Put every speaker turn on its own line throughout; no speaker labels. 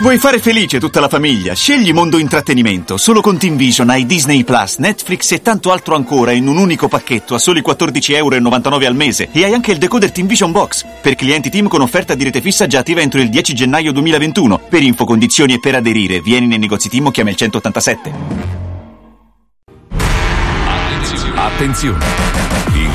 Vuoi fare felice tutta la famiglia? Scegli Mondo Intrattenimento. Solo con Team Vision hai Disney Plus, Netflix e tanto altro ancora in un unico pacchetto a soli 14,99 euro al mese. E hai anche il decoder Team Vision Box per clienti Team con offerta di rete fissa già attiva entro il 10 gennaio 2021. Per info, condizioni e per aderire, vieni nei negozi Team o chiama il 187.
Attenzione! In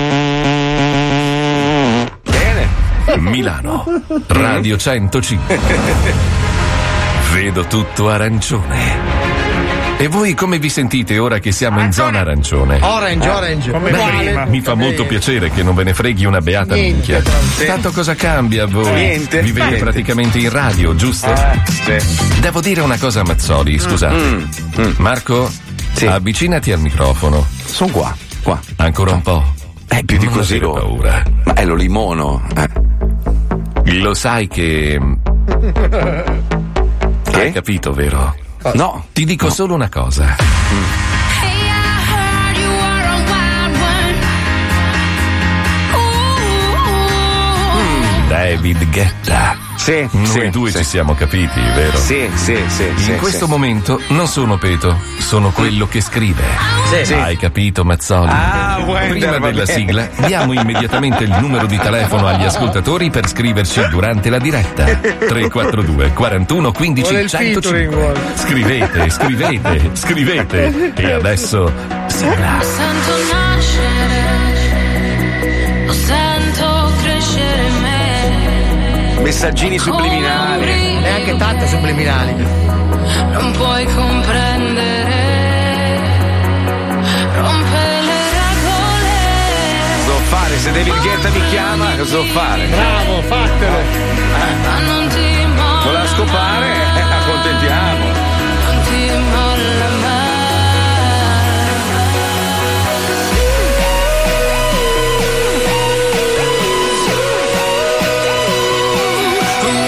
Milano, Radio 105. Vedo tutto arancione. E voi come vi sentite ora che siamo in zona arancione?
Orange, orange. Come
Beh,
prima.
Mi fa molto piacere che non ve ne freghi una beata
Niente.
minchia. Tanto cosa cambia a voi?
Niente.
Vivete
Niente.
praticamente in radio, giusto? Devo dire una cosa a Mazzoli, scusate.
Mm.
Marco, avvicinati al microfono. Sono qua, qua. Ancora un po'. Eh, più di così ho paura. Ma è lo limono. eh. Lo sai che hai capito, vero? No. Ti dico solo una cosa. David Guetta. Sì, Noi
sì,
due ci siamo capiti, vero?
Sì, sì, sì,
In
sì,
questo
sì.
momento non sono Peto, sono quello che scrive.
Sì, sì.
Hai capito, Mazzoli?
Ah, Wender,
Prima
va
della
bene.
sigla diamo immediatamente il numero di telefono agli ascoltatori per scriverci durante la diretta. 342 41 15
Vuole il
105.
featuring, vuole.
Scrivete, scrivete, scrivete. E adesso sarà.
Sento nascere, lo sento crescere in me.
Messaggini
subliminali.
E anche tanto subliminali.
Non puoi comprendere, rompe le regole,
Cosa devo fare? Se David Guetta mi chiama, cosa devo fare?
Bravo, fatelo.
ma non ti
Voleva
molla,
scopare? Eh, accontentiamo.
non ti molla mai.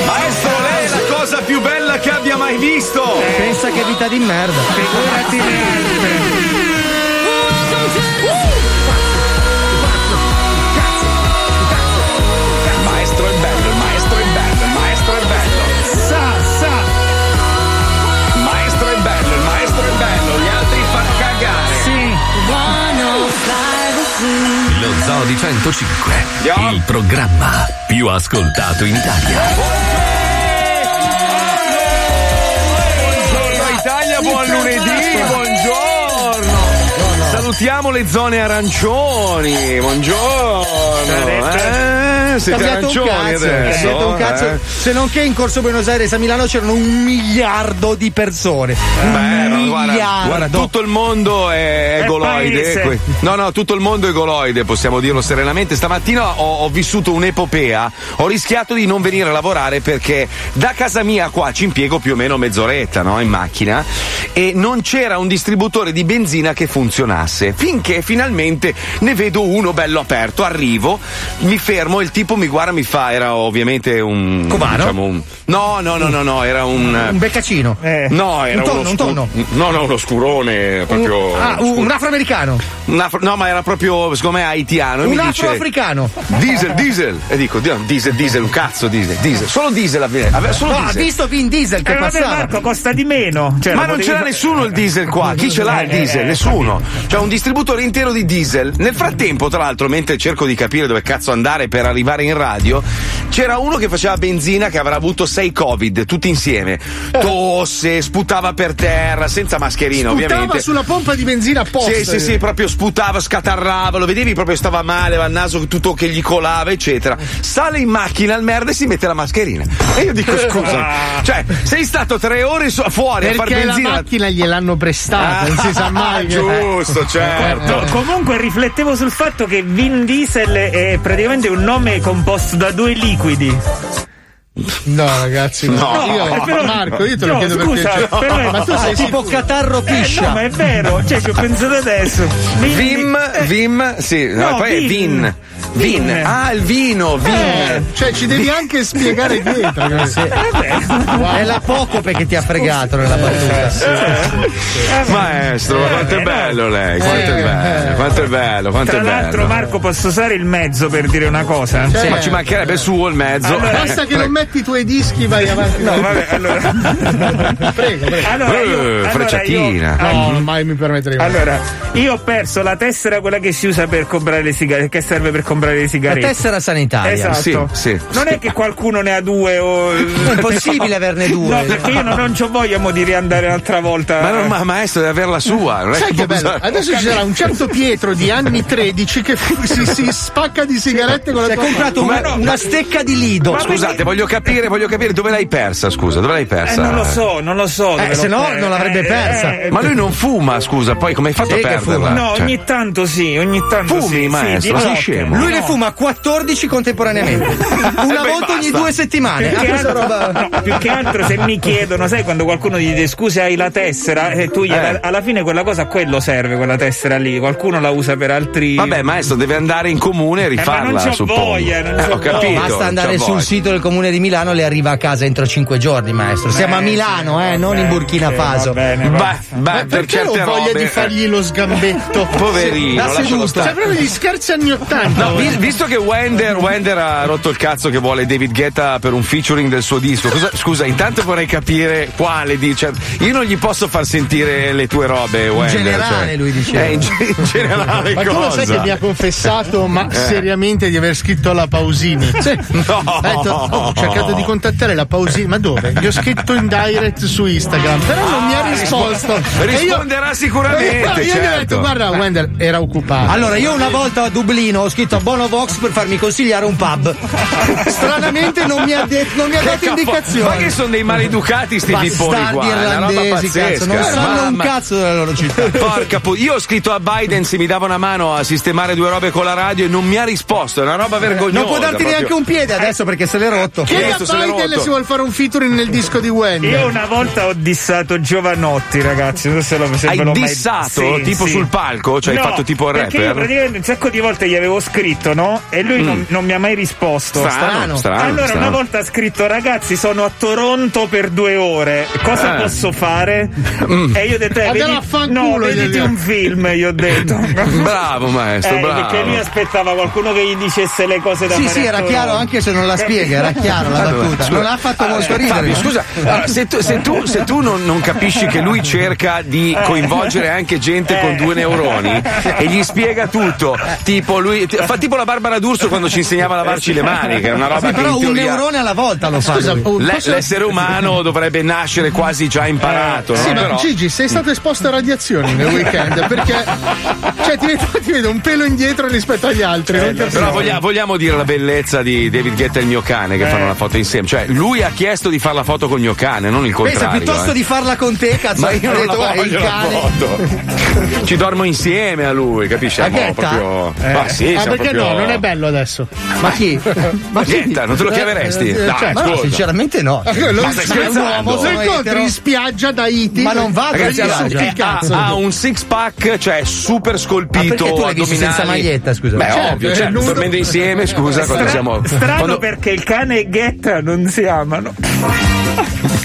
Maestro, lei è la cosa più bella che abbia mai visto!
Pensa che vita di merda. Figurati
Maestro è bello, il maestro è bello, il maestro è bello.
Sa, sa.
Il maestro è bello, il maestro è bello, gli altri fanno cagare.
Buono, privacy.
Lo Zoo di 105, il programma più ascoltato in Italia.
Buongiorno Italia, buon lunedì, buongiorno. Salutiamo le zone arancioni, buongiorno. Eh, siete
Cambiate un
arancioni
cazzo,
adesso.
cambiate un cazzo.
eh?
Se non che in corso Buenos Aires a Milano c'erano un miliardo di persone.
Beh,
un
no, guarda,
miliardo.
guarda, tutto il mondo è
È
goloide.
paese.
que- No, no, tutto il mondo è goloide, possiamo dirlo serenamente. Stamattina ho, ho vissuto un'epopea, ho rischiato di non venire a lavorare perché da casa mia qua ci impiego più o meno mezz'oretta no, in macchina e non c'era un distributore di benzina che funzionasse. Finché finalmente ne vedo uno bello aperto, arrivo, mi fermo, il tipo mi guarda, mi fa, era ovviamente un...
Cubano?
diciamo un- no, no, no, no, no, era un...
Un beccacino.
Eh. No, era
Eh. un tonno,
uno scu-
un tonno.
No, no, uno scurone proprio.
Un- ah, un afroamericano.
un afro- no, ma era proprio, secondo me, haitiano. e
Un
Ah, mi dice,
afroafricano.
Diesel, diesel. E dico, "Dio, diesel, diesel, un cazzo, diesel, diesel. Solo diesel aveva- aveva solo
No, ha
diesel.
visto Vin Diesel che
Eh, vabbè,
passava.
Marco, costa di meno. Cioè,
Ma
lo
non
potevi
c'era
fa-
nessuno il diesel qua. Chi ce l'ha il
Eh,
diesel?
eh,
Nessuno. C'è un distributore intero di diesel. Nel frattempo, tra l'altro, mentre cerco di capire dove cazzo andare per arrivare in radio, c'era uno che faceva benzina che avrà avuto sei Covid tutti insieme.
Eh.
Tosse, sputava per terra, senza mascherina, ovviamente.
Puntava sulla pompa di benzina apposta.
Sì, sì, sì, proprio sputava, scatarrava, lo vedevi proprio stava male, aveva il naso tutto che gli colava, eccetera. Sale in macchina al merda e si mette la mascherina. E io dico scusa, cioè, sei stato tre ore su- fuori a far
Perché la
benzina. Ah,
macchina gliel'hanno prestata, non si sa mai. che-
giusto,
Co-
certo.
comunque riflettevo sul fatto che Vin Diesel è praticamente un nome composto da due liquidi.
No, ragazzi, no. Io,
Eh, però-
Marco, io te lo
no,
chiedo
scusa,
perché.
però è-
Ma tu sei
tipo
sicuro?
catarro
Eh, no,
piscia.
ma è vero, cioè, ci ho pensato adesso. Mi-
Vim,
eh,
Vim, sì, no,
no,
poi è
Vin.
Vin. Vin.
Vin. Eh.
Ah, il vino, Vin.
Cioè, ci devi anche spiegare dietro. eh. ragazzi.
È la poco perché ti ha fregato nella battuta.
Eh. Maestro, ma quanto è
vabbè,
bello lei, quanto è bello, quanto è bello, quanto
Eh. Tra
è bello.
l'altro, Marco, posso usare il mezzo per dire una cosa?
Cioè,
Ma ci mancherebbe suo il mezzo.
Allora,
Basta che
Prego.
non metti i tuoi dischi, vai avanti.
No, vabbè, allora.
Prego, prego.
allora, io- Ah,
Eh,
allora,
frecciatina.
io-
No, mai mi permetterei.
Allora, io ho perso la tessera, quella che si usa per comprare le sigarette, che serve per comprare le
La
sigarette.
tessera sanitaria.
Esatto.
Sì, sì.
Non è che qualcuno ne ha due o.
È impossibile averne due.
No, perché io non, non c'ho voglia mo di riandare un'altra volta. Eh,
Ma, non- ma maestro deve avere la sua. Non è
Sai che
può
bello?
usare-
Adesso ci sarà un certo Pietro di anni 13 che fu- si, si spacca di sigarette con la
Hai
tua
comprato una,
Ma no,
una stecca di Lido.
Ma-
Scusate, voglio capire, voglio capire dove l'hai persa, scusa, dove l'hai
Eh,
persa?
non lo so, non lo so. Eh, dove l'ho
Eh, se no
per-
non l'avrebbe persa.
Ma lui non fuma, scusa, poi come hai fatto
Sì,
a
che
perderla?
fuma.
No,
Cioè-
ogni tanto sì, ogni tanto
Fumi,
sì, sì.
maestro,
di
sei
notte.
scemo.
Lui ne
No,
fuma 14 contemporaneamente. Una
Eh, beh,
volta ogni
basta.
due settimane.
Più
Ah,
che,
questa
altro,
roba-
no, più che altro se mi chiedono, sai quando qualcuno gli dice scusa hai la tessera e tu gliela-
Eh.
alla fine quella cosa a quello serve quella tessera lì, qualcuno la usa per altri
Vabbè, maestro, deve andare in comune e
ma
rifarla.
non c'ho
suppongo.
voglia, non
Eh,
c'ho
ho capito.
voglia.
non
Basta
c'ho
andare
voglia.
sul sito del comune di Milano e le arriva a casa entro 5 giorni, maestro. Siamo a
Eh,
Milano,
sì,
eh,
va
non in
bene,
Burkina
sì,
Faso.
Va bene, va.
Beh, beh,
Ma
per
perché ho
certe
voglia
robe- eh.
di fargli lo sgambetto?
Poverino,
da
lascialo
seduto.
stare.
Cioè, proprio gli scherzi anni 80.
No, vi- visto che Wender, Wender ha rotto il cazzo che vuole David Guetta per un featuring del suo disco, cosa- scusa, intanto vorrei capire quale dice. Io non gli posso far sentire le tue robe, Wender.
generale,
cioè.
lui diceva.
Eh, in, ge- in generale,
Ma tu lo
cosa? Eh.
sai che mi ha confessato, ma seriamente, di aver scritto la Pausini? Sì. Ha detto, "Oh, ho cercato di contattare la Pausini, ma dove? Gli ho scritto in direct su Instagram, però non mi ha risposto. E
Ah, eh,
io-
Risponderà sicuramente.
Io gli ho
certo.
detto, guarda, Wender era occupato.
Allora, io una volta a Dublino ho scritto a Bonovox per farmi consigliare un pub. Stranamente non mi ha, de- non mi ha dato
Ma che
indicazioni.
sono dei maleducati sti pipponi
Bastardi
qua, è una roba
irlandesi,
pazzesca. eh.
cazzo, non sanno un
Mamma-
cazzo della loro città.
Porca pu- io ho scritto a Biden se mi dava una mano a sistemare due robe con la radio e non mi ha risposto, è una roba vergognosa.
Non può darti
proprio.
neanche un piede adesso perché se l'è rotto.
Chiedi a
Questo se l'è
Biden
rotto.
se vuole fare un featuring nel disco di
Io
Wender.
una volta ho dissato Giovanotti, ragazzi. Non so se lo se
Hai
ve l'ho mai-
dissato
Sì,
tipo
sì.
sul palco, cioè hai
No,
fatto tipo il
perché io
rapper. Mm.
praticamente un sacco di volte gli avevo scritto, no? E lui non, non mi ha mai risposto.
Strano,
Strano.
strano.
allora
strano.
una volta ha scritto ragazzi sono a Toronto per due ore cosa
Eh.
posso fare?
Mm.
E io ho detto eh,
Andare a
vedi,
fanculo,
no,
gli ho
vediti
detto.
un film gli ho detto
Bravo maestro,
Eh,
bravo.
perché lui aspettava qualcuno che gli dicesse le cose da
Sì,
fare
sì,
a
era
Toronto.
chiaro anche se non la
Capito?
spiega, era chiaro la
Allora,
battuta.
scusa.
Non ha fatto
Allora,
molto
Fabio,
ridere.
scusa, allora, se, tu, se tu- se tu non, non capisci che lui cerca
Eh.
di coinvolgere anche gente con due neuroni e gli spiega tutto,
Eh.
tipo lui, ti- fa tipo la Barbara D'Urso quando ci insegnava a lavarci le mani, che è una roba
Sì,
che in
però un
teoria-
neurone alla volta lo fa.
Scusa,
lui.
oh,
Le-
posso-
l'essere umano dovrebbe nascere quasi già imparato.
Eh, Sì,
no?
ma
Però- Mm.
Gigi, sei stato esposto a radiazioni nel weekend perché cioè, ti, vedo, ti vedo un pelo indietro rispetto agli altri. non capisco.
Eh, Però voglia- vogliamo dire la bellezza di David Guetta e il mio cane
Eh.
che fanno una foto insieme. Cioè, lui ha chiesto di fare la foto con il mio cane, non il contrario.
Pensa piuttosto
eh.
di farla con te, cazzo.
Ma
hai
io non la
detto, "Guarda,
voglio
il
la
cane".
foto. Ci dormo insieme a lui, capisci?
A
Siamo
Guetta?
proprio. Eh. Ma sì,
Ah,
siamo
perché
proprio-
no? Non è bello adesso.
Ma chi? Ma chi?
Guetta, non te lo chiameresti?
Eh, eh,
Dai,
cioè,
Ma no,
scusa.
sinceramente no.
Lo
stai
incontri-
scherzando?
lo
Sono
incontri
etero.
in spiaggia da Haiti.
Ma non vado
Ragazzi,
in
allora,
spiaggia.
eh, ha, ha un six pack, cioè super
Ma
scolpito.
perché tu l'hai visto
addominali.
senza maglietta, scusa?
Beh,
Certo,
ovvio,
è
cioè,
nudo.
dormendo insieme, scusa, quando
Stra-
siamo.
strano
quando-
perché il cane e Ghetta non si amano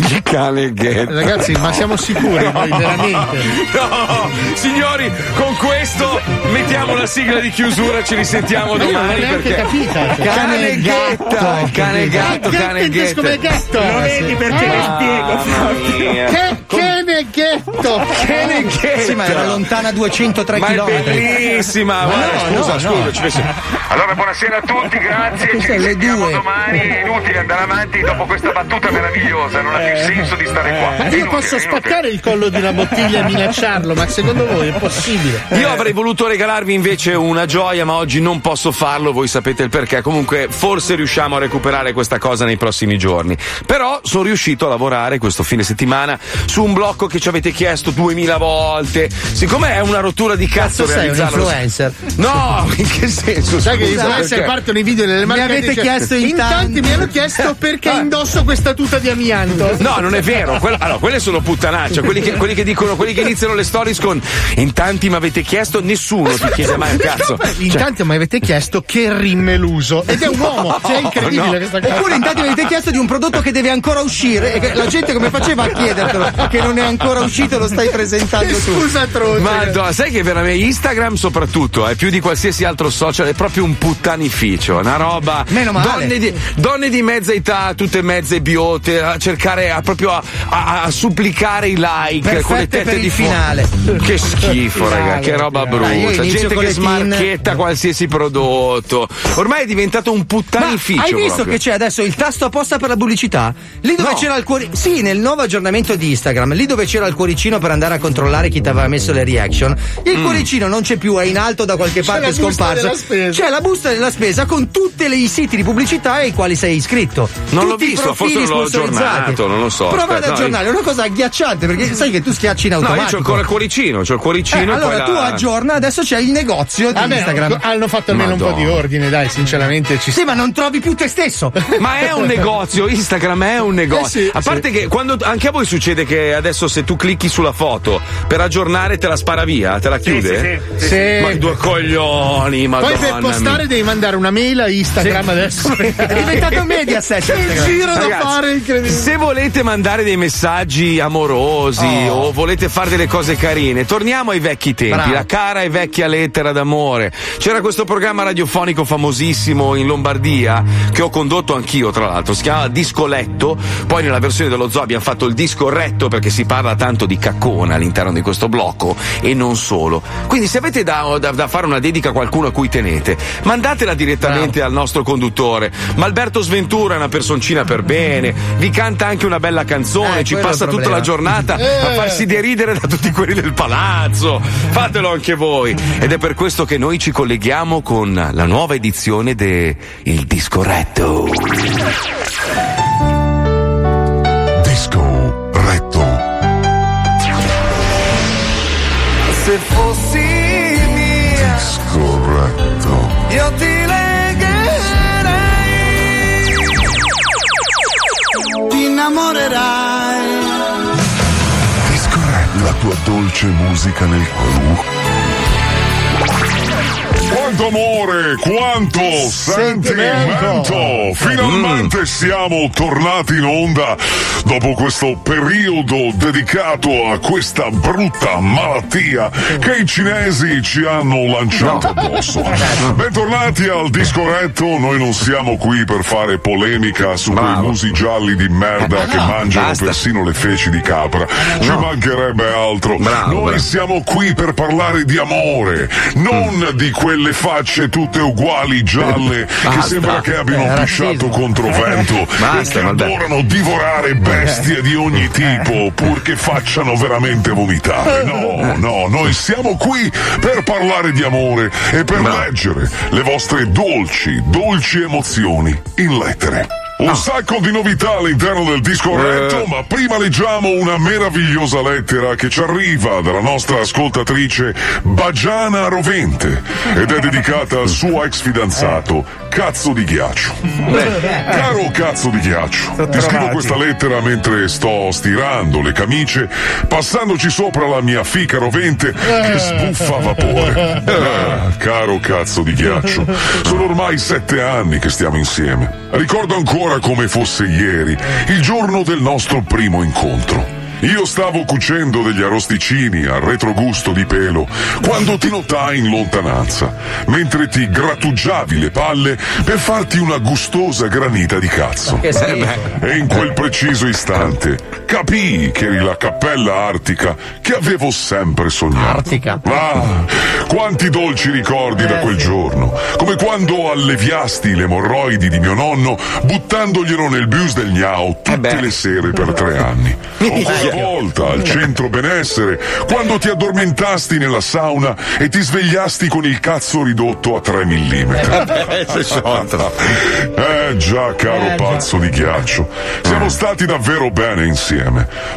Che cane che.
Ragazzi, ma siamo sicuri noi, veramente.
No, signori, con questo mettiamo la sigla di chiusura, ci risentiamo
Ma io non l'ho
domani
neanche
perché
capita. cioè.
cane e ghetta,
gatto.
cane e gatto,
Ah,
cane e
gatto come
ghetta.
gatto.
lo vedi perché
Eh.
lo spiego
Mamma mia.
Eh,
Che cane ghetto.
Cane e ghetta.
Sì, ma era lontana 203
Ma è
km.
bellissima, guarda,
no,
scusa,
no,
scusa,
no.
ci pensi-
Allora buonasera a tutti, grazie, ci
Sono le
risentiamo
due.
domani, è inutile andare avanti dopo questa battuta meravigliosa, non ha
Eh.
più senso di stare qua. Inutile,
Io posso
inutile.
spaccare il collo di una bottiglia e minacciarlo, ma secondo voi è possibile?
Io avrei voluto regalarvi invece una gioia, ma oggi non posso farlo, voi sapete il perché. Comunque, forse riusciamo a recuperare questa cosa nei prossimi giorni. Però sono riuscito a lavorare questo fine settimana su un blocco che ci avete chiesto chiesto duemila volte. Siccome è una rottura di cazzo,
Cazzo sei un
realizzarlo.
influencer.
No, in che senso?
Sai che gli
Scusa,
influencer
perché?
partono i video delle
Mi
marche e
avete
dice,
chiesto in tanti."
mi hanno chiesto perché
Ah.
indosso questa tuta di amianto.
No, non è vero, quella- ah, no, quelle sono puttanaccia, quelli che, quelli che dicono, quelli che iniziano le stories con in tanti mi avete chiesto, nessuno ti chiede mai un cazzo.
In tanti mi avete chiesto che rimmel uso ed è un uomo, cioè è incredibile
Cioè. no.
questa cosa.
Oppure intanto mi avete chiesto di un prodotto che deve ancora uscire e che la gente come faceva a chiedertelo che non è ancora uscito e lo stai
Che
presentando tu.
scusa atroce.
Madonna, sai che veramente Instagram soprattutto è più di qualsiasi altro social, è proprio un puttanificio, una roba.
Meno male.
Donne di, donne di mezza età, tutte mezze biote, a cercare a- proprio a, a- a supplicare i like con le
Perfette
tette
per il
di fuoco.
finale.
Che schifo, raga, che roba
Dai, io
brutta.
inizio
Gente
con
che
le teen.
smarchetta qualsiasi prodotto. Ormai è diventato un
Ma
puttanificio.
hai visto
proprio.
che c'è adesso il tasto apposta per la pubblicità? Lì dove
No.
c'era il cuoricino. Sì, nel nuovo aggiornamento di Instagram, lì dove c'era il cuoricino per andare a controllare chi ti aveva messo le reaction,
Mm.
il cuoricino non c'è più, è in alto da qualche parte
la busta
scomparso.
della spesa.
C'è la busta della spesa con tutti i siti di pubblicità ai quali sei iscritto.
Non l'ho
Tutti i
visto,
profili
forse l'ho
sponsorizzati.
aggiornato, non lo so,
Prova ad
aspetta, no,
aggiornare, è una cosa agghiacciante perché sai che tu schiacci in
No,
automatico.
io c'ho ancora il cuoricino, c'ho il
Eh,
cuoricino. e poi
allora tu
la-
aggiorna, adesso c'è il negozio di
Vabbè,
Instagram.
hanno fatto almeno un po' di
Madonna.
ordine, dai, sinceramente ci
Sì, ma non trovi più te stesso.
Ma è un negozio, Instagram è un negozio.
Eh sì,
a parte che quando anche a voi succede che adesso se tu clicchi sulla foto per aggiornare te la spara via, te la chiude?
sì, sì.
Sì.
Ma due coglioni, madonna.
Poi per postare
mia.
devi mandare una mail a Instagram adesso.
È diventato media set.
giro da
Ragazzi,
fare incredibile.
Se volete mandare dei messaggi amorosi
Oh.
o volete fare delle cose carine, torniamo ai vecchi tempi,
Bravo.
la cara e vecchia lettera d'amore. C'era questo programma radiofonico famosissimo in Lombardia che ho condotto anch'io, tra l'altro, si chiamava Discoletto, poi nella versione dello zoo abbiamo fatto il disco retto perché si parla tanto di caccona all'interno di questo blocco e non solo. Quindi se avete da, da- da fare una dedica a qualcuno a cui tenete, mandatela direttamente al nostro conduttore. Ma Alberto Sventura è una personcina per bene, vi canta anche una bella canzone,
Eh,
ci
quello è
passa
il
tutta
problema. Eh.
la giornata a farsi deridere da tutti quelli del palazzo. Fatelo anche voi. Ed è per questo che noi ci colleghiamo con la nuova edizione de Il Disco Retto.
Disco Retto.
Se fossi mia,
Disco Retto.
io ti legherei. Ti innamorerai.
Disco Retto. La tua dolce musica nel cuore. Quanto amore, quanto sentimento. Finalmente siamo tornati in onda dopo questo periodo dedicato a questa brutta malattia che i cinesi ci hanno lanciato addosso. Bentornati al discoretto, noi non siamo qui per fare polemica su quei musi gialli di merda che mangiano
Eh, basta. Eh,
persino le feci di capra. Ci mancherebbe altro.
Bravo,
noi
bravo.
siamo qui per parlare di amore,
Mm.
non di quelle facce tutte uguali
Eh,
gialle che sembra che abbiano pisciato contro vento e
Basta,
che
vabbè. Eh,
adorano divorare bestie di ogni tipo purché facciano veramente vomitare. No, no, noi siamo qui per parlare di amore e per leggere le vostre dolci, dolci emozioni in lettere. Un sacco di novità all'interno del disco retto, ma prima leggiamo una meravigliosa lettera che ci arriva dalla nostra ascoltatrice Bagiana Rovente ed è dedicata al suo ex fidanzato, Cazzo di Ghiaccio. Caro Cazzo di Ghiaccio, ti scrivo questa lettera mentre sto stirando le camicie, passandoci sopra la mia fica rovente che sbuffa vapore. Ah, caro Cazzo di Ghiaccio, sono ormai sette anni che stiamo insieme. Ricordo ancora come fosse ieri, il giorno del nostro primo incontro. Io stavo cucendo degli arrosticini al retrogusto di pelo quando ti notai in lontananza, mentre ti grattugiavi le palle per farti una gustosa granita di cazzo. E Eh in quel preciso istante capii che eri la cappella artica che avevo sempre sognato.
Artica.
Ah, quanti dolci ricordi da quel giorno, come quando alleviasti le morroidi di mio nonno buttandoglielo nel bus del gnao tutte le sere per tre anni. O così una volta al centro benessere quando ti addormentasti nella sauna e ti svegliasti con il cazzo ridotto a 3 mm. Eh già, Mm. caro pazzo di ghiaccio, siamo stati davvero bene insieme.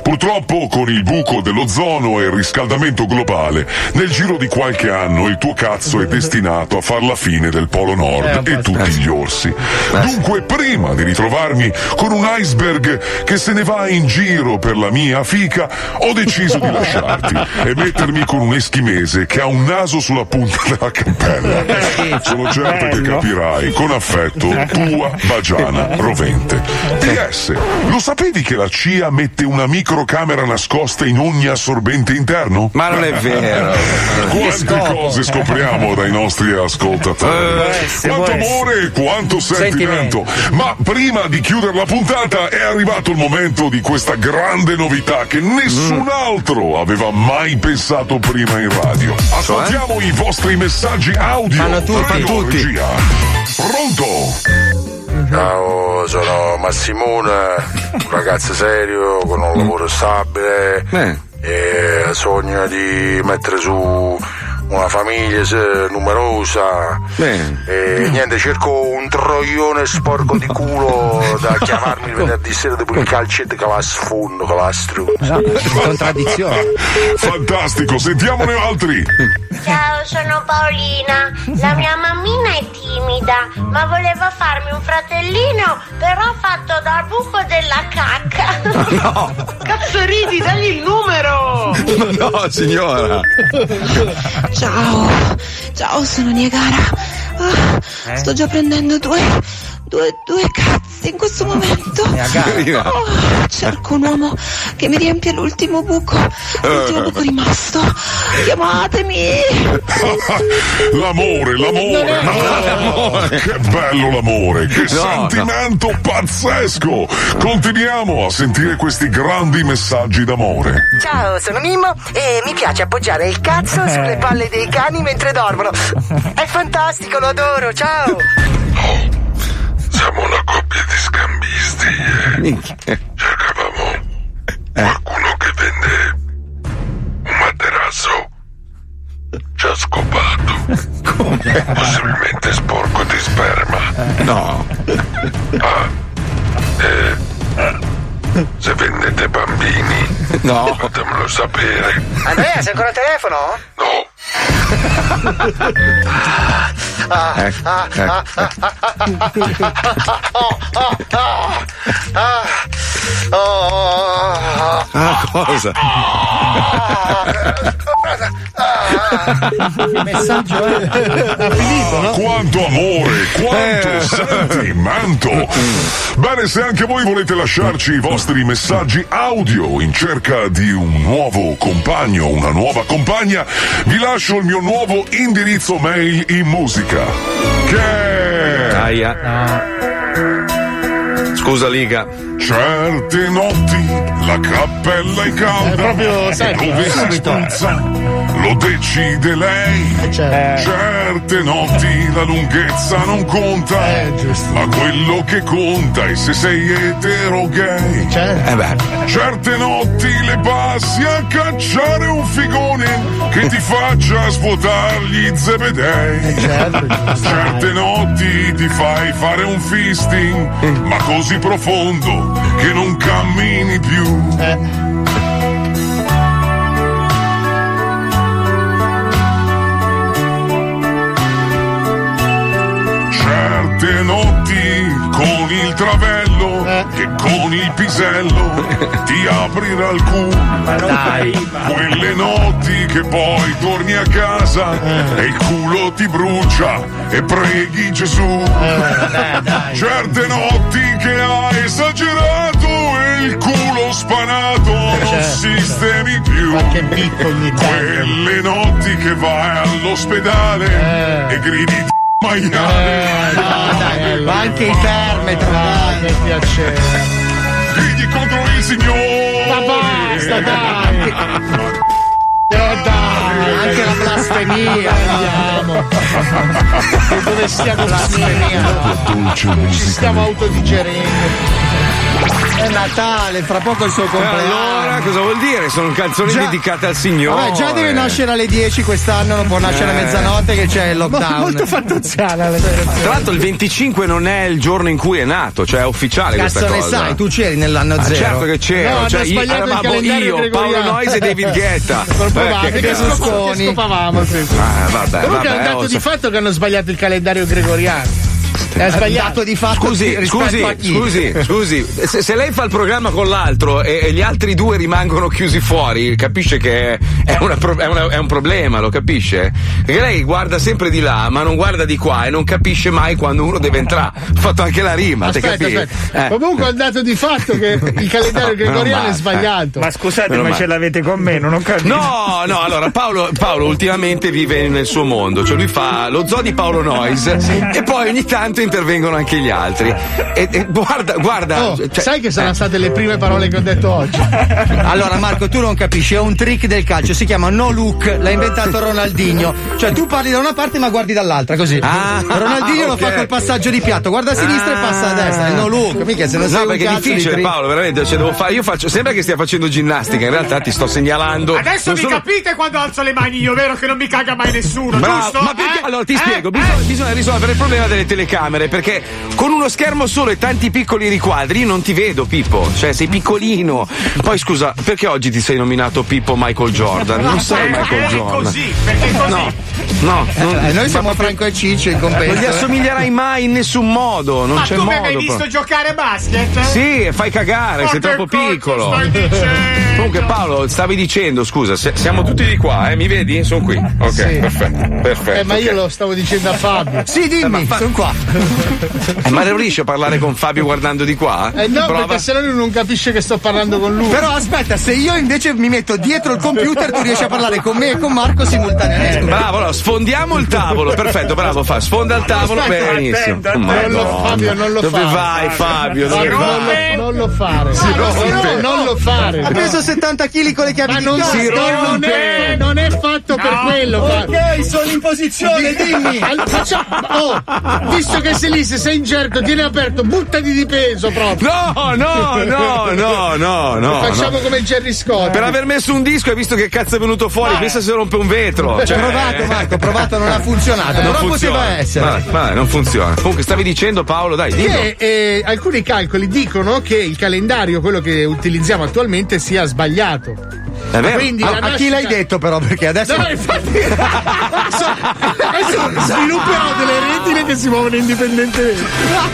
Purtroppo con il buco dell'ozono e il riscaldamento globale, nel giro di qualche anno il tuo cazzo è destinato a far la fine del Polo Nord e tutti gli orsi. Dunque, prima di ritrovarmi con un iceberg che se ne va in giro per la mia fica, ho deciso di lasciarti e mettermi con un eschimese che ha un naso sulla punta della campella. Sono certo che
Bello.
capirai, con affetto, tua Bagiana Rovente. PS, lo sapevi che la CIA mette una microcamera nascosta in ogni assorbente interno?
Ma non è vero. Che
Quante
scopo?
cose scopriamo dai nostri ascoltatori.
Eh, se
quanto
vuoi.
amore e quanto sentimento.
Sentimento.
Ma prima di chiudere la puntata è arrivato il momento di questa grande novità che
Mm.
nessun altro aveva mai pensato prima in radio.
Cioè?
Ascoltiamo i vostri messaggi audio.
Fanno tutti,
Prego,
fanno tutti.
regia. Pronto?
Ciao, sono Massimone, un ragazzo serio con un lavoro stabile e sogno di mettere su una famiglia se- numerosa. E niente, cerco un troione sporco di culo da chiamarmi il venerdì sera dopo il calcetto che va a sfondo, che va a
Esatto,
struzzo.
Contraddizione.
Fantastico, sentiamone altri.
Ciao, sono Paolina. La mia mammina è timida, ma voleva farmi un fratellino, però fatto dal buco della cacca.
No,
Cazzo ridi, dagli il numero!
no, signora.
Ciao, ciao, sono Niagara. Ah,
Eh?
Sto già prendendo due, due, due cazzi in questo momento.
Niagara.
Oh, cerco un uomo che mi riempie l'ultimo buco, l'ultimo buco rimasto. Chiamatemi!
L'amore, l'amore, l'amore. Che bello l'amore, che
No,
sentimento pazzesco. Continuiamo a sentire questi grandi messaggi d'amore.
Ciao, sono Mimmo e mi piace appoggiare il cazzo
Eh.
sulle palle dei cani mentre dormono. È fantastico, lo adoro, ciao!
Siamo una coppia di scambisti. Cercavamo qualcuno che vende un materasso già scopato. Possibilmente sporco di sperma. No. Ah, eh, se vendete bambini, no. fatemelo sapere.
Andrea, sei ancora al telefono?
Ecco, ecco,
Ah, cosa?
Messaggio
Quanto amore, quanto
Eh.
sentimento. Bene, se anche voi volete lasciarci i vostri messaggi audio in cerca di un nuovo compagno, una nuova compagna, vi lascio il mio nuovo indirizzo mail in musica. Che
Scusa Liga.
Certe notti la cappella è calda.
È proprio, sai,
dove si
subito.
spruzza, lo decide lei. Certe notti la lunghezza non conta. Ma quello che conta è se sei etero o gay. Certe notti le passi a cacciare un figone che ti faccia svuotare gli zebedei. Certe notti ti fai fare un fisting, ma così profondo che non cammini più. Certe notti con il travello che con il pisello ti aprirà il culo.
dai.
Quelle notti che poi torni a casa
Eh.
e il culo ti brucia e preghi Gesù.
Eh,
Certe notti che hai esagerato e il culo
Eh,
spanato
certo,
non sistemi più. Quelle notti che vai all'ospedale
Eh.
e gridi maiale.
Ma anche i termetri, dai, che piacere.
Gridi contro il signore.
Ma basta, dai. Oh, dai, anche la blasfemia, andiamo. Che dove stiamo blasfemiando?
Dolce
Ci stiamo autodigerendo.
È Natale, fra poco è il suo
E
compleanno.
Cioè, allora, cosa vuol dire? Sono canzoni
Già-
dedicate al Signore.
Vabbè, già deve nascere alle 10 quest'anno, non può nascere a
Ah, Eh.
mezzanotte che c'è il lockdown.
molto
fantaziana la
Tra l'altro, il 25 non è il giorno in cui è nato, cioè è ufficiale
Cazzo
questa
ne
cosa.
sai, tu c'eri nell'anno
Ah,
zero.
certo che c'ero,
No,
cioè,
hanno
io-
sbagliato il
eravamo
calendario
io,
gregoriano.
Paolo Noyes e David Guetta.
Sono
Eh,
probabile
che
che
cazzo.
scop- che scopavamo, sì, sì.
Ah, vabbè,
Comunque è
vabbè,
un dato
oh,
di fatto che hanno sbagliato il calendario gregoriano. È
Eh,
sbagliato
di fatto
Scusi, scusi, Eh, scusi, scusi, se, se lei fa il programma con l'altro e, e gli altri due rimangono chiusi fuori, capisce che è, una pro- è una- è un problema, lo capisce? Perché lei guarda sempre di là, ma non guarda di qua e non capisce mai quando uno deve entrare. Ha fatto anche la rima, te
Aspetta,
capisci?
aspetta.
Eh.
Comunque è un dato di fatto che il calendario
No,
gregoriano
meno
è
male, eh.
sbagliato.
Ma scusate, Meno ma male. ce
l'avete con me, non ho capito.
No, no, allora Paolo, Paolo ultimamente vive nel suo mondo, cioè lui fa lo zoo di Paolo Noyes e poi ogni tanto intervengono anche gli altri. E, e guarda, guarda.
Oh,
cioè-
sai che
eh.
saranno state le prime parole che ho detto oggi?
Allora Marco, tu non capisci, è un trick del calcio, si chiama no look, l'ha inventato Ronaldinho. Cioè tu parli da una parte ma guardi dall'altra, così.
Ah,
Ronaldinho lo
ok. Ah.
fa col passaggio di piatto, guarda a sinistra e passa a destra, è no look, mica se non
no,
sei un
perché è
cazzo di
difficile,
trick.
Paolo, veramente. cioè, devo fare- io faccio, sembra che stia facendo ginnastica, in realtà ti sto segnalando.
Adesso
non
mi
sono-
capite quando alzo le mani io, vero che non mi caga mai nessuno,
Bravo,
giusto?
ma perché?
Eh?
Allora ti
Eh?
spiego,
Eh?
bisogna, bisogna risolvere il problema delle telecamere perché con uno schermo solo e tanti piccoli riquadri io non ti vedo Pippo, cioè sei piccolino. Poi scusa, perché oggi ti sei nominato Pippo Michael Jordan? Non
Eh,
sei Michael Jordan.
perché così?
No, non-
Eh, noi siamo
ma-
Franco e Ciccio in compenso.
Non gli
eh.
assomiglierai mai in nessun modo, non
ma
c'è
tu mi
modo.
hai visto
proprio.
giocare a basket?
Sì, fai cagare,
Ma
sei
che
troppo
cazzo
piccolo.
stai dicendo?
Comunque Paolo, stavi dicendo, scusa, se- siamo tutti di qua, eh, mi vedi? Sono qui. Ok,
Sì.
perfetto, perfetto.
Eh, ma io lo stavo dicendo a Fabio.
Sì, dimmi, sono qua.
Eh, ma non riesci a parlare con Fabio guardando di qua?
Eh no,
Prova.
perché se no lui non capisce che sto parlando con lui.
Però aspetta, se io invece mi metto dietro il computer tu riesci a parlare con me e con Marco simultaneamente.
eh, Bravo, allora sfondiamo il tavolo, perfetto, bravo, fa, sfonda il tavolo,
Eh, Aspetta,
benissimo.
attento, attento.
Madonna.
Non lo- Fabio, non lo
Dove
fare.
vai Fabio? Dove
non,
vai?
lo, non lo fare.
Ah,
No, non lo fare.
Ha preso 70 kg con le chiavi
Ma
di
non,
casa.
si non, è, non è fatto per
No.
quello.
Ok, sono in posizione, dimmi.
Allora, facciamo- oh, visto che sei lì, se sei incerto, tieni aperto, buttati di peso proprio.
No, no, no, no, no, no.
Facciamo
no.
come Jerry Scott.
Per aver messo un disco hai visto che cazzo è venuto fuori, pensa se rompe un vetro.
Ci ho
cioè-
provato Marco, ho provato, non ha funzionato,
non
però
funziona.
poteva essere.
Ma, ma non funziona. Comunque stavi dicendo Paolo, dai, dillo.
Che eh, alcuni calcoli dicono che il calendario, quello che utilizziamo attualmente, sia sbagliato.
È vero.
Quindi
a,
la
a chi
nascita-
l'hai detto però? Perché adesso.
No, infatti. adesso, adesso svilupperò delle retine che si muovono indipendentemente.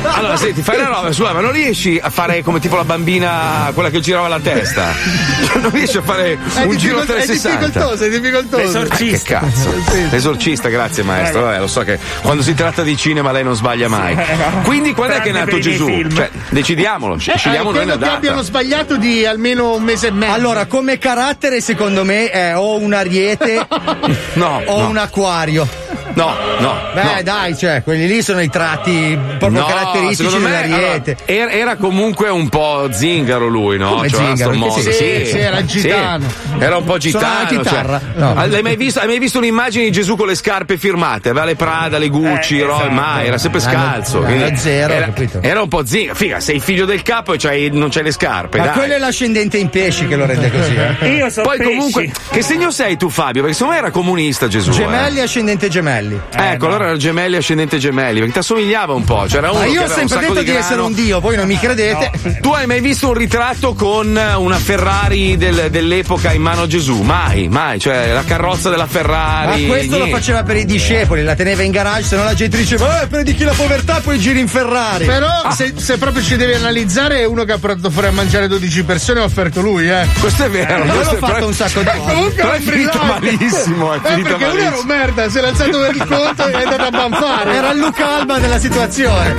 Allora, senti, fai la roba, scusa, ma non riesci a fare come tipo la bambina, quella che girava la testa? Cioè, Non riesci a fare
È
un giro
difficol- è
360?
difficoltoso, è difficoltoso.
Esorcista. che cazzo. Esorcista, grazie maestro. Vabbè, lo so che quando si tratta di cinema lei non sbaglia mai. Quindi quando è che è
eh, Tranne
nato
per i
Gesù?
film.
Cioè, decidiamolo, decidiamo noi
Eh,
la
credo che
data.
abbiano sbagliato di almeno un mese e mezzo.
Allora, come carattere, secondo me, è o un ariete
No,
o
no.
un acquario.
No, no.
Beh, dai, cioè, quelli lì sono i tratti proprio
No,
caratteristici
secondo me,
dell'ariete.
allora, era, era comunque un po' zingaro lui, no?
Come
era
zingaro?
sto
In che
modo,
senso? Sì, era
sì.
gitano.
Era un po'
Suonava la
gitano.
chitarra?
cioè.
No.
Ah, l'hai mai visto, hai mai visto un'immagine di Gesù con le scarpe firmate? Aveva le Prada, le Gucci,
Eh,
Roy,
esatto.
mai, era sempre
L'anno-
scalzo.
l'anno
quindi
zero,
era,
capito.
era un po' zingaro. Figa, sei figlio del capo e c'hai- non c'hai le scarpe.
Ma
dai.
quello è l'ascendente in pesci che lo rende così. Eh.
Poi comunque, che segno sei tu Fabio? Perché secondo me era comunista Gesù. eh.
Gemelli, ascendente gemelli.
Ecco, allora era gemelli, ascendente gemelli, perché ti assomigliava un po'. C'era uno
Ma
che
io ho
aveva un
sempre
sacco
detto di,
grano.
essere un dio, voi non mi credete.
Tu hai mai visto un ritratto con eh, una Ferrari del- dell'epoca in mano a Gesù? Mai, mai. Cioè, la carrozza della
Ma
Ah,
Ferrari.
questo lo
niente.
faceva per i discepoli, la teneva in garage, se no la gente diceva, eh, prendi chi la povertà poi giri in Ferrari. Ah.
Però se, se proprio ci devi analizzare, è uno che ha portato fuori a mangiare 12 persone, ha offerto lui, eh.
Questo è
vero, Io questo l'ho è fatto proprio- un sacco di volte.
Comunque
Però è
un
finito
brillante.
malissimo, è
Eh,
finito
perché lui era un
malissimo.
merda, si è lanciato per il conto e è andato a banfare.
Era il Luca Alba della situazione.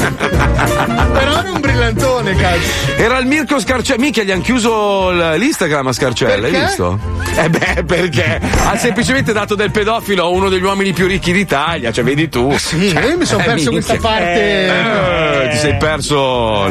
Però era un brillantone, cazzo.
Era il Mirko Scarcella. Mica gli hanno chiuso l- l'Instagram a Scarcella,
Perché?
hai visto? Eh beh, perché ha semplicemente dato del pedofilo a uno degli uomini più ricchi d'Italia, cioè vedi tu.
Ah, Sì,
Cioè,
io mi sono
eh,
perso
minchia.
questa parte.
Eh, ti sei perso l'inferno,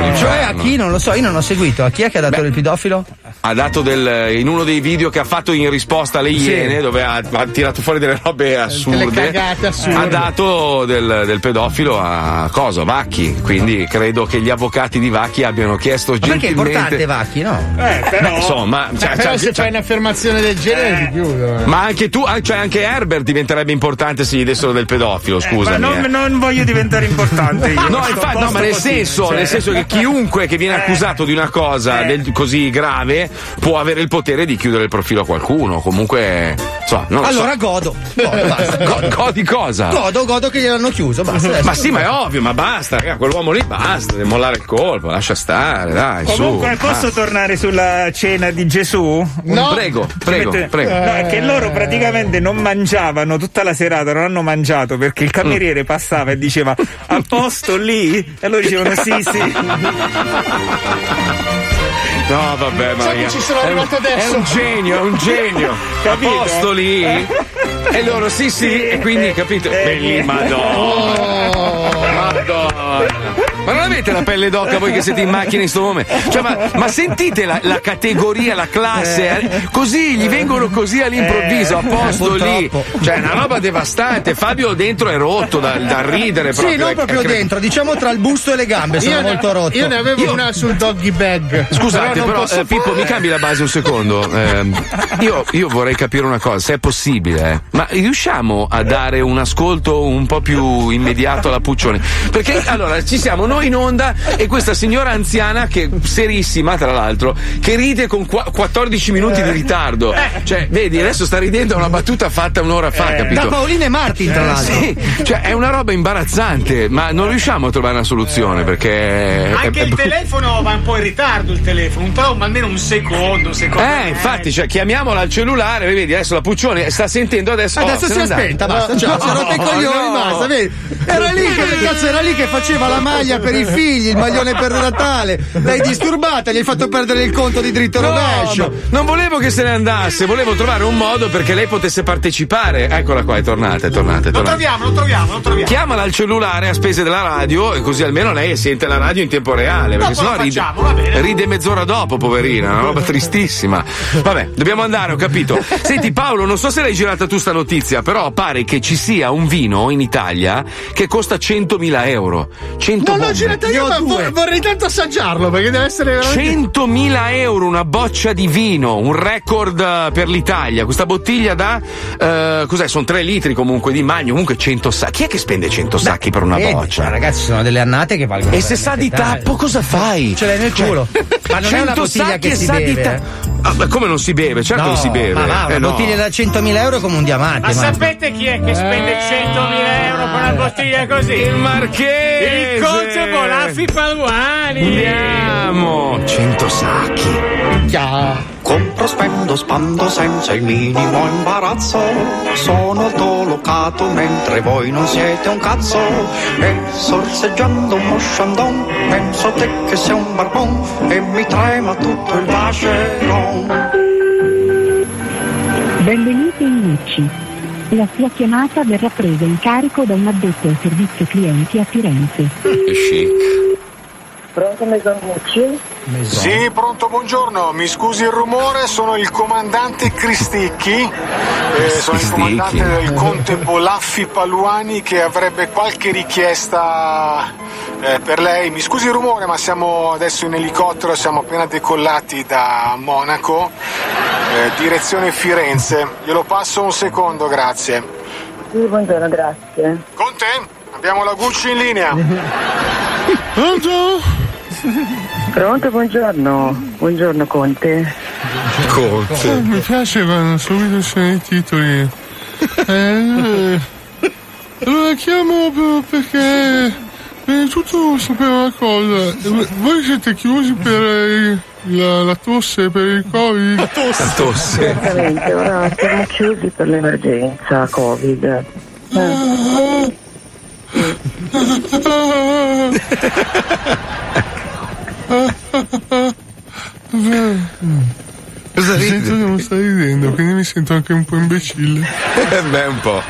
l'inferno.
Eh,
Eh,
cioè,
Cioè a chi non lo so, io non ho seguito. A chi è che ha dato il pedofilo?
ha dato del. in uno dei video che ha fatto in risposta alle
Sì.
iene, dove ha, ha tirato fuori delle robe assurde,
cagate assurde.
ha dato del, del pedofilo a cosa? Vacchi. Quindi credo che gli avvocati di Vacchi abbiano chiesto
Ma perché è
gentilmente.
importante
Vacchi, no?
Eh,
Beh, insomma,
Beh,
cioè,
però
cioè,
se
cioè-
fai un'affermazione del genere ti chiudo. eh.
ma anche tu, ah, cioè anche Herbert diventerebbe importante se gli dessero del pedofilo,
Ma
scusami.
non,
eh.
non voglio diventare importante io.
No,
Sto a
infatti, no,
posto
ma nel
così,
senso,
cioè.
nel senso che chiunque che viene accusato di una cosa del- così grave può avere il potere di chiudere il profilo a qualcuno. Comunque, insomma, non lo so.
allora godo. Godo, basta.
Go- godi cosa?
Godo, godo che gliel'hanno chiuso, basta. adesso.
Esatto. Ma sì, ma è ovvio, ma basta, raga, quell'uomo lì basta, deve mollare il colpo, lascia stare, dai,
Comunque,
Ah, su.
posso
basta.
tornare sulla cena di Gesù?
No. Mm, Prego, prego,
Mette-
prego.
No, è che loro praticamente non mangiavano tutta la serata, non hanno mangiato perché il cameriere
Mm.
passava e diceva a posto lì? E loro
né?
dicevano sì, sì.
No, vabbè, ma
Sai che
raga,
ci sono
è un-
arrivato adesso?
È un genio, è un genio. a
Capito?
posto lì. E loro sì, sì, e
eh,
quindi capito. Belli, madonna. Madonna. Ma non avete la pelle d'oca voi che siete in macchina in sto momento? Cioè, ma, ma sentite la, la categoria, la classe? eh? Così gli vengono così all'improvviso, a
Eh,
posto lì.
purtroppo.
Cioè, è una roba devastante. Fabio dentro è rotto dal da ridere
Sì,
proprio.
non
è-
proprio
è cre-
dentro, diciamo tra il busto e le gambe, sono
Io ne-
molto rotto.
Io ne avevo una sul doggy bag.
Scusate, però,
non posso
eh, Pippo, mi cambi la base un secondo. Ehm, io, io vorrei capire una cosa, se è possibile, eh. ma riusciamo a dare un ascolto un po' più immediato alla Puccione? Perché allora ci siamo noi in onda e questa signora anziana, che serissima tra l'altro, che ride con qua- 14 minuti
Eh.
di ritardo. Cioè, vedi, adesso sta ridendo a una battuta fatta un'ora fa, capito?
Eh. Da Paolina e Martin, tra
Eh,
l'altro.
sì. cioè è una roba imbarazzante, ma non riusciamo a trovare una soluzione perché.
Anche
è- è
il
brutto.
telefono va un po' in ritardo il telefono, un po' ma almeno un secondo, un secondo.
Eh, infatti, cioè, chiamiamola al cellulare, vedi, aspetta, adesso la Puccione sta sentendo adesso.
Adesso
oh, se
si
n'è andata.
aspetta, basta. Ciao,
No,
sono rotto i coglioni,
no.
basta. Vedi? Era lì che cazzo era lì che faceva la maglia per i figli, il maglione per Natale. L'hai disturbata, gli hai fatto perdere il conto di dritto e
No,
rovescio.
ma non volevo che se ne andasse, volevo trovare un modo perché lei potesse partecipare. Eccola qua, è tornata, è tornata, è
Lo
tornata.
troviamo, lo troviamo, lo troviamo.
Chiamala al cellulare a spese della radio, e così almeno lei sente la radio in tempo reale.
Dopo
Perché sennò
la
ride,
facciamo, va bene.
ride mezz'ora dopo, poverina, una roba tristissima. Vabbè, dobbiamo andare, ho capito. Senti, Paolo, non so se l'hai girata tu sta notizia, però pare che ci sia un vino in Italia che costa 100.000 euro. 100
Non l'ho
bombe.
girato io, ma vor- vorrei tanto assaggiarlo perché deve essere veramente.
100.000 euro una boccia di vino, un record eh, per l'Italia. Questa bottiglia da. eh, cos'è? Sono 3 litri comunque di magno, comunque 100 sacchi. Chi è che spende 100 sacchi per una
eh,
Vedi,
boccia?
Ragazzi, sono delle annate che valgono.
E se
veramente
sa di
tanto.
tappo, cosa fai?
Ce l'hai nel
Cioè,
culo. Ma non è una
100
bottiglia
sacchi
che
e
si
sa di
beve.
ta-
eh?
Ah, ma come non si beve? Certo
No,
che si beve.
Ma va, una
Eh, no.
bottiglia da 100.000 euro come un diamante.
Ma
ma-
sapete chi è che spende 100.000 euro per una bottiglia così?
Eh. Il Marchese!
Il conte Bolaffi Paluani!
Andiamo! 100 sacchi.
Compro, spendo, spando senza il minimo imbarazzo. Sono altolocato mentre voi non siete un cazzo. E sorseggiando uno sciandon, penso a te che sei un barbon e mi trema tutto il vacheron.
Benvenuti in UCI. La sua chiamata verrà presa in carico da un addetto al servizio clienti a Firenze.
Pronto, Maison Gucci?
Sì, pronto, buongiorno. Mi scusi il rumore, sono il comandante Cristicchi. Eh, sono il
Cristicchi.
comandante del conte Bolaffi Paluani che avrebbe qualche richiesta eh, per lei. Mi scusi il rumore, ma siamo adesso in elicottero, siamo appena decollati da Monaco, eh, direzione Firenze. Glielo passo un secondo, grazie.
Sì, buongiorno, grazie.
Conte, abbiamo la Gucci in linea.
Pronto? Pronto, buongiorno. Buongiorno, Conte.
Eh, mi piace quando subito sono i titoli. Eh, allora chiamo proprio perché prima di tutto sapevo una cosa. Eh, Voi siete chiusi per eh, la, la tosse, per il Covid? La tosse.
La tosse.
Esattamente, ora siamo chiusi per l'emergenza Covid.
Eh. Cosa sento che non stai ridendo, quindi mi sento anche un po' imbecille.
Eh Beh, un po'.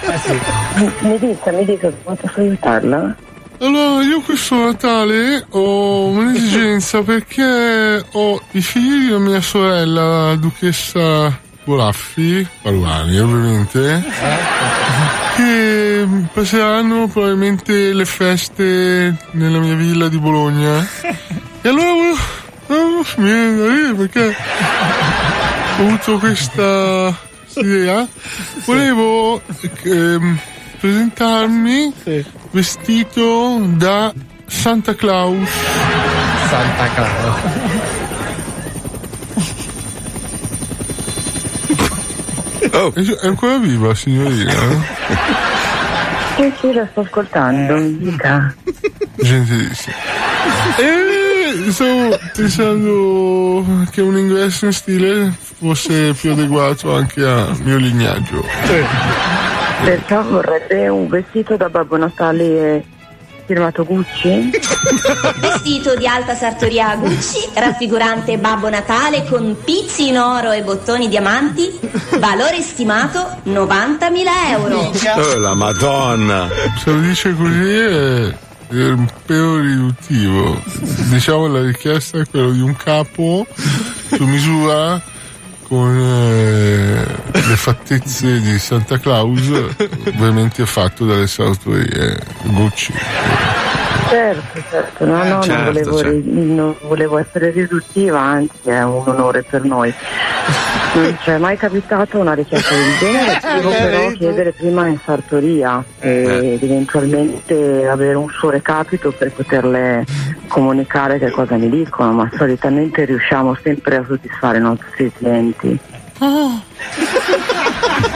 Mi dica, mi dica come posso aiutarla?
Allora, io questo Natale ho un'esigenza perché ho i figli di mia sorella, la duchessa Golaffi, Paluani ovviamente, che passeranno probabilmente le feste nella mia villa di Bologna. E allora oh, volevo- volevo finire da lì perché ho avuto questa idea. eh? Volevo ehm, presentarmi vestito da Santa Claus. Santa Claus. È è ancora viva, signorina?
Sì, sì, lo sto ascoltando, dica.
Gentilissimo. E stavo pensando che un ingresso in stile fosse più adeguato anche al mio lignaggio.
Perciò vorrebbe un vestito da Babbo Natale firmato Gucci?
Vestito di alta sartoria a Gucci, raffigurante Babbo Natale con pizzi in oro e bottoni diamanti, valore stimato 90.000 euro.
Oh,
Eh, la Madonna!
Se lo dice così è, è un pelo riduttivo. Diciamo la richiesta è quella di un capo su misura con eh, le fattezze di Santa Claus, ovviamente fatto dalle eh, sartorie Gucci.
Certo, certo, no, no, non,
certo,
volevo,
certo.
ri- non volevo essere riduttiva, anzi è un onore per noi. Non ci è mai capitato una richiesta del genere, devo però chiedere prima in sartoria e ed eventualmente avere un suo recapito per poterle comunicare che cosa mi dicono, ma solitamente riusciamo sempre a soddisfare i nostri clienti. Ah.
Oh.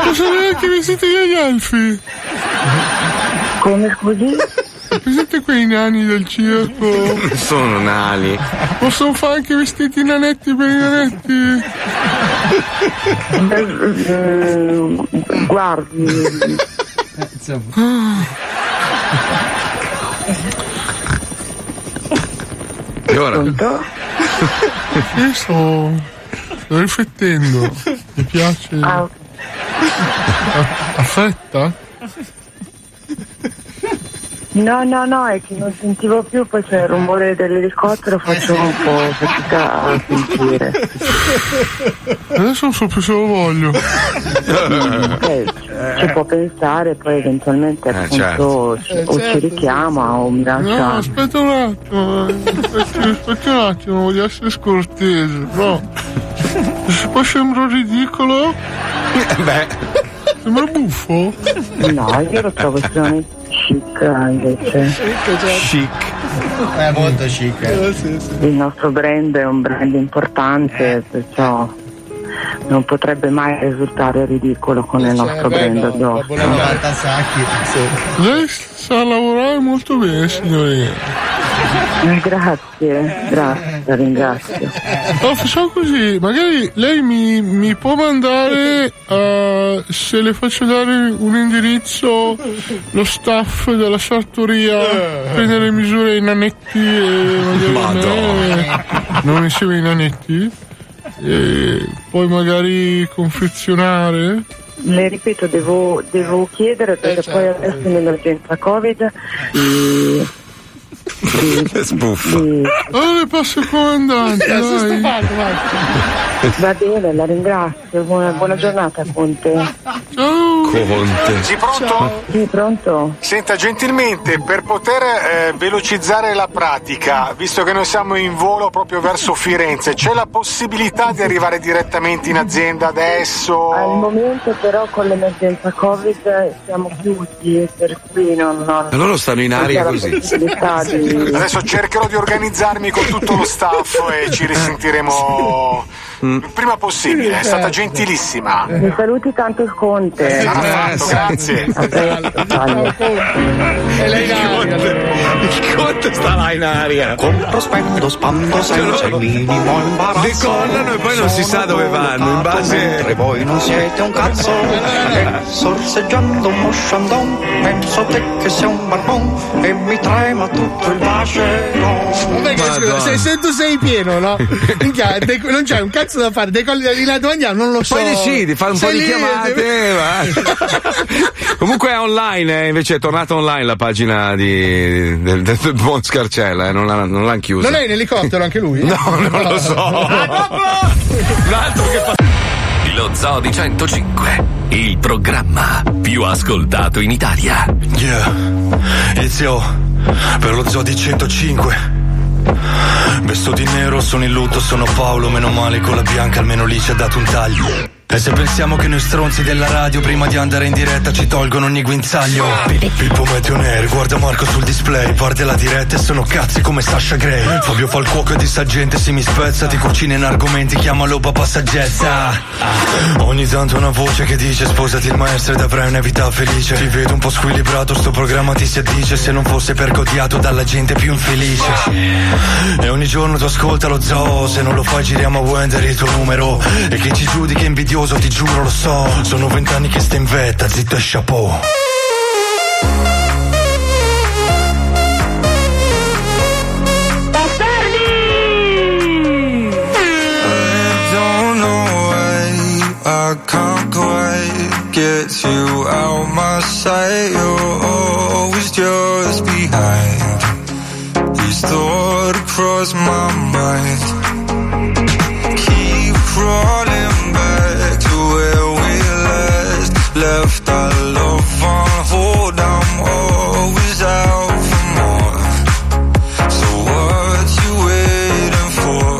Non sono neanche vestiti degli elfi.
Come scusi?
Presente quei nani del circo?
Sono nali.
Possono fare anche vestiti nanetti per i nanetti?
Eh, eh, Guardi,
E ora?
Io sto, sto riflettendo. Mi piace. A, a fretta?
No, no, no, è che non sentivo più, poi c'è il rumore dell'elicottero, faccio un po' fatica a sentire.
Adesso non so più se lo voglio.
Eh, ci può pensare, poi eventualmente appunto
certo.
ci-
Eh,
o
certo,
ci richiama o mi
No,
lascia.
aspetta un attimo. eh. Aspetta, aspetta un attimo, voglio essere scortese. No. Se poi sembro ridicolo.
Beh.
Sembra buffo?
No, io lo trovo estremamente chic eh, invece.
certo.
Chic.
È molto chic. eh.
Il nostro brand è un brand importante, perciò non potrebbe mai risultare ridicolo con
Eh,
il
certo.
nostro brand addosso.
Lei sa lavorare molto bene, signorina.
Eh, Grazie, grazie, la Eh, ringrazio.
Oh, facciamo così, magari lei mi, mi può mandare eh, se le faccio dare un indirizzo lo staff della sartoria
Eh.
prendere Eh. le misure ai nanetti e
Madonna.
magari non insieme ai nanetti e poi magari confezionare
Le ripeto, devo, devo
Eh,
chiedere perché poi
certo.
adesso in emergenza Covid eh,
Sbuffa.
Allora Ah, le passo il comandante dai.
va bene, la ringrazio. Buona, buona giornata, Conte.
Conte.
Sì, pronto?
Sì, pronto?
Senta, gentilmente, per poter eh, velocizzare la pratica, visto che noi siamo in volo proprio verso Firenze, c'è la possibilità di arrivare direttamente in azienda adesso?
Al momento però con l'emergenza Covid siamo chiusi, per cui non ho...
Ma loro stanno in aria
non c'è la
così.
possibilità di-
Adesso cercherò di organizzarmi con tutto lo staff e ci risentiremo il prima possibile. È
certo.
stata gentilissima.
Mi saluti tanto il Conte.
Sarà fatto, grazie.
A presto, salve.
Il conte, il conte
testa là in aria.
Compro, spendo, spando senza il minimo imbarazzo.
Decollano e poi non si sa dove vanno, in base-
Mentre voi non siete un cazzo. E sorseggiando uno sciandon, penso te che sei un barbon e mi trema tutto il bacino.
Vabbè, che scusa, se, se tu sei pieno, no? Minchia, de- non c'è un cazzo da fare, decolli la linea douaniera, non lo so.
Poi decidi, fai un
Sei
po' di
lì,
chiamate. eh, va. Comunque è online, eh, invece è tornata online la pagina di, del, del, del buon Scarcella, eh, non, l'ha- non l'hanno chiusa.
Non è in elicottero anche lui? Ah,
No, non lo so.
Lo Zoo di 105, il programma più ascoltato in Italia.
Yeah, inizio per lo zoo di 105. Vesto di nero, sono in lutto, sono Paolo, meno male con la bianca, almeno lì ci ha dato un taglio. E se pensiamo che noi stronzi della radio prima di andare in diretta ci tolgono ogni guinzaglio Pippo Meteo Neri, guarda Marco sul display Parte la diretta e sono cazzi come Sasha Gray Fabio Falcuoco è dissagente, si mi spezza Ti cucina in argomenti, chiamalo papà saggezza Ogni tanto una voce che dice Sposati il maestro ed avrai una vita felice Ti vedo un po' squilibrato, sto programma ti si addice Se non fosse perché odiato dalla gente più infelice E ogni giorno tu ascolta lo zoo Se non lo fai giriamo a Wender il tuo numero E che ci giudica invidioso, ti giuro lo so Sono vent'anni che stai in vetta, zitto e chapeau
don't know why I can't quite get you out my sight. You're always just behind. These thoughts cross my mind. Keep crawling back to where we last left our love on hold. I'm always out for more. So what you waiting for?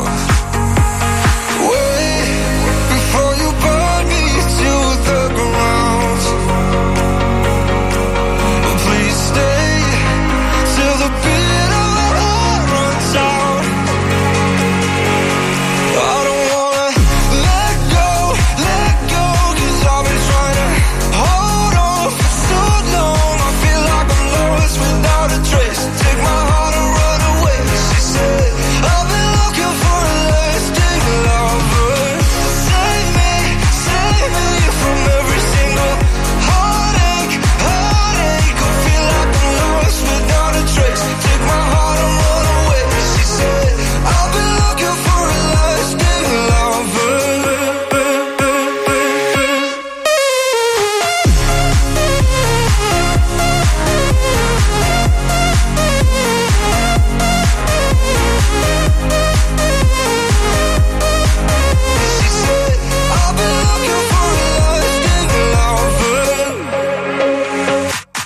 Way before you burn me to the ground. Please stay till the bitter heart runs out. I don't wanna let go, let go, 'cause I've been trying to hold on for so long. I feel like I'm lost without a trace. Take my heart and run away, she said. I've been looking for a lasting lover. Save me, save me from every single heartache, heartache. I feel like I'm lost without a trace. Take my heart and run away, she said. I've been looking for a lasting lover.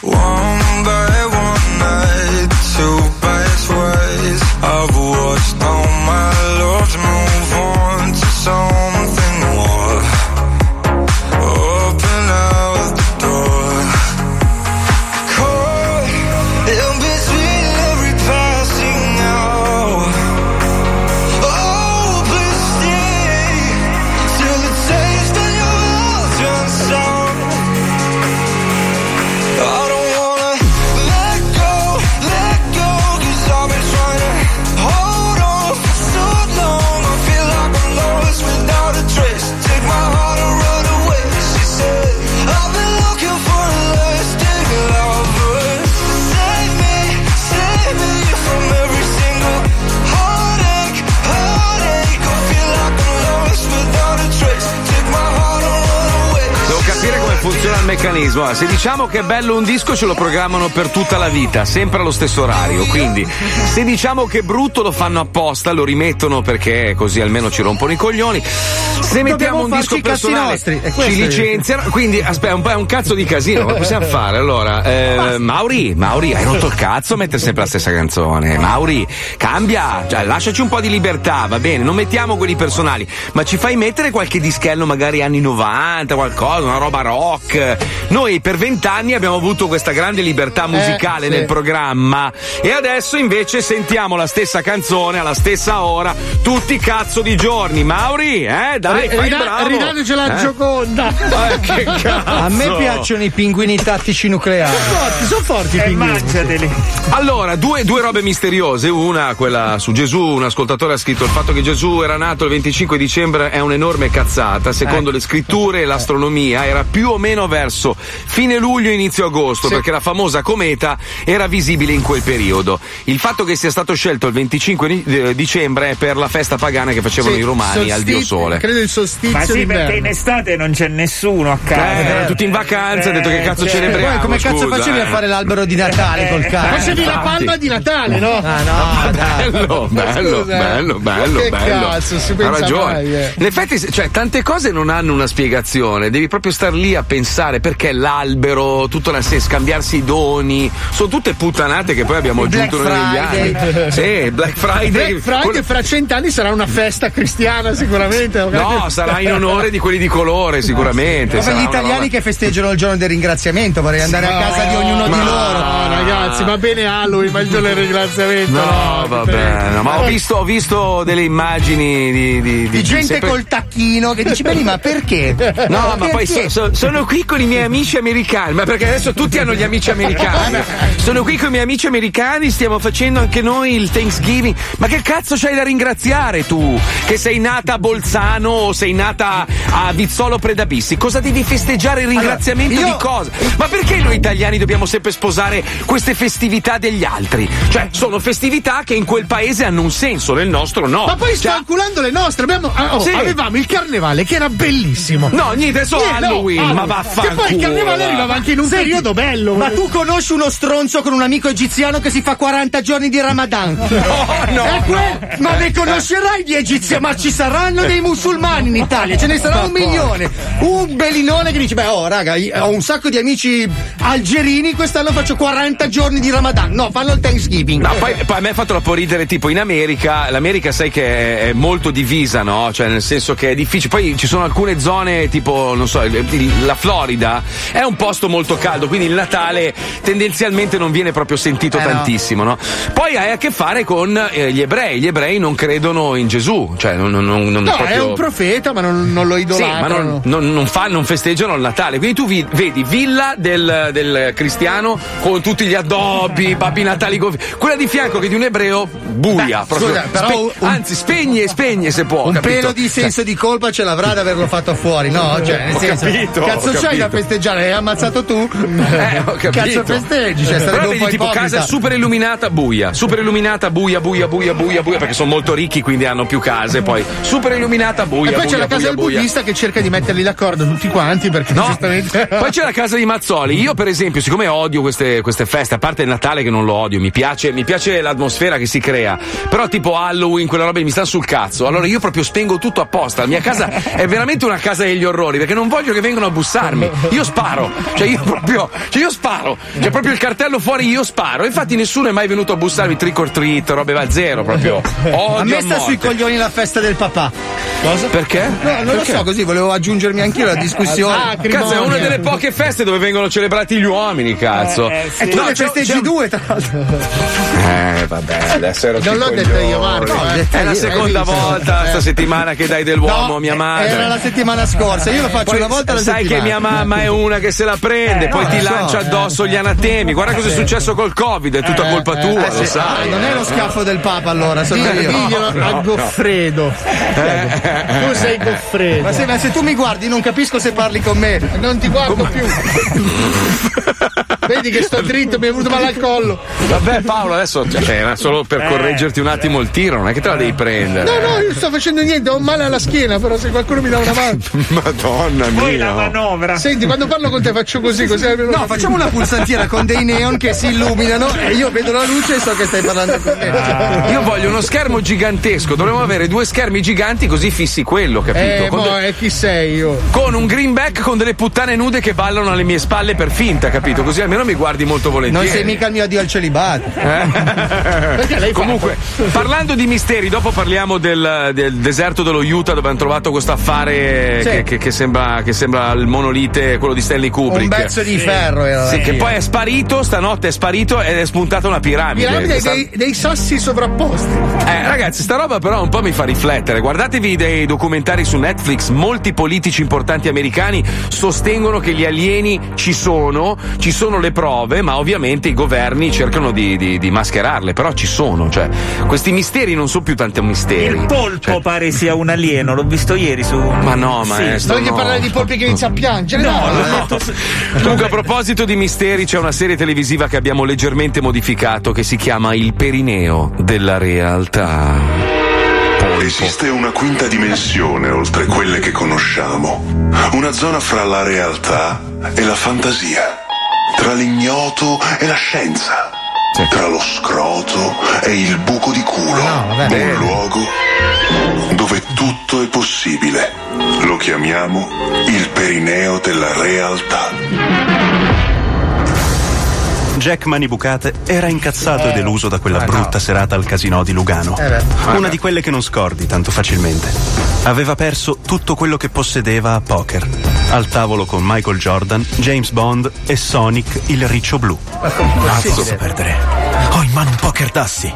One by one night, two bites ways. I've watched all my loves move on to something more. Open out the door. Caught in between every passing hour. Oh, please stay till the taste in your mouth runs out. I don't wanna let go, let go, 'cause I've been trying to hold on for so long. I feel like I'm lost without a trace. Take my heart and run away, she said. I've been looking for a lasting lover. Save me, save me from every single heartache, heartache. I feel like I'm lost without a trace. Take my heart and run away.
Devo capire come funziona il meccanismo. Allora, Se diciamo che è bello un disco ce lo programmano per tutta la vita, sempre allo stesso orario. Quindi, se diciamo che è brutto lo fanno apposta, lo rimettono perché così almeno ci rompono i coglioni. Se mettiamo un disco
farci i cazzi
personale
nostri, è questo
ci
il-
licenziano. Quindi aspetta, è un, po' è un cazzo di casino, come possiamo fare? Allora, eh, Mauri, Mauri, hai rotto il cazzo a mettere sempre la stessa canzone. Mauri, cambia, cioè, lasciaci un po' di libertà, va bene, non mettiamo quelli personali, ma ci fai mettere qualche dischello magari anni 90, qualcosa, una roba rock, noi per vent'anni abbiamo avuto questa grande
Eh,
libertà musicale
sì.
nel programma e adesso invece sentiamo la stessa canzone alla stessa ora tutti i cazzo di giorni. Mauri, eh, dai, fai il
Rida-
bravo.
ridatecela a
Eh?
Gioconda.
Ma che cazzo?
A me piacciono i pinguini tattici nucleari. Sono forti, sono
Eh,
forti i pinguini.
Allora, due, due robe misteriose. Una, quella su Gesù. Un ascoltatore ha scritto: Il fatto che Gesù era nato il 25 dicembre è un'enorme cazzata. Secondo le scritture e l'astronomia, era più o meno verso fine luglio, inizio agosto, perché la famosa cometa era visibile in quel periodo. Il fatto che sia stato scelto il 25 di- eh, dicembre è per la festa pagana che facevano
Sì,
i romani al dio
solstizio,
sole.
Credo il solstizio
Ma sì,
d'inverno.
perché in estate non c'è nessuno a casa. Eh, cioè,
Eh, erano tutti in vacanza, ha detto che cazzo celebriamo,
Poi come cazzo
scusa,
facevi
eh.
a fare l'albero di Natale col cane?
Facevi la palma di Natale, no?
Ah, no, dai.
Bello, bello,
Scusa, eh.
bello, bello,
Che
bello.
cazzo, si
ha
pensa
ragione.
mai, eh.
In effetti, se- cioè, tante cose non hanno una spiegazione. Devi proprio star lì a pensare perché l'albero, tutto la se scambiarsi i doni. Sono tutte puttanate che poi abbiamo
Black
aggiunto noi negli
Friday.
anni. Sì, Black Friday.
Black Friday
Quello-
fra cent'anni sarà una festa cristiana sicuramente.
No, sarà in onore di quelli di colore, sicuramente.
Come
Sarà
gli
una roba-
italiani che festeggiano il giorno del ringraziamento, vorrei andare a casa di ognuno di loro.
No, ragazzi, va bene Halloween, ma il giorno del ringraziamento.
No,
no,
va
differente.
bene, ma ho visto, ho visto delle immagini di, di-
Di
di-
gente
sempre-
col tacchino che dici, Beni, ma perché?
No, ma poi so- so- sono qui con i miei amici americani, ma perché adesso tutti hanno gli amici americani. Sono qui con i miei amici americani, stiamo facendo anche noi il Thanksgiving. Ma che cazzo c'hai da ringraziare tu? Che sei nata a Bolzano o sei nata a Vizzolo Predabissi? Cosa devi festeggiare il ringraziamento
Allora, io-
di cosa? Ma perché noi italiani dobbiamo sempre sposare queste festività degli altri? Cioè, sono festività che in quel paese hanno un senso, nel nostro no.
Ma poi sta calcolando le nostre. Abbiamo, ah, oh,
Sì.
Avevamo il carnevale che era bellissimo.
No, niente, adesso
no, ah,
Halloween, ma vaffanculo.
Che poi il carnevale arrivava anche in un
Senti,
periodo bello.
Ma tu conosci uno stronzo con un amico egiziano che si fa 40 giorni di Ramadan?
no,
È quel- Ma ne conoscerai di egiziani? Ma ci saranno dei musulmani in Italia, ce ne sarà un milione. Un belinone che dice: Beh, oh, raga, io ho un sacco di amici algerini, quest'anno faccio 40 giorni di Ramadan. No, fanno il Thanksgiving.
No, poi, poi a me ha fatto un po' ridere, tipo in America, l'America sai che è, è molto divisa, no? Cioè nel senso che è difficile, poi ci sono alcune zone, tipo, non so, il- il- la Florida è un posto molto caldo, quindi il Natale tendenzialmente non viene proprio sentito
Eh, no.
tantissimo, no? Poi hai a che fare con eh, gli ebrei, gli ebrei non credono in Gesù, cioè non... non, non, non
No, è
proprio-
un profeta, ma non, non lo
sì, ma
idolatrano.
non, non- non fa- non festeggiano il Natale. Quindi tu vi- vedi villa del, del cristiano con tutti gli addobbi, babbi natali gonfi- Quella di fianco che di un ebreo buia.
Beh,
proprio.
scusa, però
Spe-
un-
anzi, spegne e spegne se può.
Un
capito?
pelo di senso di colpa ce l'avrà ad averlo fatto fuori, no? Cioè, nel
Ho
senso,
capito,
cazzo
ho
c'hai da
capito.
festeggiare? Hai ammazzato tu?
Eh, ho capito.
Cazzo festeggi? Cioè, sarebbe
Però
un
vedi,
po'
tipo
ipocrita.
casa super illuminata, buia. Super illuminata, buia, buia, buia, buia, buia. Perché sono molto ricchi, quindi hanno più case. Poi super illuminata, buia.
e poi
buia,
c'è la casa
buia,
del
buia.
buddista che cerca di metterli d'accordo tutti quanti perché giustamente.
Poi c'è la casa di Mazzoli. Io, per esempio, siccome odio queste, queste feste, a parte il Natale che non lo odio, mi piace, mi piace l'atmosfera che si crea. Però, tipo Halloween, quella roba lì mi sta sul cazzo. Allora io proprio spengo tutto apposta. La mia casa è veramente una casa degli orrori, perché non voglio che vengano a bussarmi. Io sparo. Cioè, io proprio. Cioè, io sparo. C'è proprio il cartello fuori, io sparo. Infatti, nessuno è mai venuto a bussarmi trick or treat, robe va zero proprio. Odio
a me sta
morte.
sui coglioni la festa del papà. Cosa?
Perché?
No, non lo
Perché?
so, così volevo aggiungermi anch'io
Eh,
alla discussione.
Cazzo, è una delle poche feste dove vengono celebrati gli uomini, cazzo.
E Eh, tu
No,
ne
c'è-
festeggi
c'è-
due, tra l'altro.
Eh, vabbè, adesso ero
Non l'ho
sui
detto
coglioni.
io, Marco, eh. L'ho detto
È la
io,
seconda
hai visto?
volta
Eh.
sta settimana che dai dell'uomo a mia madre.
eh, Era la settimana scorsa, io lo faccio
Poi
una volta alla
sai
settimana.
che mia mamma è una che se la prende,
Eh,
poi
no,
ti
lo so,
lancia
eh.
addosso gli anatemi. Guarda cosa è successo col Covid, è tutta colpa tua,
Eh,
lo
sì.
sai.
Ah, non è lo schiaffo del Papa, allora, sono
Diglielo-
io.
diglielo a Goffredo.
Eh,
Tu sei Goffredo.
Ma se, ma se tu mi guardi, non capisco se parli con me.
Non ti guardo più. Vedi che sto dritto, mi è venuto male al collo.
Vabbè, Paolo, adesso cioè, era solo per correggerti un attimo il tiro, non è che te la devi
No,
prendere.
no, io non sto facendo niente, ho male alla schiena, però se qualcuno mi dà una mano.
Madonna mia.
manovra.
Senti, quando parlo con te faccio così, così almeno
No,
lo capisco.
facciamo una pulsantiera con dei neon che si illuminano e io vedo la luce e so che stai parlando con me.
Io voglio uno schermo gigantesco, dovremmo avere due schermi giganti così fissi quello, capito?
Eh,
Con de-
boh, eh, chi sei io?
con un greenback con delle puttane nude che ballano alle mie spalle per finta, capito? Così almeno almeno mi guardi molto
Non
volentieri.
sei mica il mio addio al celibato. Perché l'hai
Eh? Comunque, parlando di misteri, dopo parliamo del, del deserto dello Utah dove hanno trovato questo affare
Sì.
che, che- che sembra, che sembra il monolite, quello di Stanley Kubrick.
Un pezzo di ferro eh. era
Sì,
là.
che poi è sparito, stanotte è sparito ed è spuntata una piramide.
Piramide
Questa-
dei, dei sassi sovrapposti.
Eh, ragazzi, sta roba però un po' mi fa riflettere. Guardatevi dei documentari su Netflix, molti politici importanti americani sostengono che gli alieni ci sono, ci sono le prove, ma ovviamente i governi cercano di, di- di mascherarle, però ci sono, cioè questi misteri non sono più tanti misteri.
Il polpo pare sia un alieno, l'ho visto ieri su. Cioè. Ma
no, maestro,
Voglio
no.
parlare di polpi che inizia a piangere.
No,
dai.
Comunque, a proposito di misteri, c'è una serie televisiva che abbiamo leggermente modificato che si chiama Il Perineo della realtà.
Esiste una quinta dimensione oltre quelle che conosciamo, una zona fra la realtà e la fantasia, tra l'ignoto e la scienza, tra lo scroto e il buco di culo, un luogo dove tutto è possibile. Lo chiamiamo il perineo della realtà.
Jack Mani Bucate era incazzato e deluso da quella brutta serata al casino di Lugano.
Eh beh.
Una di quelle che non scordi tanto facilmente. Aveva perso tutto quello che possedeva a poker. Al tavolo con Michael Jordan, James Bond e Sonic il riccio blu.
possibile?
Posso perdere. Ho in mano un poker d'assi.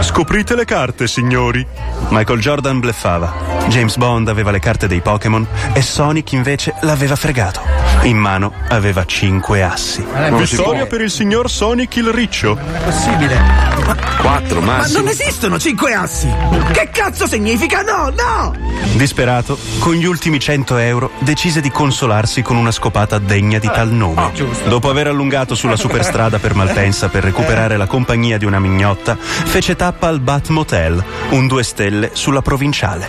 Scoprite le carte, signori. Michael Jordan bleffava. James Bond aveva le carte dei Pokémon e Sonic invece l'aveva fregato. In mano aveva cinque assi.
Ma non si Vittoria può.
Eh, per il signor Sonic il riccio.
Possibile.
Quattro
Ma
massimo.
non esistono cinque assi! Che cazzo significa? No, no!
Disperato, con gli ultimi 100 euro decise di consolarsi con una scopata degna di tal nome. Dopo aver allungato sulla superstrada per Malpensa per recuperare la compagnia di una mignotta, fece tappa al Bat Motel, un due stelle sulla provinciale.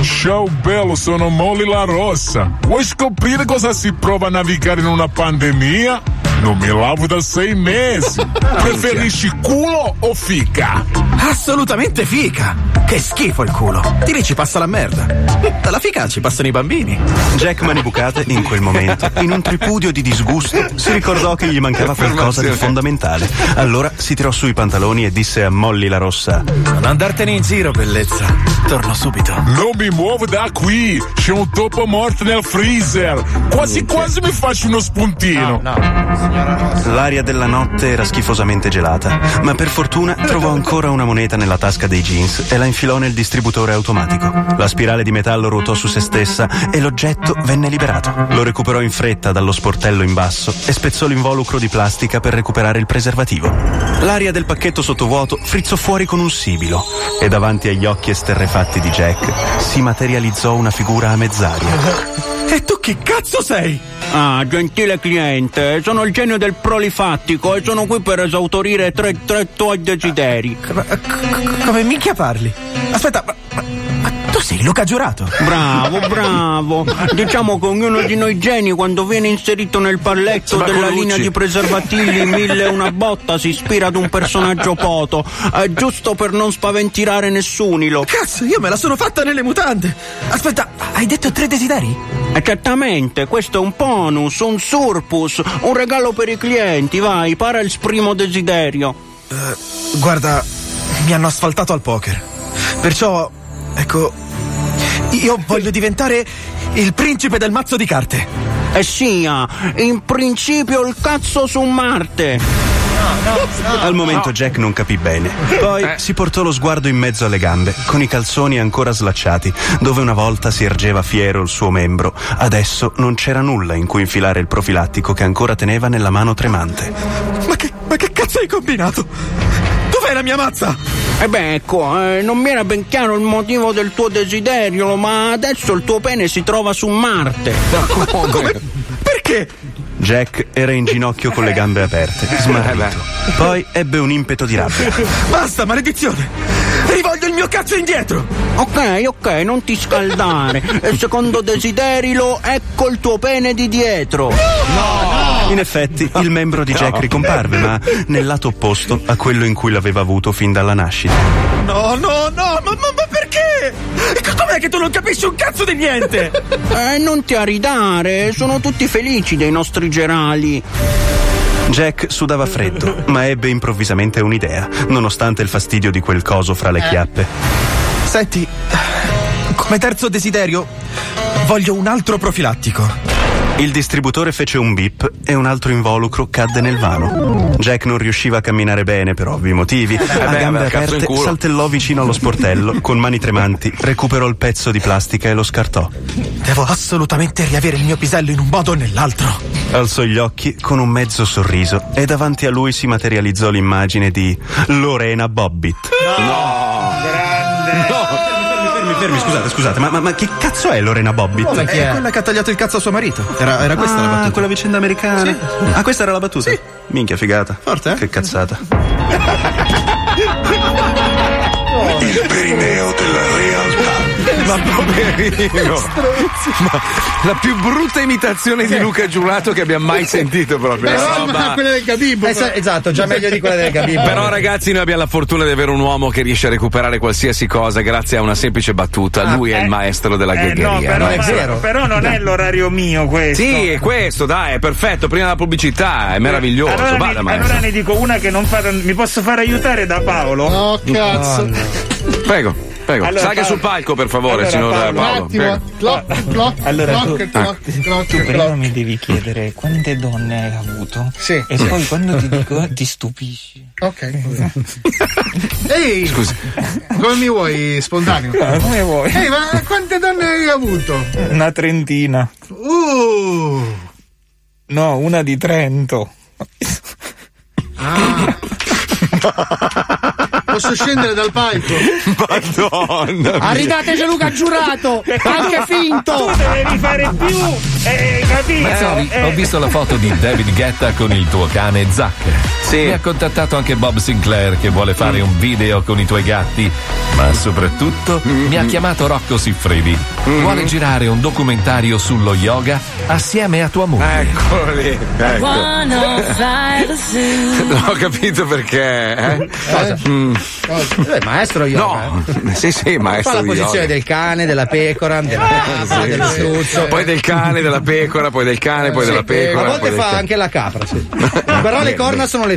Ciao bello, sono Molly La Rossa. Vuoi scoprire cosa si prova a navigare in una pandemia? Non mi lavo da sei mesi. Eh
Tá
Preferisci culo o fica?
Assolutamente fica! Che schifo il culo! Di lì ci passa la merda. Dalla fica ci passano i bambini.
Jack Manibucate, in quel momento, in un tripudio di disgusto, si ricordò che gli mancava qualcosa di fondamentale. Allora si tirò su i pantaloni e disse a Molly La Rossa:
Non andartene in giro, bellezza. Torno subito.
Non mi muovo da qui. C'è un topo morto nel freezer. Quasi quasi mi faccio uno spuntino.
L'aria della notte era schifosamente gelata, ma per fortuna trovò ancora una moneta nella tasca dei jeans e la infilò nel distributore automatico. La spirale di metallo ruotò su se stessa e l'oggetto venne liberato. Lo recuperò in fretta dallo sportello in basso e spezzò l'involucro di plastica per recuperare il preservativo. L'aria del pacchetto sottovuoto frizzò fuori con un sibilo e davanti agli occhi esterrefatti di Jack si materializzò una figura a mezz'aria.
E tu chi cazzo sei?
Ah, gentile cliente, sono il genio del prolifattico e sono qui per esautorire tre, tre tuoi desideri.
Ah,
Come minchia parli? Aspetta, ma, ma- ma tu sei Luca Giurato?
Bravo, bravo. Diciamo che ognuno di noi geni, quando viene inserito nel palletto
Sembra
della
Colucci.
linea di preservativi mille e una botta, si ispira ad un personaggio poto. È giusto per non spaventirare nessunilo.
Cazzo, io me la sono fatta nelle mutande! Aspetta, hai detto tre desideri?
Eh, Certamente, questo è un bonus, un surplus, un regalo per i clienti, vai, para il primo desiderio.
Eh, Guarda, mi hanno asfaltato al poker. Perciò, ecco, io voglio diventare il principe del mazzo di carte.
E sia, Eh ah, in principio il cazzo su Marte.
Al momento Jack non capì bene. Poi si portò lo sguardo in mezzo alle gambe, con i calzoni ancora slacciati, dove una volta si ergeva fiero il suo membro. Adesso non c'era nulla in cui infilare il profilattico che ancora teneva nella mano tremante.
Ma che cazzo hai combinato? Dov'è la mia mazza?
E beh, ecco, eh, non mi era ben chiaro il motivo del tuo desiderio, ma adesso il tuo pene si trova su Marte.
Perché?
Jack era in ginocchio con le gambe aperte, smarrito. Poi ebbe un impeto di rabbia.
Basta, maledizione! Rivoglio il mio cazzo indietro!
Ok, ok, non ti scaldare. E secondo desiderilo, ecco il tuo pene di dietro.
In effetti, il membro di Jack ricomparve, ma nel lato opposto a quello in cui l'aveva avuto fin dalla nascita.
No, no, no, ma, ma- ma perché? Co- Com'è che tu non capisci un cazzo di niente?
Eh, non ti aridare, sono tutti felici dei nostri gerali.
Jack sudava freddo, ma ebbe improvvisamente un'idea, nonostante il fastidio di quel coso fra
Eh.
le chiappe.
Senti, come terzo desiderio, voglio un altro profilattico.
Il distributore fece un bip e un altro involucro cadde nel vano. Jack non riusciva a camminare bene per ovvi motivi.
Eh
A
beh,
gambe
beh, cazzo in
aperte
culo.
saltellò vicino allo sportello, con mani tremanti recuperò il pezzo di plastica e lo scartò.
Devo assolutamente riavere il mio pisello in un modo o nell'altro.
Alzò gli occhi con un mezzo sorriso e davanti a lui si materializzò l'immagine di Lorena Bobbitt. Fermi, fermi, fermi, scusate, scusate, ma, ma- ma che cazzo è Lorena Bobbitt?
Come chi è?
Eh,
quella che ha tagliato il cazzo a suo marito.
Era, era questa
Ah,
la battuta? quella vicenda americana. Ah, questa era la battuta? Sì. Minchia figata. Forte? eh? Che cazzata.
Il perineo della realtà.
Ma poverino! Ma la più brutta imitazione di Luca Giurato che abbia mai sentito proprio. Una roba-
del Gabibbo. esatto, già meglio di quella del Gabibbo.
Però ragazzi noi abbiamo la fortuna di avere un uomo che riesce a recuperare qualsiasi cosa grazie a una semplice battuta. Lui è il maestro della
Ah, Eh,
ghegheria.
no, però,
no? Ecco.
ma- però non è l'orario mio questo.
Sì, è questo, dai, è perfetto. Prima della pubblicità, è meraviglioso.
Allora,
Vada,
ne,
maestro.
allora ne dico una che non fa. Mi posso far aiutare da Paolo? Ah, No,
cazzo. Prego, prego.
Allora,
Salga
Paolo-
sul palco, per favore,
Allora,
signor
Paolo,
Paolo.
un attimo.
prego.
Clock, clock,
Ah, Allora, tu- Ah,
clock, clock, clock,
Tu prima
clock.
mi devi chiedere quante donne hai avuto e
Sì.
poi quando ti dico ti stupisci.
Ok. Ehi!
Scusi.
Come mi vuoi, spontaneo?
Ah, come vuoi.
Ehi, ma quante donne hai avuto?
Una trentina.
Uh!
No, una di Trento.
Posso scendere dal palco?
Madonna.
Arridate Gianluca giurato, anche finto.
Tu devi fare più, eh, capito?
Mazzoli, ho visto la foto di David Guetta con il tuo cane Zack. Mi ha contattato anche Bob Sinclair che vuole
Mm.
fare un video con i tuoi gatti, ma soprattutto
Mm.
mi ha chiamato Rocco Siffredi. Vuole girare un documentario sullo yoga assieme a tua moglie.
Eccolo lì.
Ecco.
Non ho capito perché. Eh? Mm.
Eh, maestro io.
No, sì, sì, maestro.
Fa la
di
posizione
yoga.
del cane, della pecora, della
Ah,
capra,
Sì,
del
sì.
suzzo.
Poi del cane, della pecora, poi del
Eh,
cane, poi
Sì,
della pecora.
A
poi
volte
del
fa
cane. Ah,
anche la capra, sì. Però le
Bene,
corna sono le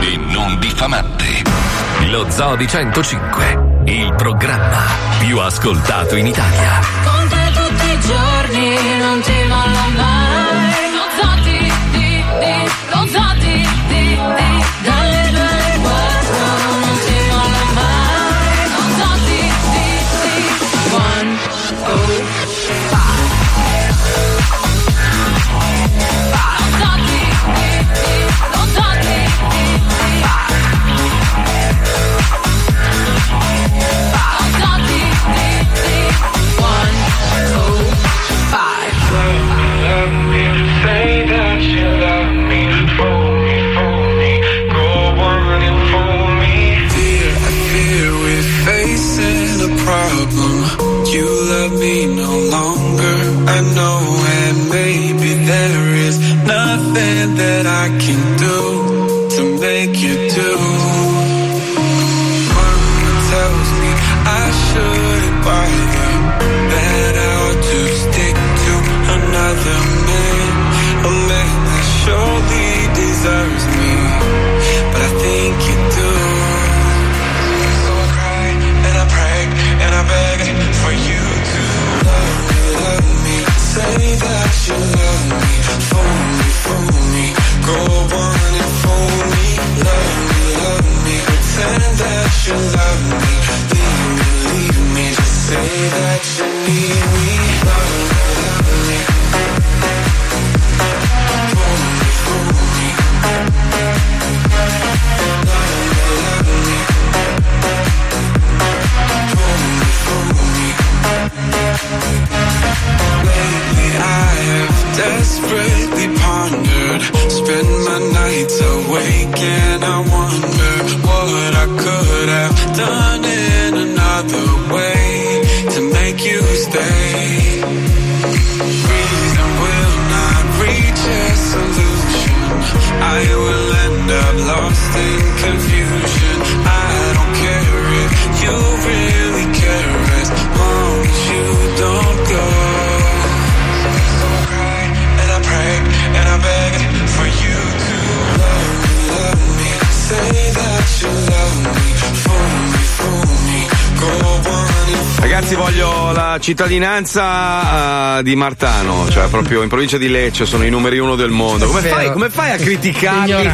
e non diffamante. Lo Zoo di 105, il programma più ascoltato in Italia.
Con te tutti i giorni non ti mollo mai Lo zotti, di, di, lo zotti, di, di Dalle due alle quattro non ti mollo mai Lo zotti, di, di, one, oh, five Lo zotti, di, di, lo zotti, di, di Lo zotti, di, di, one, oh,
Facing a problem, you love me no longer. I know, and maybe there is nothing that I can do to make you do. Mama tells me I shouldn't bother, that I ought to stick to another man, a man that surely deserves me. But I think you do. So I cry and I pray and I beg for you to love me, love me. Say that you love me, fool me, fool me. Go on and fool me, love me, love me. Pretend that you love me, leave me, leave me. Just say that you need me, love me, love me. Fool me, fool me. Love me, love me. Lately I have desperately pondered, spend my nights awake and I wonder what finding another way to make you stay. Reason will not reach a solution. I will end up lost in confusion. I don't care if you really care as long as you don't go. So I cried and I prayed and I begged for you to love me, love me. Say that you love me, fool me, fool me. Go on and
Ragazzi, voglio la cittadinanza eh, di Martano, cioè proprio in provincia di Lecce sono i numeri uno del mondo. Come fai, come fai a criticarli?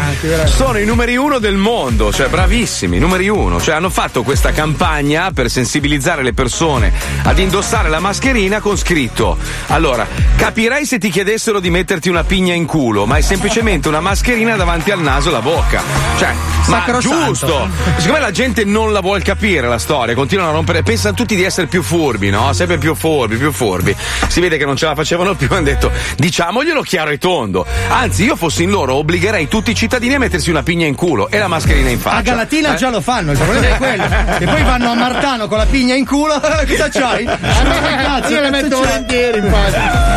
Sono i numeri uno del mondo, cioè bravissimi, numeri uno. Cioè hanno fatto questa campagna per sensibilizzare le persone ad indossare la mascherina con scritto. Allora, capirei se ti chiedessero di metterti una pigna in culo, ma è semplicemente una mascherina davanti al naso e alla bocca. Cioè, ma
Sacrosanto.
giusto. Siccome la gente non la vuol capire la storia, continuano a rompere, pensano tutti di essere più furbi, no? Sempre più furbi, più furbi. Si vede che non ce la facevano più, hanno detto diciamoglielo chiaro e tondo. Anzi, io fossi in loro, obbligherei tutti i cittadini a mettersi una pigna in culo e la mascherina in faccia. Eh?
A Galatina già lo fanno, il problema è quello. Che poi vanno a Martano con la pigna in culo, eh, cosa c'hai? Cazzo,
Io le metto volentieri,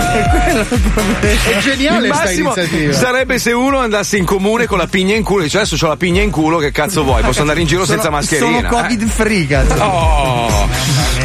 infatti. È geniale
Il
questa
massimo
iniziativa.
Sarebbe se uno andasse in comune con la pigna in culo e dice adesso ho la pigna in culo, che cazzo vuoi? Posso andare in giro
Sono-
senza mascherina.
Sono
eh?
covid free, cazzo.
Oh,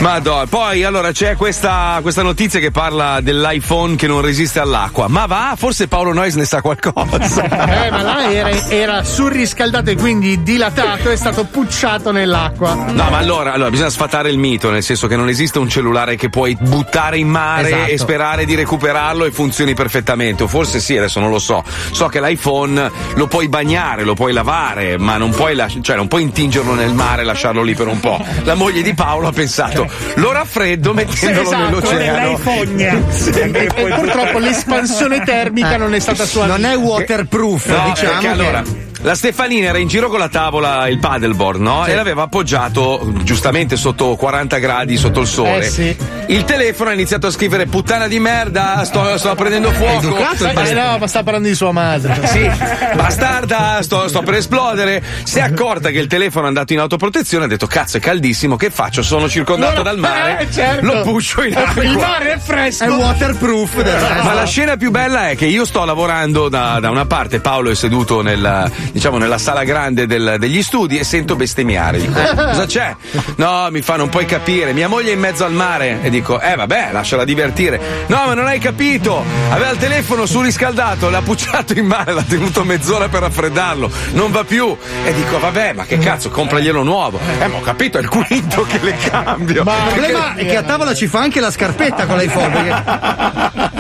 madonna. Poi allora c'è questa, questa notizia che parla dell'iPhone che non resiste all'acqua. Ma va, forse Paolo Noyes ne sa qualcosa.
Eh, ma là era, era surriscaldato e quindi dilatato è stato pucciato nell'acqua.
No, ma allora, allora bisogna sfatare il mito, nel senso che non esiste un cellulare che puoi buttare in mare
Esatto.
e sperare di recuperarlo e funzioni perfettamente. O forse sì, adesso non lo so. So che l'iPhone lo puoi bagnare, lo puoi lavare, ma non puoi, lasci- cioè, non puoi intingerlo nel mare e lasciarlo lì per un po'. La moglie di Paolo ha pensato, lo raffreddo mettendolo
Esatto,
nell'oceano.
nell'iPhone. E, e purtroppo l'espansione termica
Eh.
non è stata sua.
Non è waterproof,
No,
diciamo.
perché
che-
allora la Stefanina era in giro con la tavola, il paddleboard, no?
Sì.
E l'aveva appoggiato giustamente sotto 40 gradi sotto il sole.
Eh, sì.
Il telefono ha iniziato a scrivere puttana di merda, sto, sto prendendo fuoco.
Sai che-
Bast-
no, ma sta parlando di sua madre.
Sì, bastarda, sto, sto per esplodere. Si è accorta che il telefono è andato in autoprotezione, ha detto cazzo è caldissimo, che faccio? Sono circondato dal mare,
Eh, certo.
lo puscio in acqua.
Il mare è fresco.
È waterproof del resto.
Ma la scena più bella è che io sto lavorando da, da una parte, Paolo è seduto nella, diciamo, nella sala grande del- degli studi e sento bestemmiare. Dico, cosa c'è? No, mi fa, non puoi capire. Mia moglie è in mezzo al mare. E dico, eh vabbè, lasciala divertire. No, ma non hai capito. Aveva il telefono surriscaldato, l'ha pucciato in mare, l'ha tenuto mezz'ora per raffreddarlo. Non va più. E dico, vabbè, ma che cazzo, compraglielo nuovo. Eh, ma ho capito, è il quinto che le cambio.
Ma il problema è che a tavola ci fa anche la scarpetta con l'iPhone. perché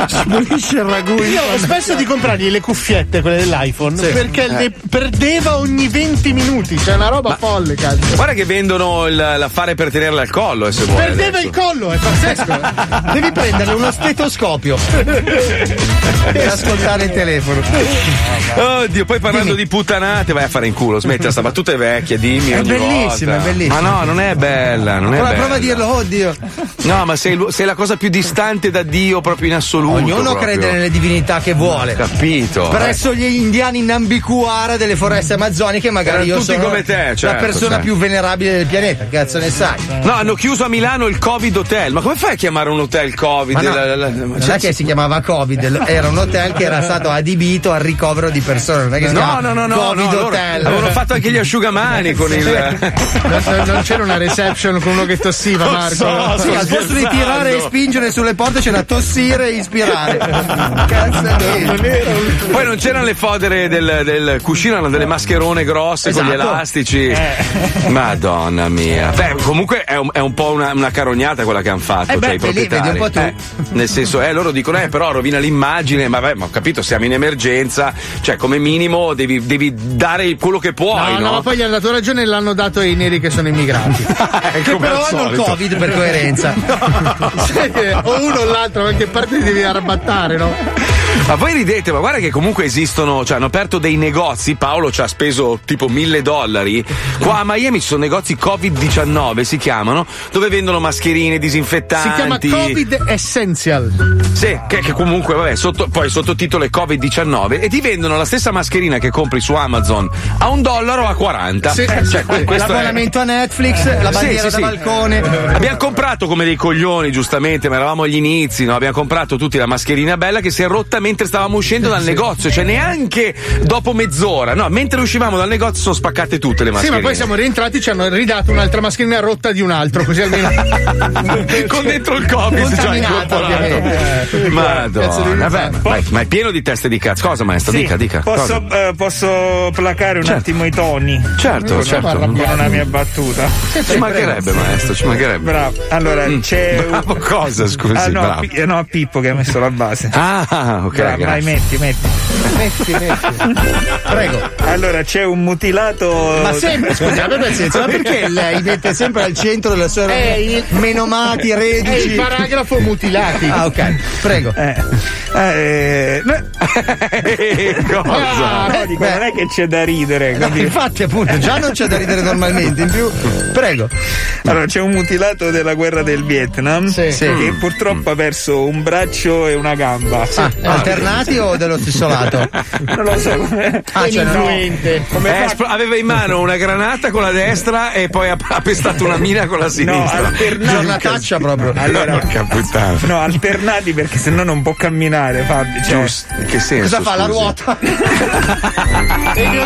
Si pulisce il ragù.
Io ho smesso di comprargli le cuffiette, quelle dell'iPhone,
Sì.
perché
Eh.
le perdeva ogni 20 minuti. C'è una roba folle, cazzo.
Guarda che vendono il- l'affare per tenerla al collo, eh, se vuoi.
Perdeva
adesso.
il collo, è pazzesco.
Devi prendere uno stetoscopio per ascoltare il telefono.
Oddio, poi parlando di puttanate, vai a fare in culo, smettila, sta battuta è vecchia, dimmi.
È
ogni
bellissima,
volta.
è bellissima.
Ma no, non è bella, non è
Prova,
bella.
prova a dirlo, oddio.
No, ma sei, lu- sei la cosa più distante da Dio proprio in assoluto.
Ognuno
proprio.
crede nelle divinità che vuole.
Capito.
Presso gli indiani Nambicuara delle foreste amazzoniche, magari
Erano
io
tutti
sono
come te,
la
certo,
persona
sì.
più venerabile del pianeta. Cazzo ne sai?
No, hanno chiuso a Milano il Covid Hotel. Ma come fai a chiamare un hotel Covid?
Ma no,
La- la- la-
non
cioè,
è che si chiamava Covid, era un hotel che era stato adibito al ricovero di persone. Non è che si
No,
chiama
no, no, no,
Covid
no, loro
Hotel.
avevano fatto anche gli asciugamani con il.
Non, non c'era una reception con uno che tossiva,
Lo
Marco.
so,
Sì, al posto di tirare e spingere sulle porte c'era tossire e ispirare. Cazzo non era
Poi non c'erano le fodere del, del cuscino, erano delle mascherone grosse con gli
Esatto.
elastici. Madonna mia. Beh, comunque è un, è un po' una, una carognata quella che hanno fatto.
Eh beh,
cioè, i
vedi- vedi
proprietari.
un po' tu.
Eh, nel senso, eh, loro dicono, eh, però rovina l'immagine, ma beh, ma ho capito, siamo in emergenza, cioè come minimo devi, devi dare quello che puoi.
No,
No,
no, ma poi gli hanno dato ragione e l'hanno dato ai neri che sono immigrati. Ecco,
Che però al hanno il solito.
Covid per coerenza.
Sai che o uno o l'altro, ma che parte ti devi arrabattare, no?
Ma voi ridete, ma guarda che comunque esistono, cioè hanno aperto dei negozi, Paolo ci ha speso tipo mille dollari. Qua a Miami ci sono negozi Covid-19, si chiamano, dove vendono mascherine,
Si chiama
disinfettanti.
Covid Essential.
Sì, che, che comunque, vabbè, sotto, poi il sottotitolo è Covid-19 e ti vendono la stessa mascherina che compri su Amazon a un dollaro a 40.
Sì,
Eh, cioè, que- questo è-
l'abbonamento a Netflix, la
Sì,
bandiera
sì,
da
sì.
balcone.
Abbiamo comprato come dei coglioni, giustamente, ma eravamo agli inizi, no? Abbiamo comprato tutti la mascherina bella che si è rotta mentre stavamo uscendo dal negozio, cioè neanche dopo mezz'ora, no? Mentre uscivamo dal negozio sono spaccate tutte le
Sì,
mascherine.
ma poi siamo rientrati ci hanno ridato un'altra mascherina rotta di un altro, così almeno.
Con dentro il Covid, cioè
Contaminata,
incorporato.
ovviamente. Cazzo di
Madonna, vabbè,
inferno.
ma, ma è pieno di teste di cazzo. Cosa, maestro?
Sì,
dica, dica. cosa?
Posso, eh, posso placare un attimo i toni?
Certo,
con,
certo.
Con una mia battuta.
Ci mancherebbe, maestro, ci mancherebbe. Mm.
Bravo. Allora, c'è. un-
Bravo cosa, scusi,
Ah, no,
bravo.
Pi- eh, no, a Pippo che ha messo la base.
Ah, ok, grazie.
Vai, metti, metti.
metti,
Prego. Allora, c'è un mutilato.
Ma sempre, scusate, per senso, ma perché lei mette sempre al centro della sua
È il-
menomati,
è
redici?
il paragrafo
mutilati.
Ah, ok, prego.
cosa? no, Ah, dico, non è che c'è da ridere.
No, Eh, infatti, appunto, già non c'è da ridere normalmente, in più, prego.
Allora, c'è un mutilato della guerra del Vietnam che purtroppo ha perso un braccio e una gamba.
Mm. Ah, alternati o dello stesso lato?
Non lo so.
Ah, cioè, no.
Eh, espl- aveva in mano una granata con la destra e poi ha, ha pestato una mina con la sinistra.
giornataccia proprio.
Allora,
Porca puttana.
no, alternati perché sennò non può camminare, Fabio. Cioè,
Giusto. Che senso?
Cosa fa, la
scusi?
ruota?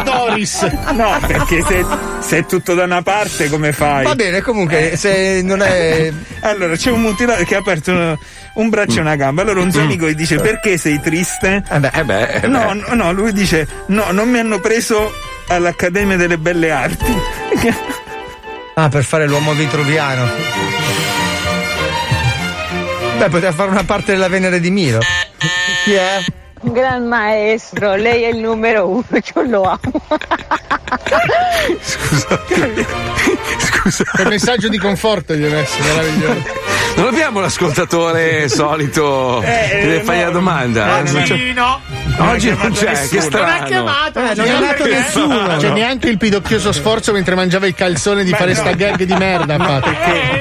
Doris. No, perché se, se è tutto da una parte, come fai?
Va bene, comunque, se non è.
Allora, c'è un mutilato che ha aperto un, un braccio e una gamba. Allora un suo amico gli dice: Perché sei triste?
Eh beh, Mm. eh beh.
No, no, no, lui dice: No, non mi hanno preso all'Accademia delle Belle Arti.
Ah, per fare l'uomo vitruviano. Beh, poteva fare una parte della Venere di Milo. Chi è?
Gran maestro, lei è il numero uno, io lo amo.
Scusa.
Che messaggio di conforto gli ho messo, meraviglioso.
Non abbiamo l'ascoltatore solito
Eh,
che
eh,
fai la domanda.
Oggi
Non c'è-
no.
Oggi non c'è, che strano.
Vabbè, Eh, non è nato nessuno. C'è Cioè, neanche il pidocchioso sforzo mentre mangiava il calzone di fare sta gag di merda. ha fatto.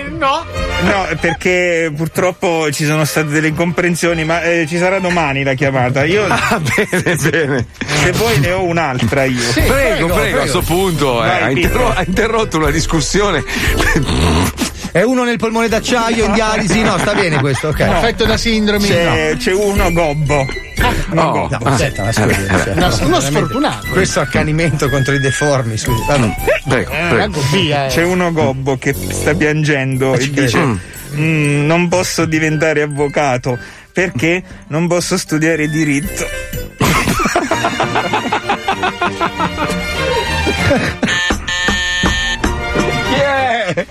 no.
No, perché purtroppo ci sono state delle incomprensioni, ma eh, ci sarà domani la chiamata. Io.
Ah, bene, bene.
Se voi ne ho un'altra io.
prego, prego, a sto punto. eh,
Vai,
ha,
Pippo.
interro- ha interrotto una discussione.
È uno nel polmone d'acciaio in dialisi? No, sta bene questo, ok.
Affetto da sindrome.
C'è, c'è uno gobbo. Uno
No,
gobbo.
Ah,
no, aspetta,
eh,
ma scusi, aspetta.
No, sono
veramente.
sfortunato.
Questo accanimento contro i deformi, scusi. Vabbè.
Mm, Prego,
Eh, C'è uno gobbo che sta
Ah,
piangendo e dice: "Mm, Non posso diventare avvocato perché non posso studiare diritto.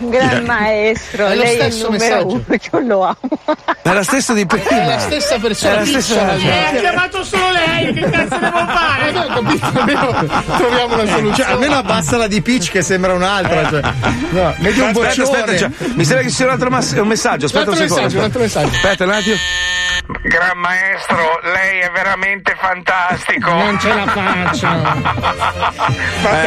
Gran maestro,
È lo
lei è il
stesso
numero
messaggio.
uno, io lo amo.
È la stessa di prima.
È la stessa
È
persona.
la stessa-
piccola.
Ha chiamato solo lei, che cazzo devo fare?
Eh, ho capito, almeno troviamo una soluzione.
Cioè, almeno abbassa la di Peach che sembra un'altra. Cioè. No, vedi un
aspetta,
boccione.
aspetta, cioè, mi sembra che ci sia un altro mas- un messaggio. Aspetta
Un altro
un secondo.
messaggio, un altro
messaggio.
Aspetta un attimo.
Gran maestro, lei è veramente fantastico.
Non ce la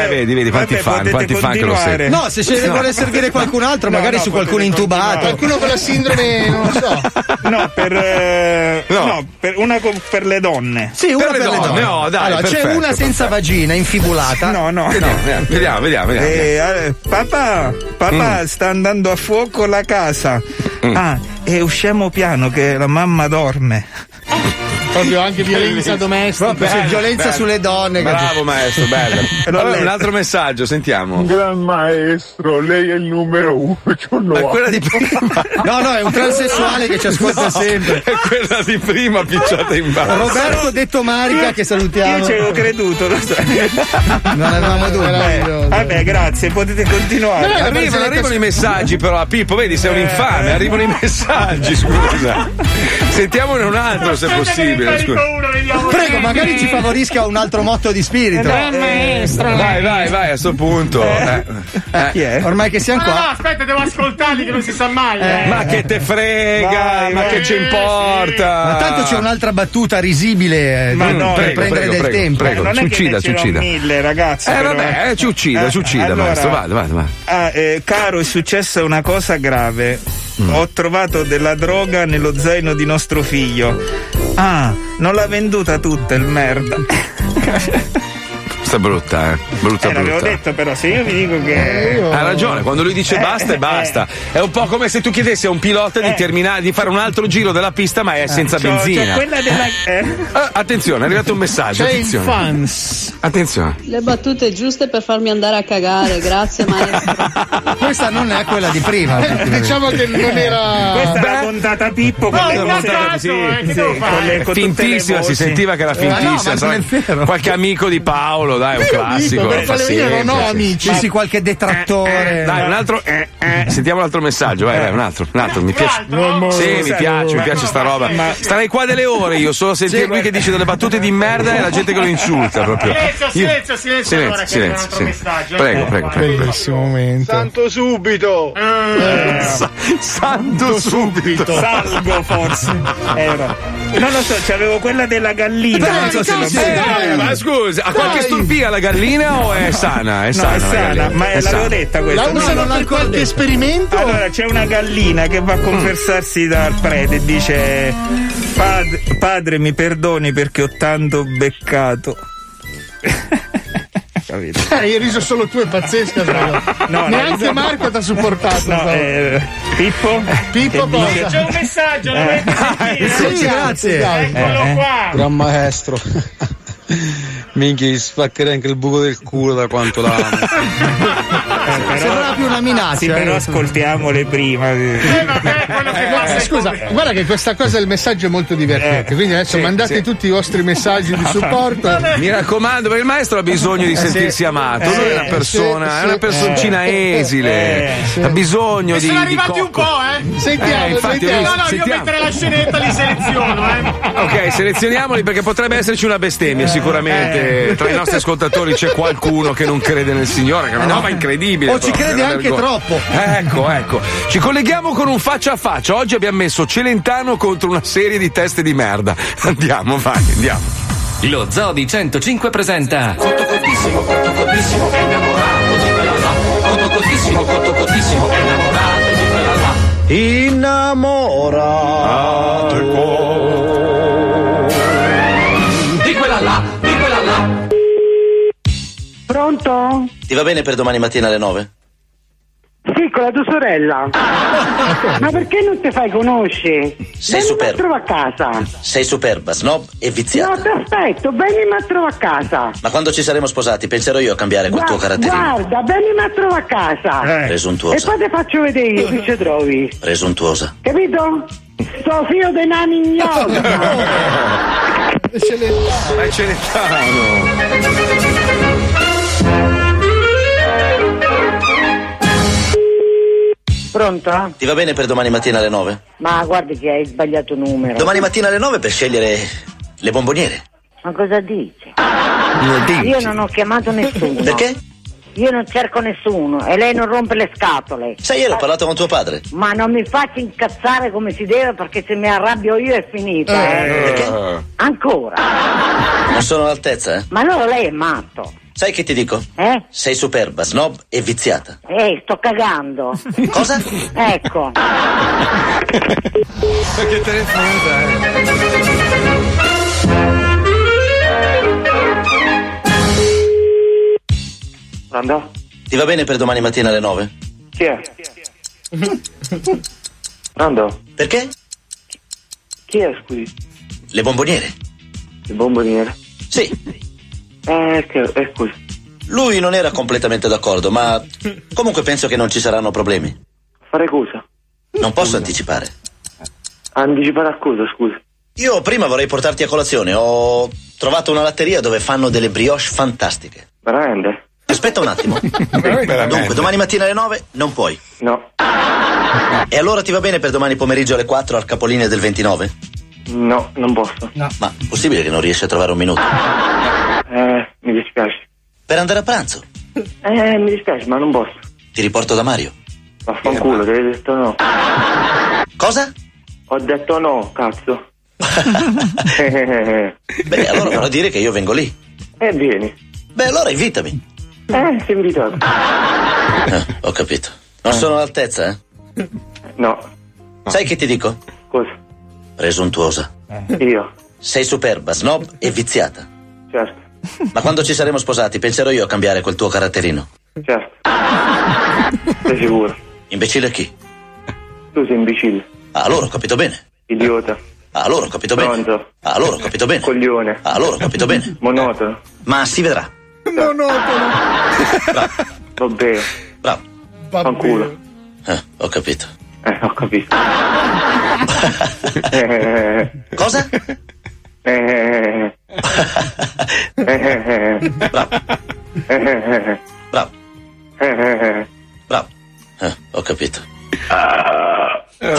eh, vedi, vedi quanti
Vabbè,
fan, quanti
potete
fan che lo
continuare.
seguono.
No, se ce ne vuole servire qualcun altro, magari su qualcuno intubato.
Qualcuno con la sindrome, non lo so.
No, per, eh, no. per una co- per le donne.
Sì, una per, le donne. allora, c'è una senza vagina, infibulata.
No, no,
Vediamo,
no.
vediamo,
vediamo,
vediamo, vediamo.
Eh, eh, papà,
Mm.
papà sta andando a fuoco la casa. Ah, e usciamo piano che la mamma dorme.
Proprio anche violenza domestica.
Proprio, sì,
eh,
violenza sulle donne,
Bravo
capito?
maestro, bello.
L'ho
Allora, un
letto.
altro messaggio, sentiamo.
Gran maestro, lei è il numero uno. Ma
quella di
prima.
No, no, è un transessuale che ci ascolta
No,
sempre.
È quella di prima picciata in basso.
Roberto detto Marica che salutiamo.
Io ci avevo creduto, lo so.
Non avevamo dubbi.
Vabbè, vabbè, grazie, potete continuare.
Eh,
Arrivano, arrivano i messaggi però a Pippo,
Eh.
vedi sei un infame, arrivano i messaggi, scusa. Sentiamone un altro se
Aspetta che
possibile. scusa.
Prego, magari ci favorisca un altro motto di spirito.
Eh, Vai, vai, vai, a sto punto. Eh. Eh.
Ormai che siamo
Ma no,
qua.
aspetta, devo ascoltarli che non si sa mai. eh.
Ma che te frega,
Vai,
ma
vai.
Eh,
che ci importa?
Ma tanto c'è un'altra battuta risibile eh,
Ah. Ma
per-
no,
per
prego,
prendere
prego,
del
prego,
tempo.
prego,
Non è
ci
che
uccida,
ne
ci
c'erano
uccida.
mille, ragazzi.
Eh,
però,
vabbè, eh, ci uccida,
Eh,
ci uccida,
allora-
maestro. Vada, vada, vada.
Ah, eh, caro, è successa una cosa grave.
Mm.
Ho trovato della droga nello zaino di nostro figlio. Ah, non l'ha venduta tutta il merda.
Sta brutta, eh. Brutta,
Eh, l'avevo
brutta.
detto però, se io vi dico che.
Eh, Ha ragione, quando lui dice
Eh,
basta,
eh,
è basta. È un po' come se tu chiedessi a un pilota di terminare, di fare un altro giro della pista, ma è senza
Cioè,
benzina.
cioè, quella della-
eh.
Ah, attenzione, è arrivato un messaggio.
C'è il
attenzione.
fans.
Attenzione.
Le battute giuste per farmi andare a cagare, grazie maestro.
Questa non è quella di prima.
diciamo che non era-
Questa è la puntata Pippo con
No, eh,
le
è
cose-
puntata,
sì,
sì,
sì,
sì.
con le- con tutte le
Fintissima, si
voci. Eh,
sentiva che era fintissima. sai? Qualche amico di Paolo, dai, un
Io ho visto,
classico.
per
lo fa
farle vedere,
sempre,
non ho
sì.
amici. Ci si qualche detrattore.
Dai, un altro. eh, eh, Sentiamo un altro messaggio, vai,
Eh.
vai, un altro, un altro, mi piace. Sì, mi piace, mi piace sta roba. Starei qua delle ore io solo a sentire lui che dice delle battute di merda e la gente che lo insulta proprio.
Silenzio,
Io-
silenzio, silenzio, allora, che arriva un altro messaggio.
Prego, prego, prego. prego.
Bellissimo momento.
Santo subito.
Sa- santo subito.
Eh. Salgo forse. Eh, no. non lo so, c'avevo quella della gallina.
Eh, Dai,
non so se lo-
cazzo, dai, ma scusa, ha qualche
Dai.
storpia la gallina o è sana? È
No,
sana,
è
la
sana,
gallina.
ma
È
l'avevo
sana.
detta questa.
La usano per
qualche esperimento? Allora, c'è una gallina che va a confessarsi dal prete e dice: "Pad- Padre, mi perdoni perché ho tanto beccato. Capito?
Eh, hai riso solo tu, è pazzesca. però.
no,
Neanche
no.
Marco ti ha supportato.
No,
però.
eh, Pippo?
Pippo
Che
cosa?
dice?
C'è un messaggio, lo
Eh.
metti sentire.
Sì, grazie.
Eccolo
Eh, eh.
qua.
Gran maestro. Minchia, gli spaccherei anche il buco del culo da quanto l'amo.
Sembrava più una minaccia.
Sì, però ascoltiamole prima.
Eh, scusa, guarda che questa cosa del messaggio è molto divertente. Quindi adesso
sì,
mandate
sì.
tutti i vostri messaggi di supporto.
Mi raccomando, perché il maestro ha bisogno di
Eh,
sentirsi
sì.
amato.
Eh,
Lui è una
sì,
persona,
sì.
è una personcina
Eh,
esile.
eh, sì.
Ha bisogno
E
di.
sono
di
arrivati un
cocco.
po', eh. Sentiamo,
infatti,
sentiamo.
lui-
No, no, io
sentiamo.
Mentre la scenetta li seleziono, eh.
Ok, selezioniamoli perché potrebbe esserci una
Eh.
bestemmia. Sicuramente
eh.
tra i nostri ascoltatori c'è qualcuno che non crede nel Signore, che è una roba incredibile.
Eh O ci
proprio,
crede
una
anche
vergogna.
troppo.
Ecco, ecco. Ci colleghiamo con un faccia a faccia. Oggi abbiamo messo Celentano contro una serie di teste di merda. Andiamo, vai, andiamo.
Lo Zoo di 105 presenta.
Cotto cottissimo, cotto cottissimo, è innamorato di quella là. Cotto cottissimo, cotto cottissimo, è innamorato di quella là.
Ah,
Innamorato
Di quella là, di quella là.
Pronto?
Ti va bene per domani mattina alle 9?
Sì, con la tua sorella. Ma perché non ti fai conoscere?
Sei
Vieni ma
superbo.
trova a casa.
Sei superba, snob e viziata.
No, ti aspetto, vieni ma trova a casa.
Ma quando ci saremo sposati penserò io a cambiare quel tuo
Guarda,
caratterino.
guarda, vieni ma trova a casa.
Presuntuosa.
E poi ti faccio vedere io
Eh.
chi ci trovi.
Presuntuosa.
Capito? Sto figlio dei nani ignoti.
Ma è Celentano.
Pronto?
Ti va bene per domani mattina alle 9?
Ma guarda che hai sbagliato numero.
Domani mattina alle 9 per scegliere le bomboniere.
Ma cosa dici?
Lo dici?
Ah, Io non ho chiamato nessuno.
Perché?
Io non cerco nessuno e lei non rompe le scatole.
Sai, ieri ho parlato con tuo padre.
Ma non mi faccio incazzare come si deve perché se mi arrabbio io è finita. eh.
Perché?
Ancora.
Non sono all'altezza, eh?
Ma allora lei è matto.
Sai che ti dico?
Eh?
Sei superba, snob e viziata.
Eh, sto cagando.
Cosa?
Ecco.
Che telefonata, eh.
Pronto?
Ti va bene per domani mattina alle 9?
Chi è? Pronto?
Perché?
Chi è, scusi?
Le bomboniere.
Il bomboniere.
Sì.
Eh, che, eh, scusi.
Lui non era completamente d'accordo, ma comunque penso che non ci saranno problemi.
Fare cosa?
Non posso anticipare.
Anticipare a cosa, scusi?
Io prima vorrei portarti a colazione. Ho trovato una latteria dove fanno delle brioche fantastiche.
Veramente?
Aspetta un attimo. Dunque, domani mattina alle 9 non puoi.
No.
E allora ti va bene per domani pomeriggio alle 4 al capolinea del 29? No, non posso. Ma possibile che non riesci a trovare un minuto? Eh, mi dispiace. Per andare a pranzo?
Eh, mi dispiace, ma non posso.
Ti riporto da Mario.
Vaffanculo, ti avevi detto no.
Cosa?
Ho detto no, cazzo.
Eh, Beh, allora farò dire che io vengo lì.
E vieni.
Beh, allora invitami.
Eh, sei invitato.
Eh, ho capito. Non sono all'altezza, eh?
No.
Sai che ti dico?
Cosa? Eh.
Presuntuosa.
Io.
Sei superba, snob e viziata.
Certo.
Ma quando ci saremo sposati penserò io a cambiare quel tuo caratterino.
Certo. Sei sicuro?
Imbecille chi?
Tu sei imbecille.
Ah, loro ho capito bene.
Idiota.
Ah, loro ho capito bene.
Pronto.
Ah, loro ho capito bene.
Coglione.
Ah, loro ho capito bene.
Monotono.
Ma si vedrà.
Monotono. Vabbè.
Bravo.
Fanculo.
Eh, ho capito.
Eh, ho capito.
Cosa?
Eh.
Bravo. Bravo.
Eh,
Bravo. Eh, ho capito.
Eh,
Ah,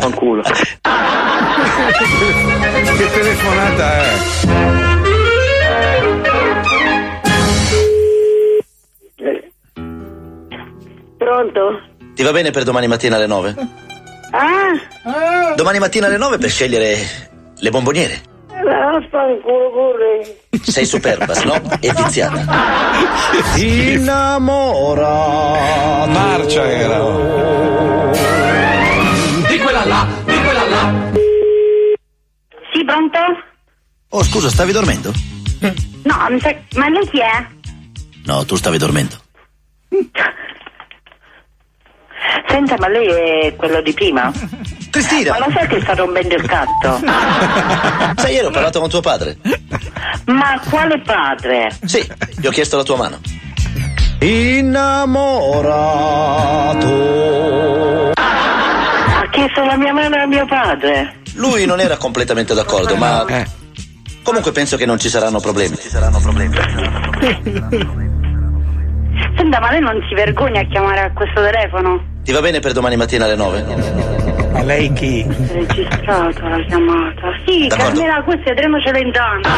Fanculo.
Che telefonata è?
Pronto?
Ti va bene per domani mattina alle 9?
Ah!
Domani mattina alle 9 per scegliere le bomboniere.
Vaffanculo corre!
Sei superba, snob e viziata.
Innamora!
Marcia era.
Di quella là! Di quella là!
Sì, pronto?
Oh, scusa, stavi dormendo?
No, mi sa... ma lei chi è?
No, tu stavi dormendo.
Senta, ma lei è quello di prima?
Cristina!
Ma lo sai che sta rompendo il cazzo?
Sai, ieri ho parlato con tuo padre.
Ma quale padre?
Sì, gli ho chiesto la tua mano.
Innamorato!
Ha chiesto la mia mano a mio padre.
Lui non era completamente d'accordo, ma.
Eh.
Comunque penso che non ci saranno problemi. Ci saranno problemi.
Senta, ma lei non si vergogna a chiamare a questo telefono?
Ti va bene per domani mattina alle 9?
Ma lei chi? Registrato la chiamata. Sì,
D'accordo.
Carmela, questo vedremo ce l'hai intanto.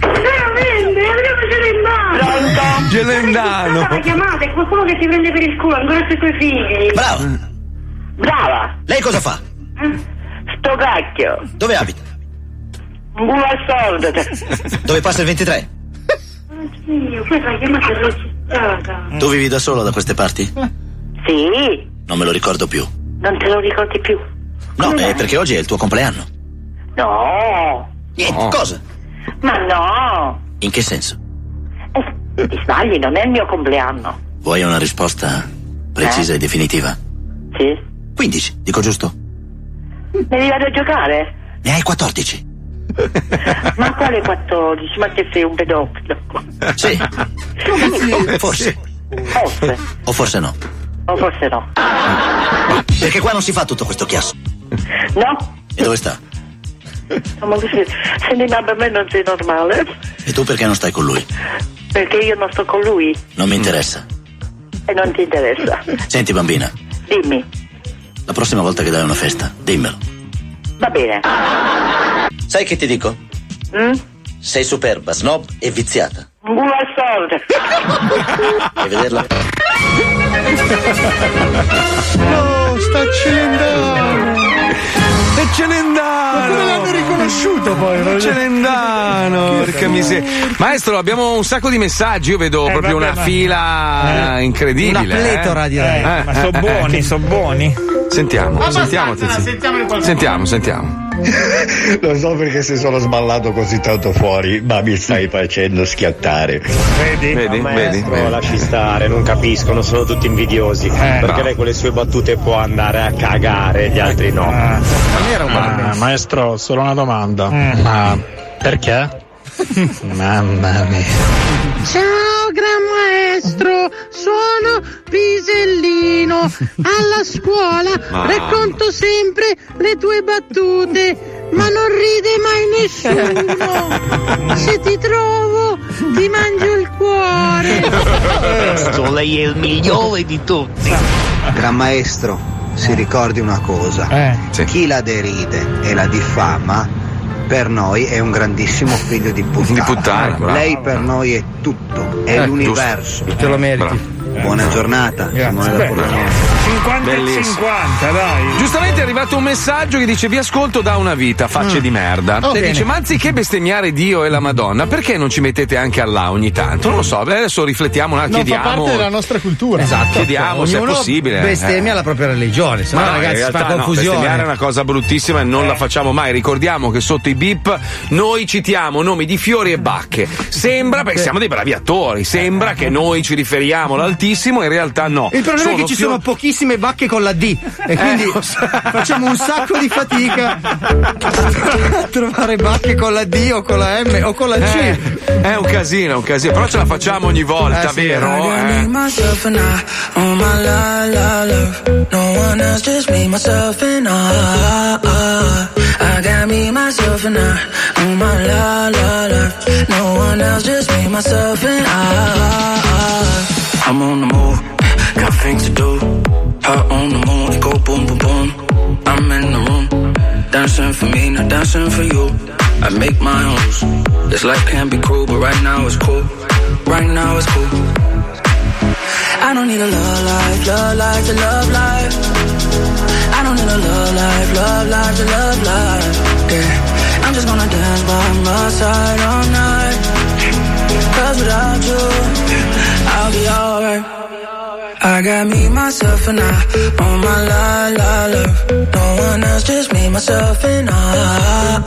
Veramente, vedremocele intanto.
Gelendano.
La chiamata è qualcuno che ti prende per il culo, ancora sui tuoi figli.
Brava!
Brava!
Lei cosa fa?
Sto cacchio!
Dove abita?
Un culo al soldo! te.
Dove passa il 23?
Dio, questa chiamata è registrata.
Tu vivi da solo da queste parti?
Sì,
Non me lo ricordo più.
non te lo ricordi più.
No, è perché oggi è il tuo compleanno.
No!
Niente,
Oh.
cosa?
Ma no!
In che senso?
Ti sbagli, non è il mio compleanno.
Vuoi una risposta precisa e definitiva?
Eh? Sì.
15, dico giusto?
Devi andare a giocare?
Ne hai 14?
Ma quale 14? Ma che sei un pedofilo?
Sì. Forse.
Forse.
O forse no.
O forse no.
Perché qua non si fa tutto questo chiasso.
No?
E dove sta?
No, Ma così, se ne ma per me non sei normale.
E tu perché non stai con lui?
Perché io non sto con lui
Non mi interessa.
e non ti interessa.
Senti bambina,
Dimmi,
la prossima volta che dai una festa, dimmelo.
va bene.
Sai che ti dico?
Mm?
Sei superba, snob e viziata.
Un culo al soldo.
Vuoi vederla?
No, sta celendano.
E celendano.
Ma come l'hanno riconosciuto poi? voglio-
Celendano,
Chi è
Ah, porca
stato?
miseria. Maestro, abbiamo un sacco di messaggi, io vedo
Eh,
proprio
vabbè,
una
ma-
fila
eh,
incredibile.
una pletora,
eh.
direi. Ma so buoni, so buoni.
Sentiamo,
Abbastanza,
sentiamo,
la sentiamo in qualcosa.
sentiamo, sentiamo.
Lo so perché se sono sballato così tanto fuori, ma mi stai facendo schiattare.
Vedi, vedi, vedi,
lasci stare, non capiscono, sono tutti invidiosi. perché
bravo.
lei con le sue battute può andare a cagare, gli altri no.
Ah, maestro, solo una domanda.
Mm.
Ma perché? Mamma mia.
Ciao gran maestro, sono Pisellino. Alla scuola
Ah.
Mamma.
racconto sempre le tue battute, ma non ride mai nessuno. Se ti trovo, ti mangio il cuore.
Eh.
Maestro, lei è il migliore di tutti. Gran maestro,
si ricordi una cosa.
Eh.
Chi la deride e la diffama per noi è un grandissimo figlio di puttana.
Di puttana,
Ecco.
bravo.
Lei per noi è tutto, è
Eh,
l'universo. Eh,
giusto. Te lo meriti.
Eh.
Bravo. Buona giornata, Simone da Pordenone.
50
Bellissimo.
e 50, dai.
Giustamente è arrivato un messaggio che dice: Vi ascolto da una vita, facce
Mm.
di merda.
Oh,
e
bene.
dice: Ma anziché bestemmiare Dio e la Madonna, perché non ci mettete anche Allah ogni tanto? Non lo so, beh, adesso riflettiamo un attimo,
Non fa
chiediamo.
parte della nostra cultura.
Esatto, chiediamo se è
Ognuno
possibile.
bestemmia
Eh.
la propria religione, se
Ma
no,
no, in
ragazzi, si
realtà
fa
no,
confusione. Eh.
bestemmiare è una cosa bruttissima e non la facciamo mai. Ricordiamo che sotto i bip noi citiamo nomi di fiori e bacche. Sembra, perché siamo dei bravi attori, sembra che noi ci riferiamo all'altissimo, in realtà no.
Eh. Il problema è
Sono Eh,
che ci
fior-
sono pochissime bacche con la D e quindi facciamo un sacco di fatica a trovare bacche con la D o con la M o con la C.
Eh, è un casino, è un casino, però ce la facciamo ogni volta,
Eh, sì.
vero?
I
Eh.
need myself and I on my la la love. No one else, just me, myself and I. I got me, myself and I on my la la love. No one else, just me, myself and I. I'm on the move, got things to do. Hot on the moon, it go boom boom boom. I'm in the room, dancing for me, not dancing for you. I make my own. This life can be cruel, but right now it's cool. Right now it's cool. I don't need a love life, love life to love life. I don't need a love life, love life to love life. Yeah. I'm just gonna dance by my side all night. Cause without you, I'll be alright. I got me, myself, and I on my la la love. No one else, just me, myself, and I.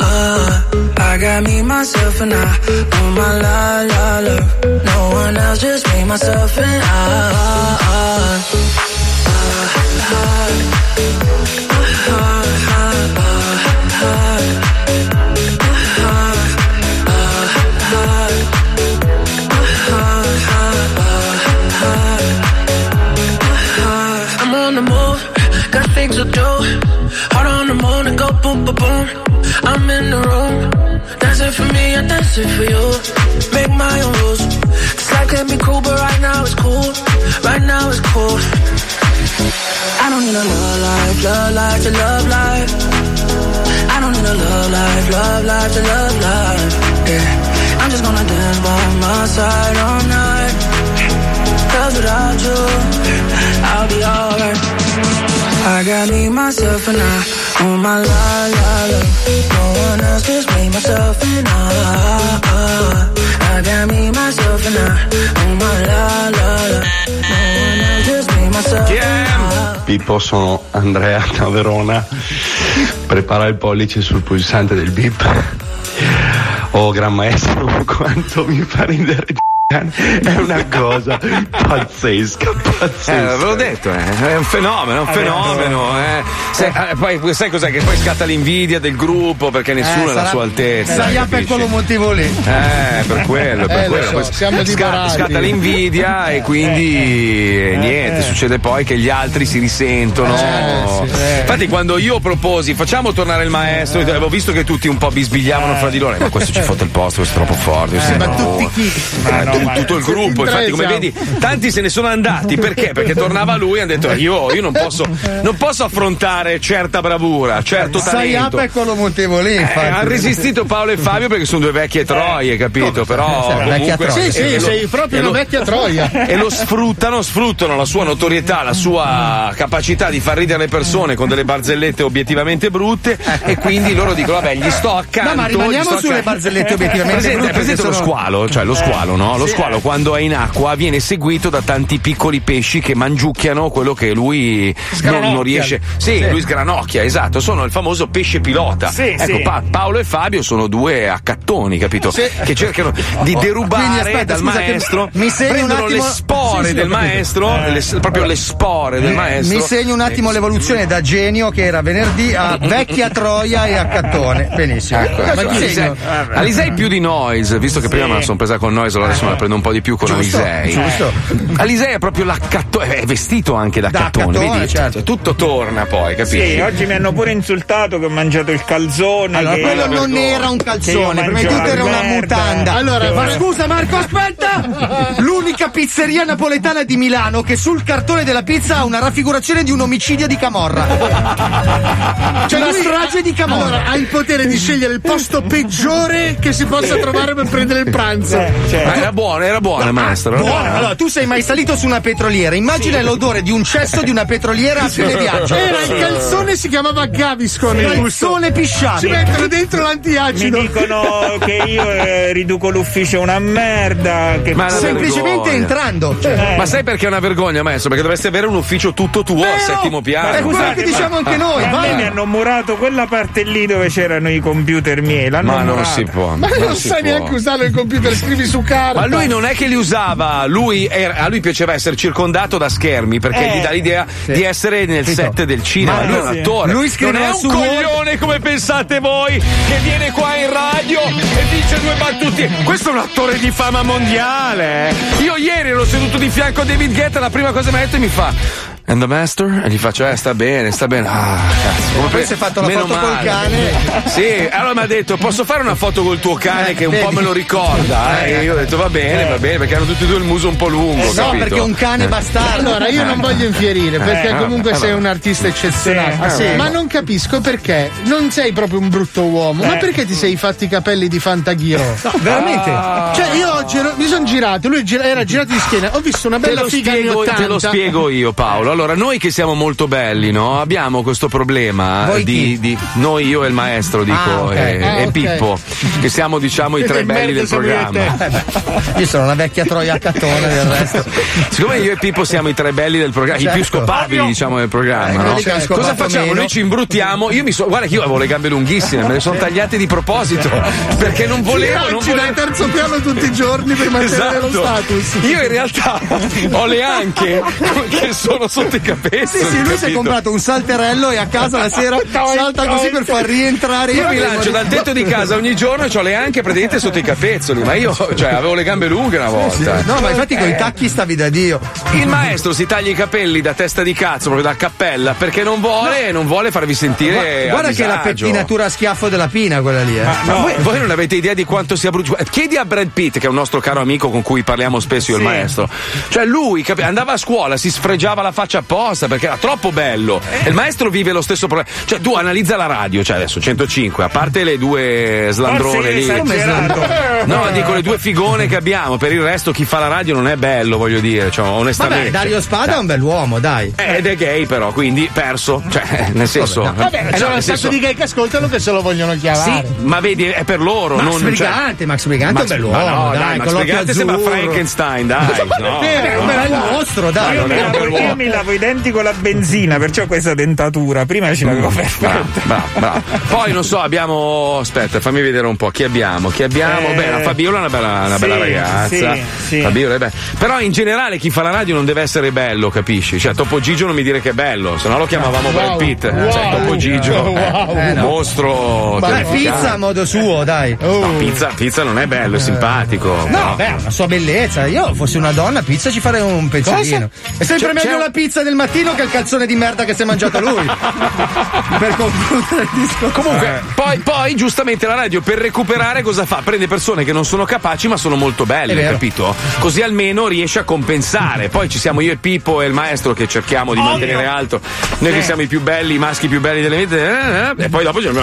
I got me, myself, and I on my la la love. No one else, just me, myself, and I. I'm on the move, got things to do. Hard on the moon and go boom, boom, boom. I'm in the room, dancing for me, I'm dancing for you. Make my own rules. This life can be cruel, but right now it's cool. Right now it's cool. I don't need a love life, love life to love life. I don't need a love life, love life to love life. Yeah. I'm just gonna dance by my side all night. Cause without you, I'll be alright. I got me, myself, and I on my la la la. No one else, just me, myself, and I. I got me, myself, and I on my la la la. No one else, just me, myself, and I.
Pippo, sono Andrea da Verona. Prepara il pollice sul pulsante del bip. Oh, gran maestro, quanto mi fa ridere di è una cosa pazzesca, pazzesca.
Eh, ve l'ho detto, eh, è un fenomeno, è un
Eh,
fenomeno. eh. Se- eh, poi, sai cos'è? Che poi scatta l'invidia del gruppo perché nessuno è alla
sarà-
sua altezza.
Sarà
eh,
per
capisci?
quello motivo lì.
Eh, per quello, per
Eh, lo
quello.
so,
Poi
siamo
sca-
divorati.
scatta l'invidia e quindi eh, niente, succede poi che gli altri si risentono. Infatti, quando io proposi facciamo tornare il maestro, avevo visto che tutti un po' bisbigliavano fra di loro, ma questo ci fotte il posto, questo è troppo forte. questo è troppo- Eh, tu- tutto il gruppo, infatti, come vedi, tanti se ne sono andati perché? Perché tornava lui e hanno detto: Io, io non, posso, non posso affrontare certa bravura, certo
Sai
talento.
up è quello motivo lì,
Eh,
infatti.
hanno resistito Paolo e Fabio perché sono due vecchie troie, capito? Però
Sì, una Eh. vecchia
comunque-
troia.
e
Sì, sì, sei proprio
e
una
lo-
vecchia troia.
E lo sfruttano, sfruttano la sua notorietà, la sua capacità di far ridere le persone con delle barzellette obiettivamente brutte e quindi loro dicono vabbè, gli sto accanto.
No, ma
gli
rimaniamo
sto
sulle
accanto."
barzellette obiettivamente
Presente-
brutte,
È presente
che
lo
sono-
squalo, cioè lo squalo, no? Lo
Sì,
squalo quando è in acqua viene seguito da tanti piccoli pesci che mangiucchiano quello che lui non, non riesce. Sì, lui sgranocchia, esatto, sono il famoso pesce pilota.
Sì,
ecco,
sì.
Pa- Paolo e Fabio sono due accattoni, capito?
Sì.
Che cercano di
Oh,
derubare
quindi aspetta,
dal
scusa, che-
maestro.
mi segni un
prendono le
attimo-
spore
Sì, sì,
del
ho capito.
maestro,
Eh.
le- proprio le spore del maestro. Eh.
Mi segno un attimo l'evoluzione da genio che era venerdì a vecchia troia e a cattone. Benissimo. Ma
Ecco,
ti
Alisei,
segno.
Alisei più di Noise, visto che prima me la sono presa con Noise, allora adesso me la prendo un po' di più con
Eh. Giusto,
Alisei. Eh.
giusto.
Alisei è proprio l'accattone, eh, è vestito anche da,
Da
cattone,
accattone,
vedi?
certo.
Cioè, Tutto torna poi, capisci?
Sì, oggi mi hanno pure insultato che ho mangiato il calzone.
Allora,
che-
quello non
che io
era un calzone,
mangio
prima di tutto
la
era una
merda.
mutanda.
Allora,
ma
guarda-
scusa Marco, aspetta! L'unica pizzeria napoletana di Milano che sul cartone cartone della pizza ha una raffigurazione di un omicidio di Cioè, Camorra. C'è una
Cioè, lui-
strage di Camorra.
Allora, ha il potere di scegliere il posto peggiore che si
Eh.
possa trovare per prendere il pranzo.
cioè.
Ma era buona, era buona, maestro.
Buona. Allora, tu sei mai salito su una petroliera? Immagina l'odore di un cesso di una petroliera a fine viaggio.
Era il calzone, si chiamava Gaviscon.
Sì.
il gusto.
Calzone pisciato.
Ci mettono dentro l'antiacido.
Mi dicono che io eh, riduco l'ufficio a una merda. Che
Ma è una Semplicemente vergogna. entrando.
Cioè,
Ma sai perché è una vergogna, maestro? Perché dovresti avere un ufficio tutto tuo al settimo piano.
ma-
diciamo
a me mi hanno murato quella parte lì dove c'erano i computer miei. L'hanno
Ma non
murata.
si può,
Ma non sai neanche usare il computer, scrivi su carta.
Ma lui non è che li usava, lui era- a lui piaceva essere circondato da schermi perché
Eh.
gli dà l'idea
Sì.
di essere nel
Capito?
set del cinema.
Ma
lui è un
sì.
attore.
Lui
non
scriveva
è
su
un
Word-
coglione come pensate voi che viene qua in radio e dice due battutine. Questo è un attore di fama mondiale. eh. Io ieri ero seduto di fianco a David Guetta, la prima cosa che mi ha detto mi fa. And the master? E gli faccio, eh, sta bene, sta bene. Ah, cazzo. Come
poi si è fatto la
Meno
foto col
male.
cane.
Sì, allora mi ha detto, posso fare una foto col tuo cane che un po'
Eh, vedi?
me lo ricorda? eh? E io ho detto, va bene, va bene, perché hanno tutti e due il muso un po' lungo.
Eh no,
capito?
perché un cane
Eh.
bastardo.
Allora, io non voglio infierire perché
Eh, vabbè,
comunque sei
vabbè.
un artista eccezionale.
Sì, ah, sì.
Ma non capisco perché non sei proprio un brutto uomo. Ma
Eh.
perché ti sei fatti i capelli di Fantaghiro?
No, veramente? Ah.
Cioè, io oggi ero- mi sono girato, lui gira- era girato di schiena, ho visto una
Te
bella
lo,
figa anni
spiego,
80.
te lo spiego io Paolo. Allora, noi che siamo molto belli, no? Abbiamo questo problema
Voi
di, di- noi, io e il maestro, dico,
Ah, ok.
e,
Ah,
e
ok.
Pippo, che siamo diciamo i tre belli del programma.
Io sono una vecchia troia a cattone del resto.
Siccome io e Pippo siamo i tre belli del programma, i
Certo.
più scopabili, diciamo, del
Eh,
programma, no?
quelli che hanno
cosa
scopato
facciamo?
meno.
Noi ci imbruttiamo. Io mi so- guarda che io avevo le gambe lunghissime, me le sono tagliate di proposito perché non volevo. Non
Girarci dal
volevo...
terzo piano tutti i giorni per mantenere lo
Esatto.
status.
Io in realtà ho le anche che sono sotto i capelli.
Sì, sì, lui si è comprato un salterello e a casa la sera salta così per far rientrare
Io mi lancio dal tetto di casa ogni giorno e ho le anche praticamente sotto i capezzoli, ma io cioè, avevo le gambe lunghe una
Sì, sì.
volta.
No, ma infatti con i tacchi stavi da Dio.
Il maestro si taglia i capelli da testa di cazzo, proprio da cappella, perché non vuole, non vuole farvi sentire.
Guarda,
a
guarda che è la
disagio.
pettinatura a schiaffo della pina quella lì, eh.
Ma voi, voi non avete idea di quanto sia brutto. Eh, Chiedi a Brad Pitt, che è un nostro caro amico con cui parliamo spesso io e il maestro. Cioè, lui cap- andava a scuola, si sfregiava la faccia apposta perché era troppo bello. E il maestro vive lo stesso problema. Cioè, tu analizza la radio, cioè adesso 105, a parte le due slandrone
Forse
lì.
è esagerato.
No, dico le due figone che abbiamo. Per il resto, chi fa la radio non è bello, voglio dire. Cioè, onestamente.
Vabbè, Dario Spada è un bell'uomo, dai.
Eh, Ed è gay, però, quindi perso. Cioè, nel senso. eh,
Vabbè,
no,
Vabbè,
cioè,
c'è
nel
un
senso-
sacco di gay che ascoltano che se lo vogliono chiamare.
Sì, ma vedi, è per loro.
Max
non,
Brigante,
cioè-
Max Brigante è un bell'uomo,
ma no,
dai,
dai, Max
con l'occhio
Brigante sembra
azzurro.
Frankenstein, dai.
Ma
no,
non è vero,
no.
ma è un mostro, dai.
Ma
Io
non
mi,
è un
lavo, io
bell'uomo.
mi lavo i denti con la benzina, perciò questa dentatura prima ce
Mm.
l'avevo perfetta.
Bravo, bravo, bravo. Poi non so, abbiamo. Aspetta, fammi vedere un po' chi abbiamo. Chi abbiamo?
Eh,
Beh, la Fabiola è una bella, una
sì,
bella ragazza.
sì, sì.
Fabiola è bella. Però in generale chi fa la radio non deve essere bello, capisci? Cioè, Topo Gigio non mi dire che è bello, se no lo chiamavamo Brad Pitt. Cioè, Topo Gigio.
Wow.
eh,
Eh, no.
Mostro.
Ma
terrificante.
pizza a modo suo, dai. Oh.
No, pizza, pizza non è bello, è simpatico.
No, beh, ha una sua bellezza. Io fossi una donna, pizza ci farei un pezzettino.
Cosa?
È sempre
C'è-
meglio
c'è un-
la pizza del mattino che il calzone di merda che si è mangiato lui. per concludere il discorso.
Comunque, poi, poi, giustamente la radio per recuperare cosa fa? Prende persone che non sono capaci ma sono molto
È
belle,
vero.
capito? Così almeno riesce a compensare. Poi ci siamo io e Pippo e il maestro che cerchiamo di mantenere alto. Noi che siamo i più belli, i maschi più belli delle vite. eh, eh, e poi dopo. Io Eh,
Io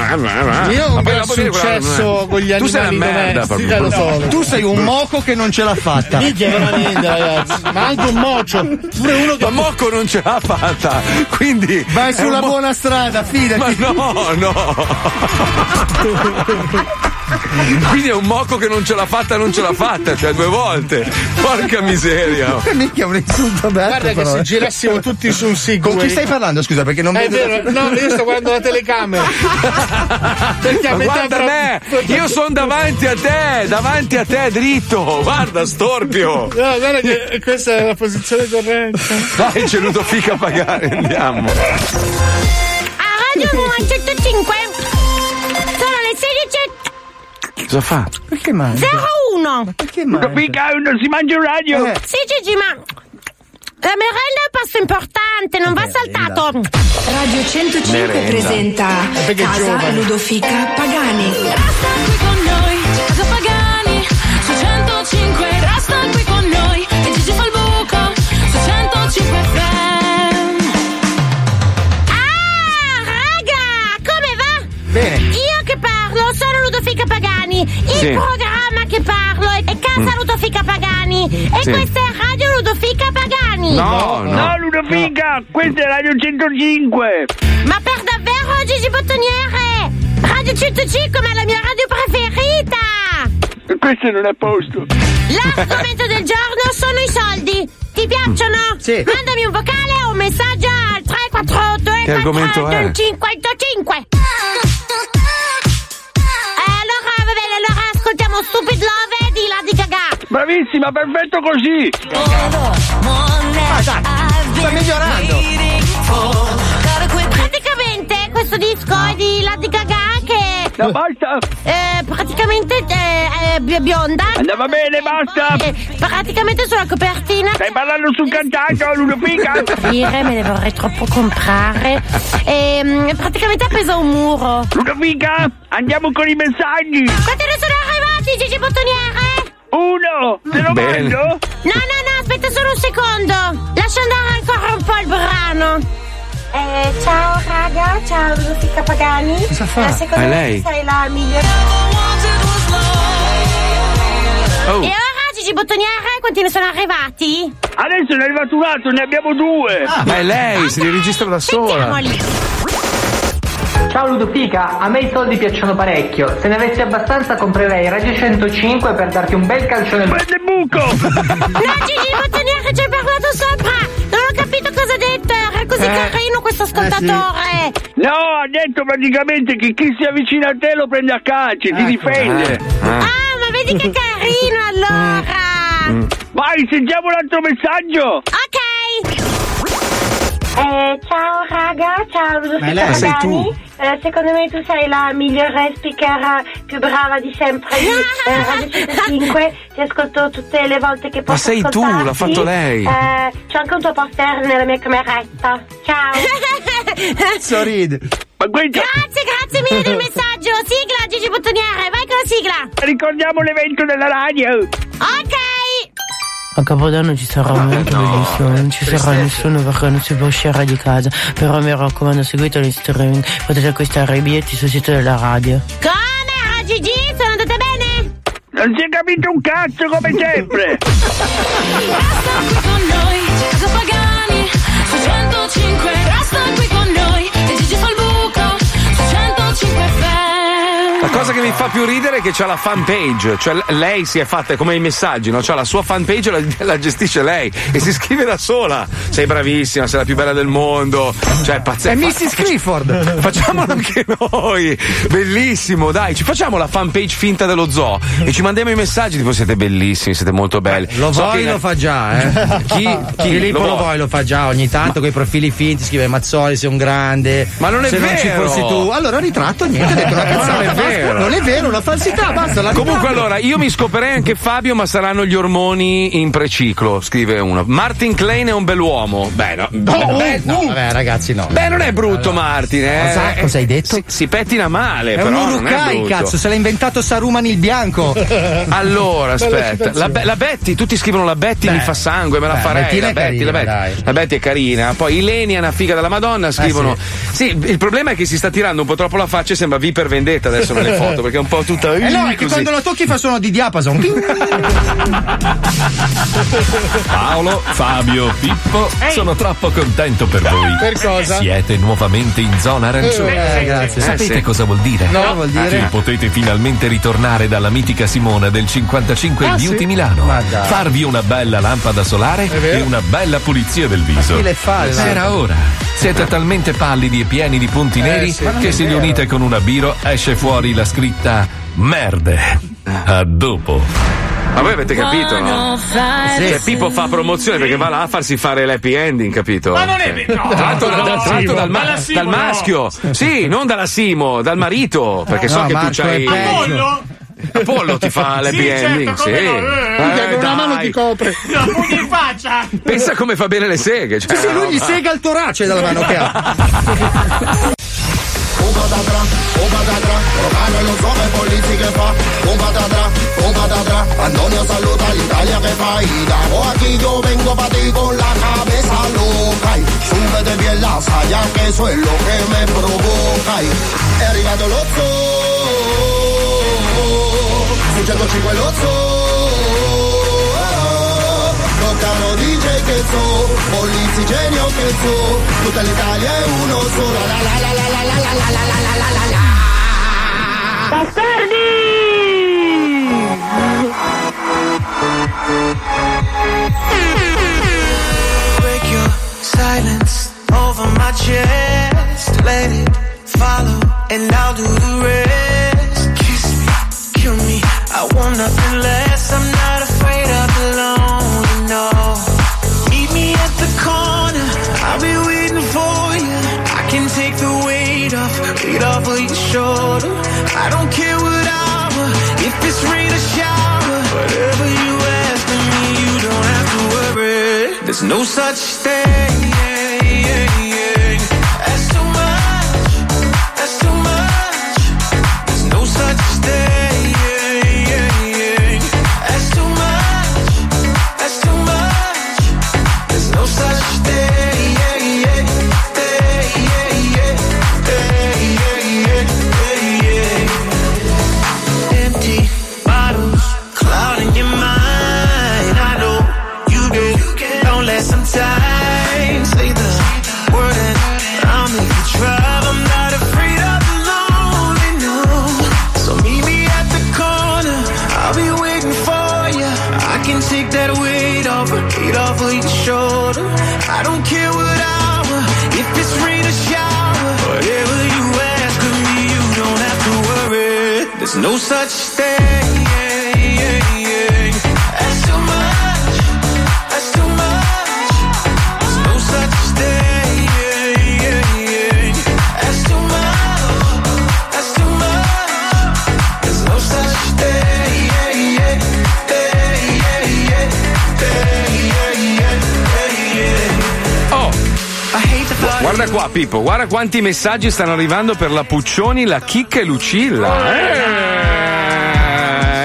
ho un gran successo con gli
Tu sei una
animali
merda.
domestici,
proprio.
lo so.
Tu sei un moco che non ce l'ha fatta.
Minchia, veramente, ragazzi. Ma anche un mocio. Pure uno che.
Ma Mocco non ce l'ha fatta. Quindi.
Vai
è un
sulla
mo-
buona strada,
Ma
fidati.
no, no. Quindi è un moco che non ce l'ha fatta, non ce l'ha fatta, cioè due volte. Porca miseria.
Eh,
Minchia, è un insulto bello.
Guarda che
però,
se
eh.
girassimo tutti su un Segway. Eh,
Con chi stai parlando, scusa, perché non
È
vedo.
vero, no, io sto guardando la telecamera. Perché a
Ma
metà
guarda
fra-
me, io sono davanti a te, davanti a te dritto. Guarda Storpio.
No, Eh, guarda che questa è la posizione corretta.
Dai, c'è Ludo Fica a pagare, andiamo.
A Radio 105 sono le 16.01
Cosa fa?
Perché mangi?
Perché
mangia?
Mica non si mangia in radio
Eh.
Eh.
Sì Gigi ma la merenda è un passo importante non va saltato Radio 105
Merenda. presenta
perché è
Casa
giovane.
Ludofica Pagani.
Resta qui con noi Casa Pagani su 105 Resta qui con noi e Gigi fa il buco su 105 Fred il programma che parlo è, è Casa
Mm.
Ludofica Pagani e
Sì.
questa è Radio Ludofica Pagani.
No, no. No,
Ludofica, questa è Radio 105. Ma per davvero Gigi Bottoniere? Radio 105 ma è la mia radio preferita.
Questo non è a posto.
L'argomento del giorno sono i soldi. Ti
Mm.
piacciono? Sì. Mandami un vocale o un messaggio al 348
Che argomento è?
55. E Eh, allora va bene, allora ascoltiamo Stupid Love di là di cagà.
Bravissima, perfetto così.
Ah, Sta migliorando. Praticamente questo disco è di Lady Gaga che
No, basta.
Eh, praticamente eh, è bi- bionda. Eh, Andava bene, basta. praticamente sulla copertina. Stai parlando sul cantante,
oh,
Ludovica? Dire, me ne vorrei troppo comprare. Ehm, praticamente ha preso un muro. Ludovica, andiamo con i messaggi. Quanti ne sono arrivati, Gigi Bottoniere? Uno, te
lo Bene. mando?
No, no, no, aspetta solo un secondo. Lascia andare ancora un po' il brano. Eh, ciao raga, ciao Ludovica Pagani. Cosa
fa? Ma secondo È me lei?
sei la migliore.
Oh.
E ora Gigi Bottoniere, quanti ne sono arrivati?
Adesso ne è arrivato un altro, ne abbiamo due.
Ah, Ma è lei, si riregistra da sola.
Ciao Ludopica, a me i soldi piacciono parecchio. Se ne avessi abbastanza comprerei Radio 105 per darti un bel calcione. Prende buco!
No, Gigi Bottoniere ci hai parlato sopra! Non ho capito cosa ha detto, era così
Eh.
carino questo ascoltatore!
No, ha detto praticamente che chi si avvicina a te lo prende a calci,
Ecco.
ti
Eh,
difende.
Ah, ma vedi che carino allora!
Mm.
Vai, sentiamo un altro messaggio.
Ah.
Eh, ciao raga, ciao
Ma è
Ludovica
lei? Ah, sei
Pagani.
tu.
Eh, secondo me tu sei la migliore speaker eh, più brava di sempre di eh, Radio 105. Ti ascolto tutte le volte che posso
sei tu,
ascoltarti.
l'ha fatto lei.
Eh, c'è anche un tuo poster nella mia cameretta. Ciao.
Sorride.
Ma quindi...
Grazie, grazie mille del messaggio! Sigla Gigi Bottoniere, vai con la sigla!
Ricordiamo l'evento della radio.
Ok!
A Capodanno ci sarà un momento bellissimo, non ci sarà nessuno perché non si può uscire di casa. Però mi raccomando, seguite lo streaming, potete acquistare i biglietti sul sito della radio.
Come era Gigi? Sono andata bene?
Non si è capito un cazzo come sempre.
Resta qui con noi, Casa Pagani, su 105. Resta qui con noi, e Gigi fa il buco, su 105
La cosa che mi fa più ridere è che c'ha la fanpage, cioè l- lei si è fatta come i messaggi, no? C'ha la sua fanpage e la, la gestisce lei e si scrive da sola. Sei bravissima, sei la più bella del mondo. Cioè, è pazzesco.
È Mrs. Clifford.
Facciamolo anche noi, bellissimo, dai, ci facciamo la fanpage finta dello zoo e ci mandiamo i messaggi tipo siete bellissimi, siete molto belli.
Lo
So
voi
che-
lo fa già, eh.
Chi? Chi?
Filippo lo voi lo fa già ogni tanto con i profili finti, scrive Mazzoli sei un grande.
Ma non è
Se non ci
vero!
fossi tu. Allora ritratto niente, ho detto una
Ma non
cazzata,
è
basta.
vero.
Non è vero, una falsità, basta la
Comunque
ritratto.
allora, io mi scoperei anche Fabio, ma saranno gli ormoni in preciclo, scrive uno. Martin Klein è un bell'uomo. Beh, no.
No,
beh,
no, vabbè, ragazzi, no.
Beh, non è brutto Martin, eh.
Cosa- cosa hai detto?
Si, si pettina male,
È un
però non è
Urukai,
brutto.
cazzo, se l'ha inventato Saruman il bianco.
Allora, aspetta, la, Be- la Betty, tutti scrivono la Betty
Beh.
mi fa sangue, me la
Beh,
farei.
Bettina
La
è
Betty,
carina, Eh,
la, Betty. la Betty è carina. Poi Ilenia è una figa della Madonna. Scrivono: sì. il problema è che si sta tirando un po' troppo la faccia e sembra V per vendetta adesso nelle foto perché è un po' tutta.
Eh no, è che
così.
quando lo tocchi fa suono di diapason.
Paolo, Fabio, Pippo, sono troppo contento per voi.
Eh,
Per cosa?
Siete nuovamente in zona arancione.
Eh, grazie.
Sapete
Eh, sì.
cosa vuol dire?
No, No. vuol dire?
Che potete finalmente ritornare dalla mitica Simona del 55
Ah,
Beauty
sì?
Milano.
Ma dai.
Farvi una bella lampada solare
È vero.
e una bella pulizia del viso.
Ma chi le fa le
Era
lampade?
ora. Siete talmente pallidi e pieni di punti
Eh,
neri
sì. Ma non
che
è
se li
vero.
unite con una biro esce fuori la scritta Merde.
Eh.
A dopo.
Ma voi avete capito, no?
Sì.
Cioè, Pippo fa promozione perché va là a farsi fare l'happy ending, capito?
Ma non è
Cioè.
vero. No,
Tra l'altro,
no,
dal-
no,
tra l'altro
Simo.
dal, ma-
Dalla Simo,
dal
no.
maschio. Sì, non dalla Simo, dal marito. Perché so
No,
che
Marco
tu c'hai.
è peggio. Apollo?
Apollo ti fa l'happy
Sì, certo,
ending,
come
sì.
no, eh,
Eh,
eh, con una mano ti
copre.
La pugna in faccia.
Pensa come fa bene le seghe. Cioè,
Sì, sì,
una
lui gli
roba-
sega il torace dalla mano che ha.
Antonio saluta l'Italia che fai da o aquí yo vengo para ti con la cabeza loca y súbete bien la
Ah,
saya que eso es lo que me provoca y he arrivato lo zoo
5 e lo zoo Toccano DJ che so, Polizzi genio che so Tutta l'Italia è uno solo La la la la la la la la la la la la la
Break your silence over my chest. Let it follow, and I'll do the rest. Kiss me, kill me. I want nothing less. I'm not afraid of the lonely. No. Meet me at the corner. I'll be waiting for you. I can take the weight off, weight off of your shoulder. I don't care what hour, if it's rain or shower. Whatever you ask of me, you don't have to worry. There's no such thing. That's too much. That's too much. There's no such thing. That's too much. That's too much. There's no such thing. Empty bottles clouding your mind. I know you do. Don't let some time say the word and I'll make you try. I'm not afraid of the lonely, no. So meet me at the corner. I'll be waiting for you. I can take that weight off, weight off of your shoulder. I don't care what hour, if it's rain or shower. Whatever you ask of me, you don't have to worry. There's no such thing. That's too much. That's too much. There's no such thing. That's too much. That's too much. There's no such thing. Oh, I hate the thought.
Guarda qua, Pippo, guarda quanti messaggi stanno arrivando per la Puccioni, la Chicca e Lucilla.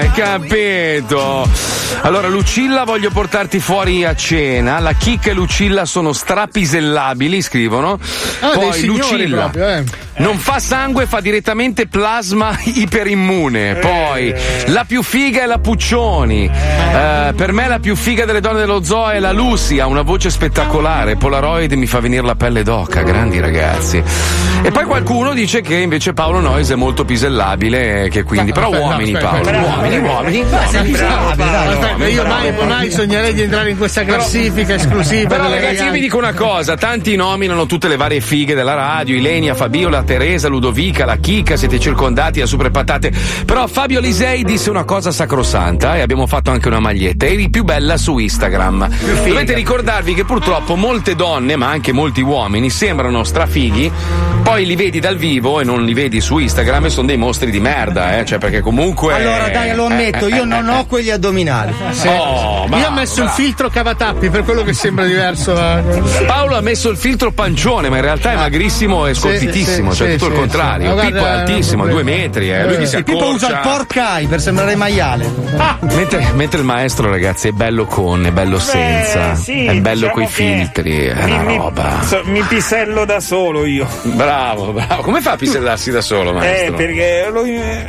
Eh, capito. Allora, Lucilla, voglio portarti fuori a cena. La Chicca e Lucilla sono strapisellabili, scrivono.
Ah, dei
Poi
signori
Lucilla.
proprio, eh.
Non fa sangue, fa direttamente plasma iperimmune. Poi la più figa è la Puccioni. Eh, per me la più figa delle donne dello zoo è la Lucy, ha una voce spettacolare. Polaroid mi fa venire la pelle d'oca, grandi ragazzi. E poi qualcuno dice che invece Paolo Noyes è molto pisellabile, eh, che quindi. Però
Aspetta, no,
uomini,
aspetta,
Paolo,
aspetta.
uomini, uomini.
Bravo,
Basta,
bravo,
pisellabile, dai,
Aspetta,
uomini,
io
bravo.
mai, mai sognerei di entrare in questa classifica esclusiva.
Però
delle
ragazzi io vi
ragazze.
dico una cosa, tanti nominano tutte le varie fighe della radio, Ilenia, Fabiola, Teresa, Ludovica, la Chica, siete circondati da super patate, però Fabio Lisei disse una cosa sacrosanta e abbiamo fatto anche una maglietta, eri più bella su Instagram. Dovete ricordarvi che purtroppo molte donne, ma anche molti uomini, sembrano strafighi, poi li vedi dal vivo e non li vedi su Instagram e sono dei mostri di merda, eh? cioè perché comunque... eh,
Allora dai, lo ammetto, io non ho quegli addominali.
Sì. Oh,
Io ho
bravo,
messo il
bravo.
filtro cavatappi per quello che sembra diverso. da-
Paolo ha messo il filtro pancione, ma in realtà è magrissimo e scolpitissimo,
Ah. sì,
cioè
sì,
tutto
sì,
il
sì.
contrario.
Ma guarda,
Pippo è
non
altissimo,
problema.
due metri, eh. lui che si
il tipo usa il
accorcia. Ah,
porcai per sembrare maiale.
Mentre, mentre il maestro, ragazzi, è bello con, è bello senza,
sì,
è bello
diciamo
coi
che
filtri, è una roba.
So- mi pisello da solo io.
Bravo, bravo. Come fa a pisellarsi da solo,
Eh,
maestro?
perché lo- eh,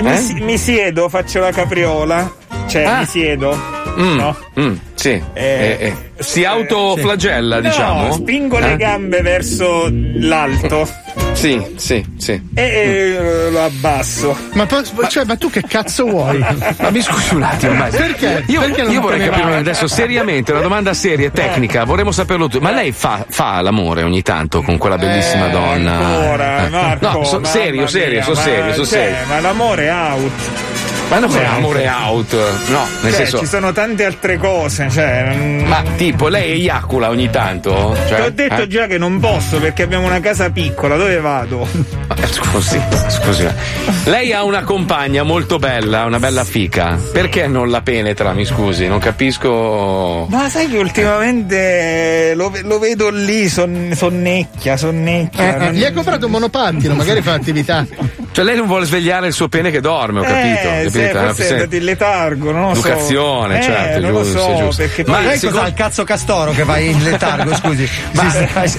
mi,
Eh? Ah.
si- mi siedo, faccio la capriola. Cioè, mi siedo.
Mm,
No?
mm, sì. Eh, eh. Si autoflagella,
No,
diciamo.
spingo le
Eh?
gambe verso l'alto
Sì, sì, sì.
e eh, lo abbasso.
Ma, poi- cioè, ma tu che cazzo vuoi?
Ma mi scusi un attimo, Cioè, ma-
Perché?
Io,
Perché non
io vorrei
te ne
capire
vai?
adesso seriamente, una domanda seria, tecnica, vorremmo saperlo tutti. Ma lei fa, fa l'amore ogni tanto con quella bellissima donna?
Ancora,
Eh.
Marco.
no, so-
mamma
serio, serio,
mia,
sono
ma-
serio, sono
cioè,
serio.
Ma l'amore è out.
Ma non
Cioè,
è amore out, no, nel
cioè,
senso.
ci sono tante altre cose. Cioè, non-
Ma tipo, lei eiacula ogni tanto? Cioè,
Ti ho detto
eh?
già che non posso perché abbiamo una casa piccola, dove vado?
Eh, Scusi, scusi. Lei ha una compagna molto bella, una bella fica. Perché non la penetra? Mi scusi, non capisco.
Ma sai che ultimamente eh, lo, ve- lo vedo lì, son- sonnecchia, sonnecchia.
Eh, eh,
non-
gli hai comprato un monopattino, magari fa attività.
Cioè, lei non vuole svegliare il suo pene che dorme, ho capito.
eh,
capito?
se
È una
forse
questione-
è di letargo, non lo so.
Educazione,
Eh,
certo,
non
giusto,
lo so,
giusto.
perché
Ma
poi-
lei secondo-
Al cazzo castoro che vai in letargo, scusi.
Ma-
Sì, sì.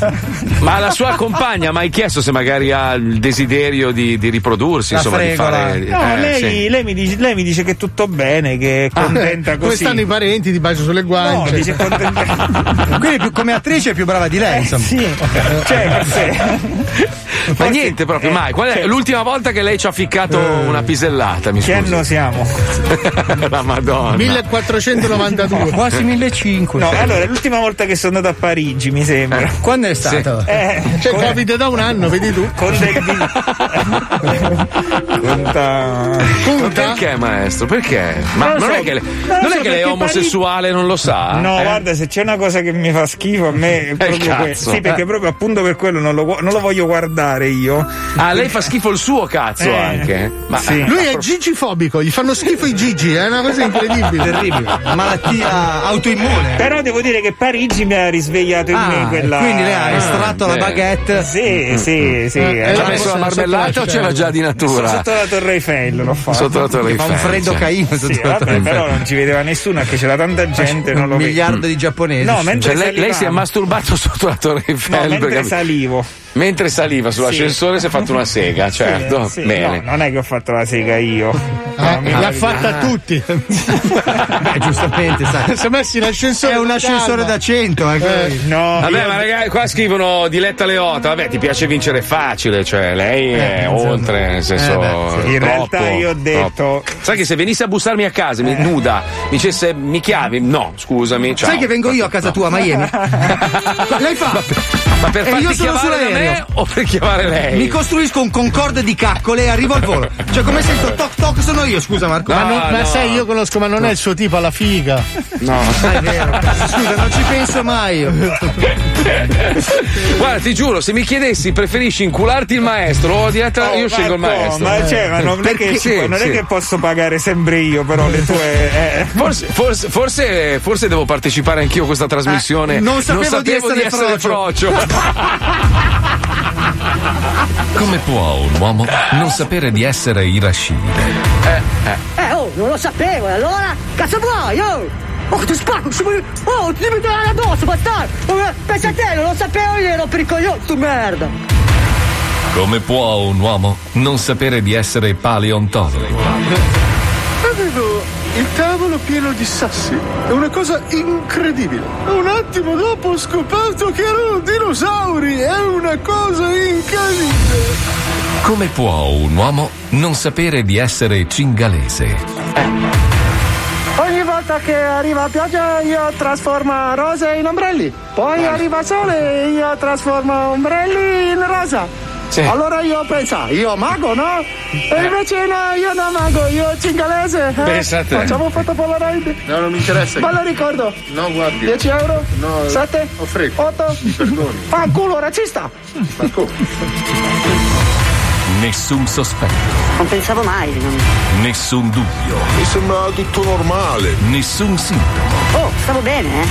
Ma la sua compagna mi ha chiesto se magari ha il desiderio di, di riprodursi,
La
insomma,
fregola.
di
No,
fare. eh,
lei,
sì. Ah, eh,
lei mi dice, lei mi dice che tutto bene, che è contenta
Come
così.
stanno i parenti, ti bacio sulle guance.
dice
Quindi più- come attrice è più brava di lei, insomma.
Eh,
eh,
Cioè,
Ma niente proprio
eh,
mai. Qual è l'ultima volta che lei ci ha ficcato una pisellata? Mi
Che anno siamo?
la Madonna.
1492.
Quasi
1500.
No, allora, è l'ultima volta che sono andato a Parigi, mi sembra.
Quando è
stato?
Eh,
C'è
con-
Covid da un anno, vedi tu?
Con del
Ma perché, maestro? Perché? Ma
Non
non,
lo so.
è che, le-
Non lo
non
so,
è, che lei è
perché
omosessuale, non lo sa.
No,
eh?
guarda, se c'è una cosa che mi fa schifo a me è proprio
cazzo.
questo. Sì, perché
Eh.
proprio appunto per quello non lo, gu- non lo voglio guardare io.
Ah, lei fa schifo il suo cazzo
Eh,
anche. Ma
sì.
Lui è gigifobico, gli fanno schifo i gigi, è una cosa incredibile. Eh,
autoimmune.
Però devo dire che Parigi mi ha risvegliato in
Ah,
me quella. Eh,
quindi lei ha estratto la
baguette.
Mm,
Sì, sì,
Ci
sì.
ha messo Eh, la cioè, marmellata o c'era già di natura?
Sotto la Torre Eiffel l'ho fatto.
Sotto la Torre Che fa un Eiffel, freddo sì. caino
cioè. Sì,
sotto la
vabbè,
Torre Eiffel.
però non ci vedeva nessuno, anche c'era tanta gente. Non lo
Un
vedo.
miliardo di
giapponesi.
No, mentre
Mm. Cioè, lei, lei si è
salivavo.
masturbato sotto la torre Eiffel
No, mentre
perché-
salivo.
Mentre saliva sull'ascensore si è fatto una sega, certo.
Sì, sì,
Bene.
no, non è che ho fatto la sega io.
Eh, l'ha fatta a tutti.
Ah. Eh, giustamente, sai.
Si è messi in ascensore.
È un
da
ascensore
calma.
da 100, eh,
Eh,
no.
Vabbè, ma ragazzi, qua scrivono Diletta Leota. Vabbè, ti piace vincere facile, cioè lei è oltre, nel senso.
Eh, beh, sì. In
troppo,
realtà io ho detto- Eh.
troppo. Sai che se venisse a bussarmi a casa, mi, nuda, mi dicesse mi chiavi? No, scusami. Ciao.
Sai che vengo io a casa tua a Miami? lei fa.
Ma per
Eh,
E
farti
io sono
chiamare da
sull'aereo.
me o per chiamare lei?
Mi costruisco un concorde di caccole e arrivo al volo. Cioè, come sento toc toc sono io, scusa Marco.
ma, non- ma sai, io conosco, ma non è il suo tipo alla figa.
No.
Ah, è vero. Scusa, non ci penso mai io.
Guarda, ti giuro, se mi chiedessi preferisci incularti il maestro o diretta, Ah, io scelgo il maestro.
Oh,
Eh,
Ma, cioè, ma non, è che,
Perché- sì,
non è
sì.
che posso pagare sempre io, però le tue. eh.
Forse, forse- forse- forse devo partecipare anch'io a questa trasmissione.
Eh, non sapevo di essere
frocio.
Come può un uomo non sapere di essere irascibile?
Eh, oh, non lo sapevo, e allora? Cazzo vuoi, oh? Oh, che ti spacco, ci vuoi- Oh, ti devi dare addosso, bastardo! Oh, eh, Pensa a te, non lo sapevo io, ero pericoloso, tu merda!
Come può un uomo non sapere di essere paleontologo?
Avevo il tavolo pieno di sassi. È una cosa incredibile. Un attimo dopo ho scoperto che erano dinosauri. È una cosa incredibile.
Come può un uomo non sapere di essere cingalese?
Ogni volta che arriva pioggia io trasformo rose in ombrelli. Poi arriva sole e io trasformo ombrelli in rosa.
Sì. Eh.
Allora io penso, io mago, no? E invece no, io non mago, io cingalese. eh.
Pensa a te.
Facciamo foto polaroid.
No, non mi interessa.
Ma lo ricordo.
No, guardi.
10 euro?
No,
7? Ho freddo. 8?
perdoni.
Fanculo, razzista!
Nessun sospetto,
Non pensavo mai di non...
nessun dubbio,
Mi sembrava tutto normale.
nessun sintomo,
Oh, stavo bene, eh?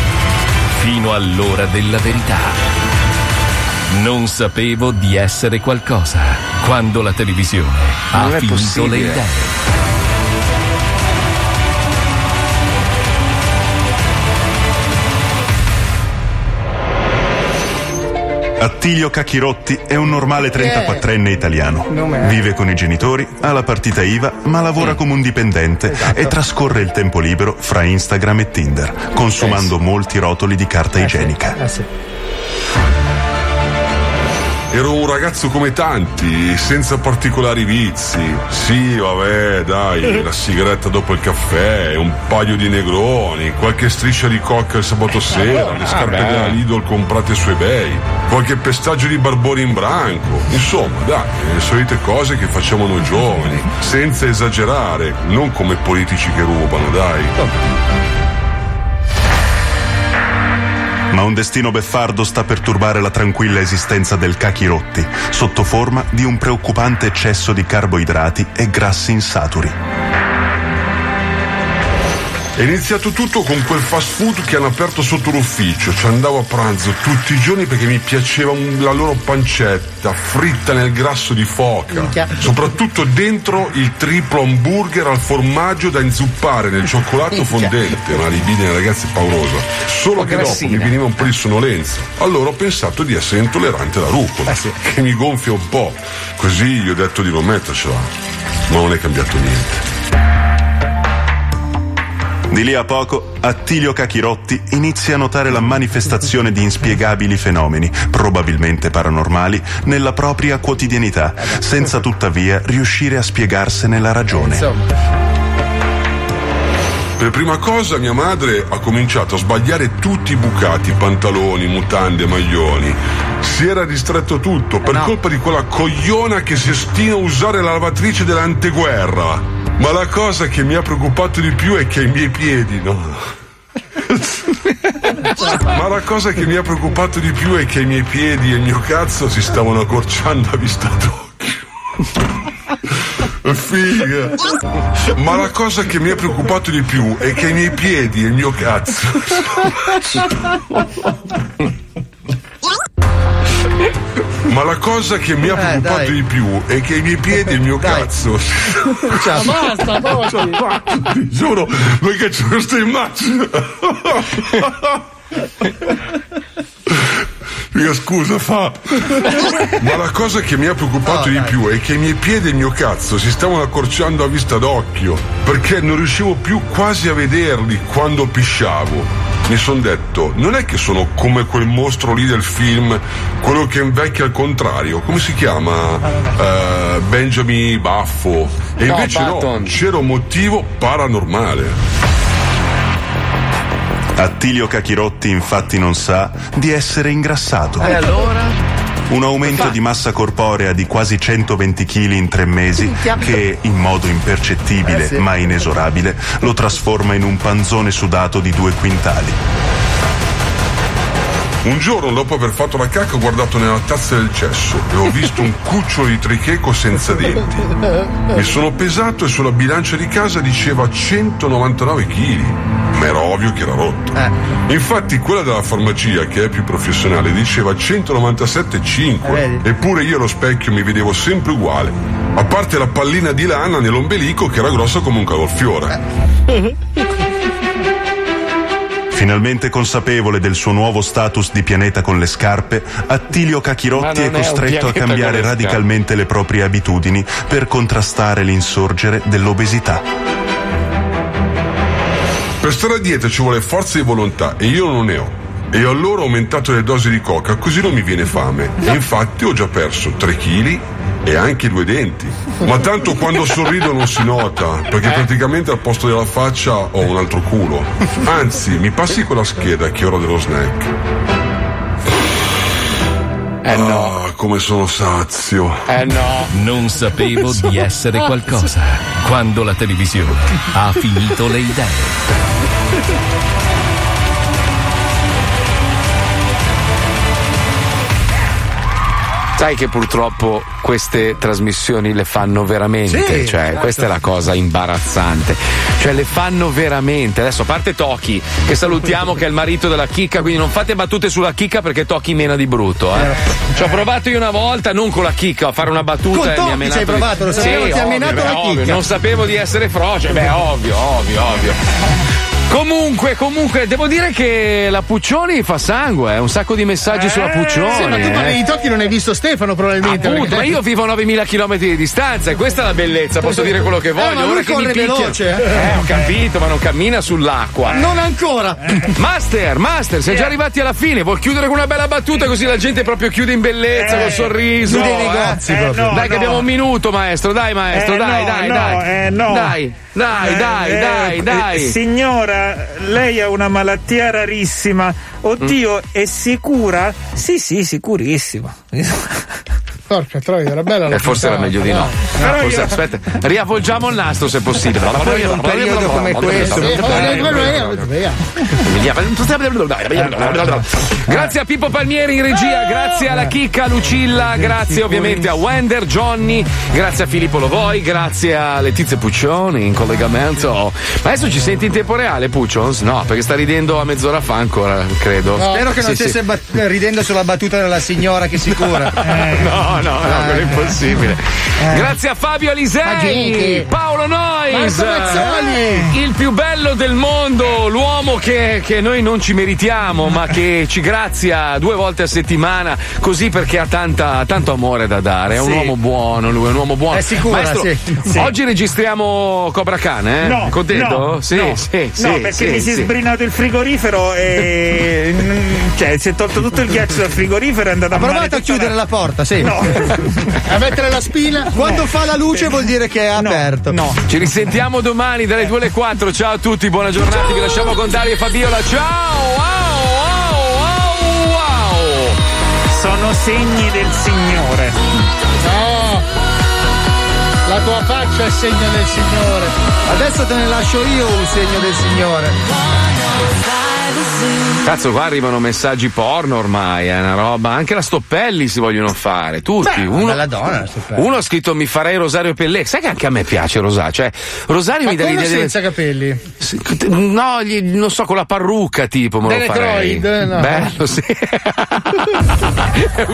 fino all'ora della verità. Non sapevo di essere qualcosa quando la televisione
Non
ha
è
finto le
possibile.
idee.
Attilio Cacchirotti è un normale 34enne italiano.
Nome, eh?
Vive con i genitori, ha la partita IVA, ma lavora come un dipendente e trascorre il tempo libero fra Instagram e Tinder, consumando molti rotoli di carta igienica.
Ero un ragazzo come tanti, senza particolari vizi. Sì, vabbè, dai, la sigaretta dopo il caffè, un paio di negroni, qualche striscia di coca il sabato sera, le scarpe
beh.
della Lidl comprate su eBay, qualche pestaggio di barboni in branco. Insomma, dai, le solite cose che facciamo noi giovani, senza esagerare, non come politici che rubano, dai.
Ma un destino beffardo sta per turbare la tranquilla esistenza del Cachirotti, sotto forma di un preoccupante eccesso di carboidrati e grassi insaturi.
È iniziato tutto con quel fast food che hanno aperto sotto l'ufficio. Ci andavo a pranzo tutti i giorni perché mi piaceva un- la loro pancetta fritta nel grasso di foca.
Minchia.
Soprattutto dentro il triplo hamburger al formaggio da inzuppare nel cioccolato fondente. Una libidine, ragazzi, paurosa. Solo che dopo mi
Grassina.
veniva un po' di sonnolenza. Allora ho pensato di essere intollerante alla rucola, che mi gonfia un po'. Così gli ho detto di non mettercela. Ma non è cambiato niente.
Di lì a poco, Attilio Cachirotti inizia a notare la manifestazione di inspiegabili fenomeni, probabilmente paranormali, nella propria quotidianità, senza tuttavia riuscire a spiegarsene la ragione.
Per prima cosa mia madre ha cominciato a sbagliare tutti i bucati, pantaloni, mutande, maglioni. Si era distretto tutto per colpa di quella cogliona che si ostina a usare la lavatrice dell'anteguerra. Ma la cosa che mi ha preoccupato di più è che i miei piedi, no? Ma la cosa che mi ha preoccupato di più è che i miei piedi e il mio cazzo si stavano accorciando a vista d'occhio. Figa. Ma la cosa che mi ha preoccupato di più è che i miei piedi e il mio cazzo. Ma la cosa che
Eh,
mi ha preoccupato di più è che i miei piedi e il mio cazzo.
Ciao. Basta, basta.
Cioè, qua, ti giuro, perché c'è questa immagine. Dica scusa, fa. Ma la cosa che mi ha preoccupato di più è che i miei piedi e il mio cazzo si stavano accorciando a vista d'occhio, perché non riuscivo più quasi a vederli quando pisciavo. Mi son detto, non è che sono come quel mostro lì del film, quello che invecchia al contrario, come si chiama? Eh, Benjamin Baffo. E
No,
invece no,
Button.
c'era un motivo paranormale.
Attilio Cachirotti infatti non sa di essere ingrassato.
E allora?
Un aumento di massa corporea di quasi 120 kg in tre mesi
Minchia.
che, in modo impercettibile
Eh, sì.
ma inesorabile, lo trasforma in un panzone sudato di due quintali.
Un giorno dopo aver fatto la cacca ho guardato nella tazza del cesso e ho visto un cucciolo di tricheco senza denti. Mi sono pesato e sulla bilancia di casa diceva 199 kg, ma era ovvio che era rotto. Infatti quella della farmacia, che è più professionale, diceva 197,5, eppure io allo specchio mi vedevo sempre uguale, a parte la pallina di lana nell'ombelico che era grossa come un cavolfiore.
eh?
Finalmente consapevole del suo nuovo status di pianeta con le scarpe, Attilio
Ma
Cachirotti
non
è
è un
costretto a
pianeta con
cambiare
le scarpe.
radicalmente le proprie abitudini per contrastare l'insorgere dell'obesità.
Per stare dietro ci vuole forza di volontà e io non ne ho. E allora ho aumentato le dosi di coca, così non mi viene fame. E infatti ho già perso 3 kg e anche due denti. Ma tanto quando sorrido non si nota, perché praticamente al posto della faccia ho un altro culo. Anzi, mi passi quella scheda che è ora dello snack. Eh no. Ah, come sono sazio.
Eh no. Non sapevo di essere qualcosa quando la televisione ha finito le idee.
Sai che purtroppo queste trasmissioni le fanno veramente,
Sì,
cioè
certo.
esatto.
questa è la cosa imbarazzante, cioè le fanno veramente. Adesso a parte Toki, che salutiamo che è il marito della chicca, quindi non fate battute sulla chicca perché Toki mena di brutto. eh. Ci ho provato io una volta, non con la chicca, a fare una battuta e mi
Con Toki
ha
ci
menato.
hai provato, lo
Sì,
sapevo, ti ha
ovvio,
menato
beh,
la
ovvio,
chicca.
Non sapevo di essere froce, beh ovvio, ovvio, ovvio. Comunque, comunque, devo dire che la Puccioni fa sangue, eh, un sacco di messaggi sulla Puccioni.
Sì, ma tu parli
eh.
di Tocchi non hai visto Stefano probabilmente.
Appunto,
perché-
ma io vivo a 9000 km di distanza e questa è la bellezza, posso dire quello che
Eh,
voglio.
ma lui
Ora che mi
corre
picchia-
veloce,
eh.
Eh, ho capito, ma non cammina sull'acqua.
Non ancora.
Master, Master, siamo già
Eh.
arrivati alla fine. Vuol chiudere con una bella battuta così la gente proprio chiude in bellezza,
Eh.
col sorriso.
Chiude i
eh.
negozi proprio.
Dai, che
no.
abbiamo un minuto, maestro. Dai, maestro,
Eh,
dai,
no,
dai,
no,
dai.
eh, no.
Dai, dai,
Eh,
dai,
eh,
dai,
eh,
dai.
Signora, lei ha una malattia
Mm.
rarissima. Oddio, è sicura? Sì, sì, sicurissima.
Porca troia, era bella la
Eh, forse era
puntata,
meglio di no.
dai.
Ah, forse- aspetta, riavvolgiamo il nastro se possibile.
Ma poi in un periodo come questo,
Eh, Grazie a Pippo Palmieri in regia, grazie alla Chicca Lucilla, grazie ovviamente a Wender Johnny, grazie a Filippo Lovoi, grazie a Letizia Puccioni in collegamento. Ma adesso ci senti in tempo reale, Puccions? No, perché sta ridendo a mezz'ora fa ancora, credo.
No, Spero che non
Sì, sì.
stesse bat- ridendo sulla battuta della signora che si cura.
No, no, no,
Eh.
quello è impossibile. Grazie a Fabio Alisei,
Magnifico.
Paolo Nois,
Marco Mazzoli.
il più bello del mondo, l'uomo che, che noi non ci meritiamo, ma che ci grazia due volte a settimana, così perché ha tanta- tanto amore da dare. È un
Sì.
uomo buono, lui è un uomo buono.
È sicuro,
Maestro,
sì. Sì.
Oggi registriamo Cobra Khan, eh?
No,
Contento?
no,
sì,
no.
sì, sì.
No, perché
sì,
mi si è
sì.
sbrinato il frigorifero e. mm, cioè, si è tolto tutto il ghiaccio dal frigorifero e è andato a
Ha
male
provato a
tutta
chiudere la porta, sì.
No.
a mettere la spina. Quando fa la luce vuol dire che è aperto. No.
Ci risentiamo domani dalle 2 alle 4. Ciao a tutti, buona giornata. Vi lasciamo con Dario e Fabiola. Ciao!
Sono segni del Signore.
No! La tua faccia è segno del Signore.
Adesso te ne lascio io un segno del Signore.
Cazzo, qua arrivano messaggi porno ormai, è una roba. Anche la Stoppelli si vogliono fare, tutti. uno, uno ha scritto mi farei Rosario Pellè. Sai che anche a me piace Rosario? Cioè, Rosario
Ma
mi dà
con o
l'idea di-
senza capelli?
No, gli- non so, con la parrucca tipo me lo farei.
Denetroid, no.
Bello, sì.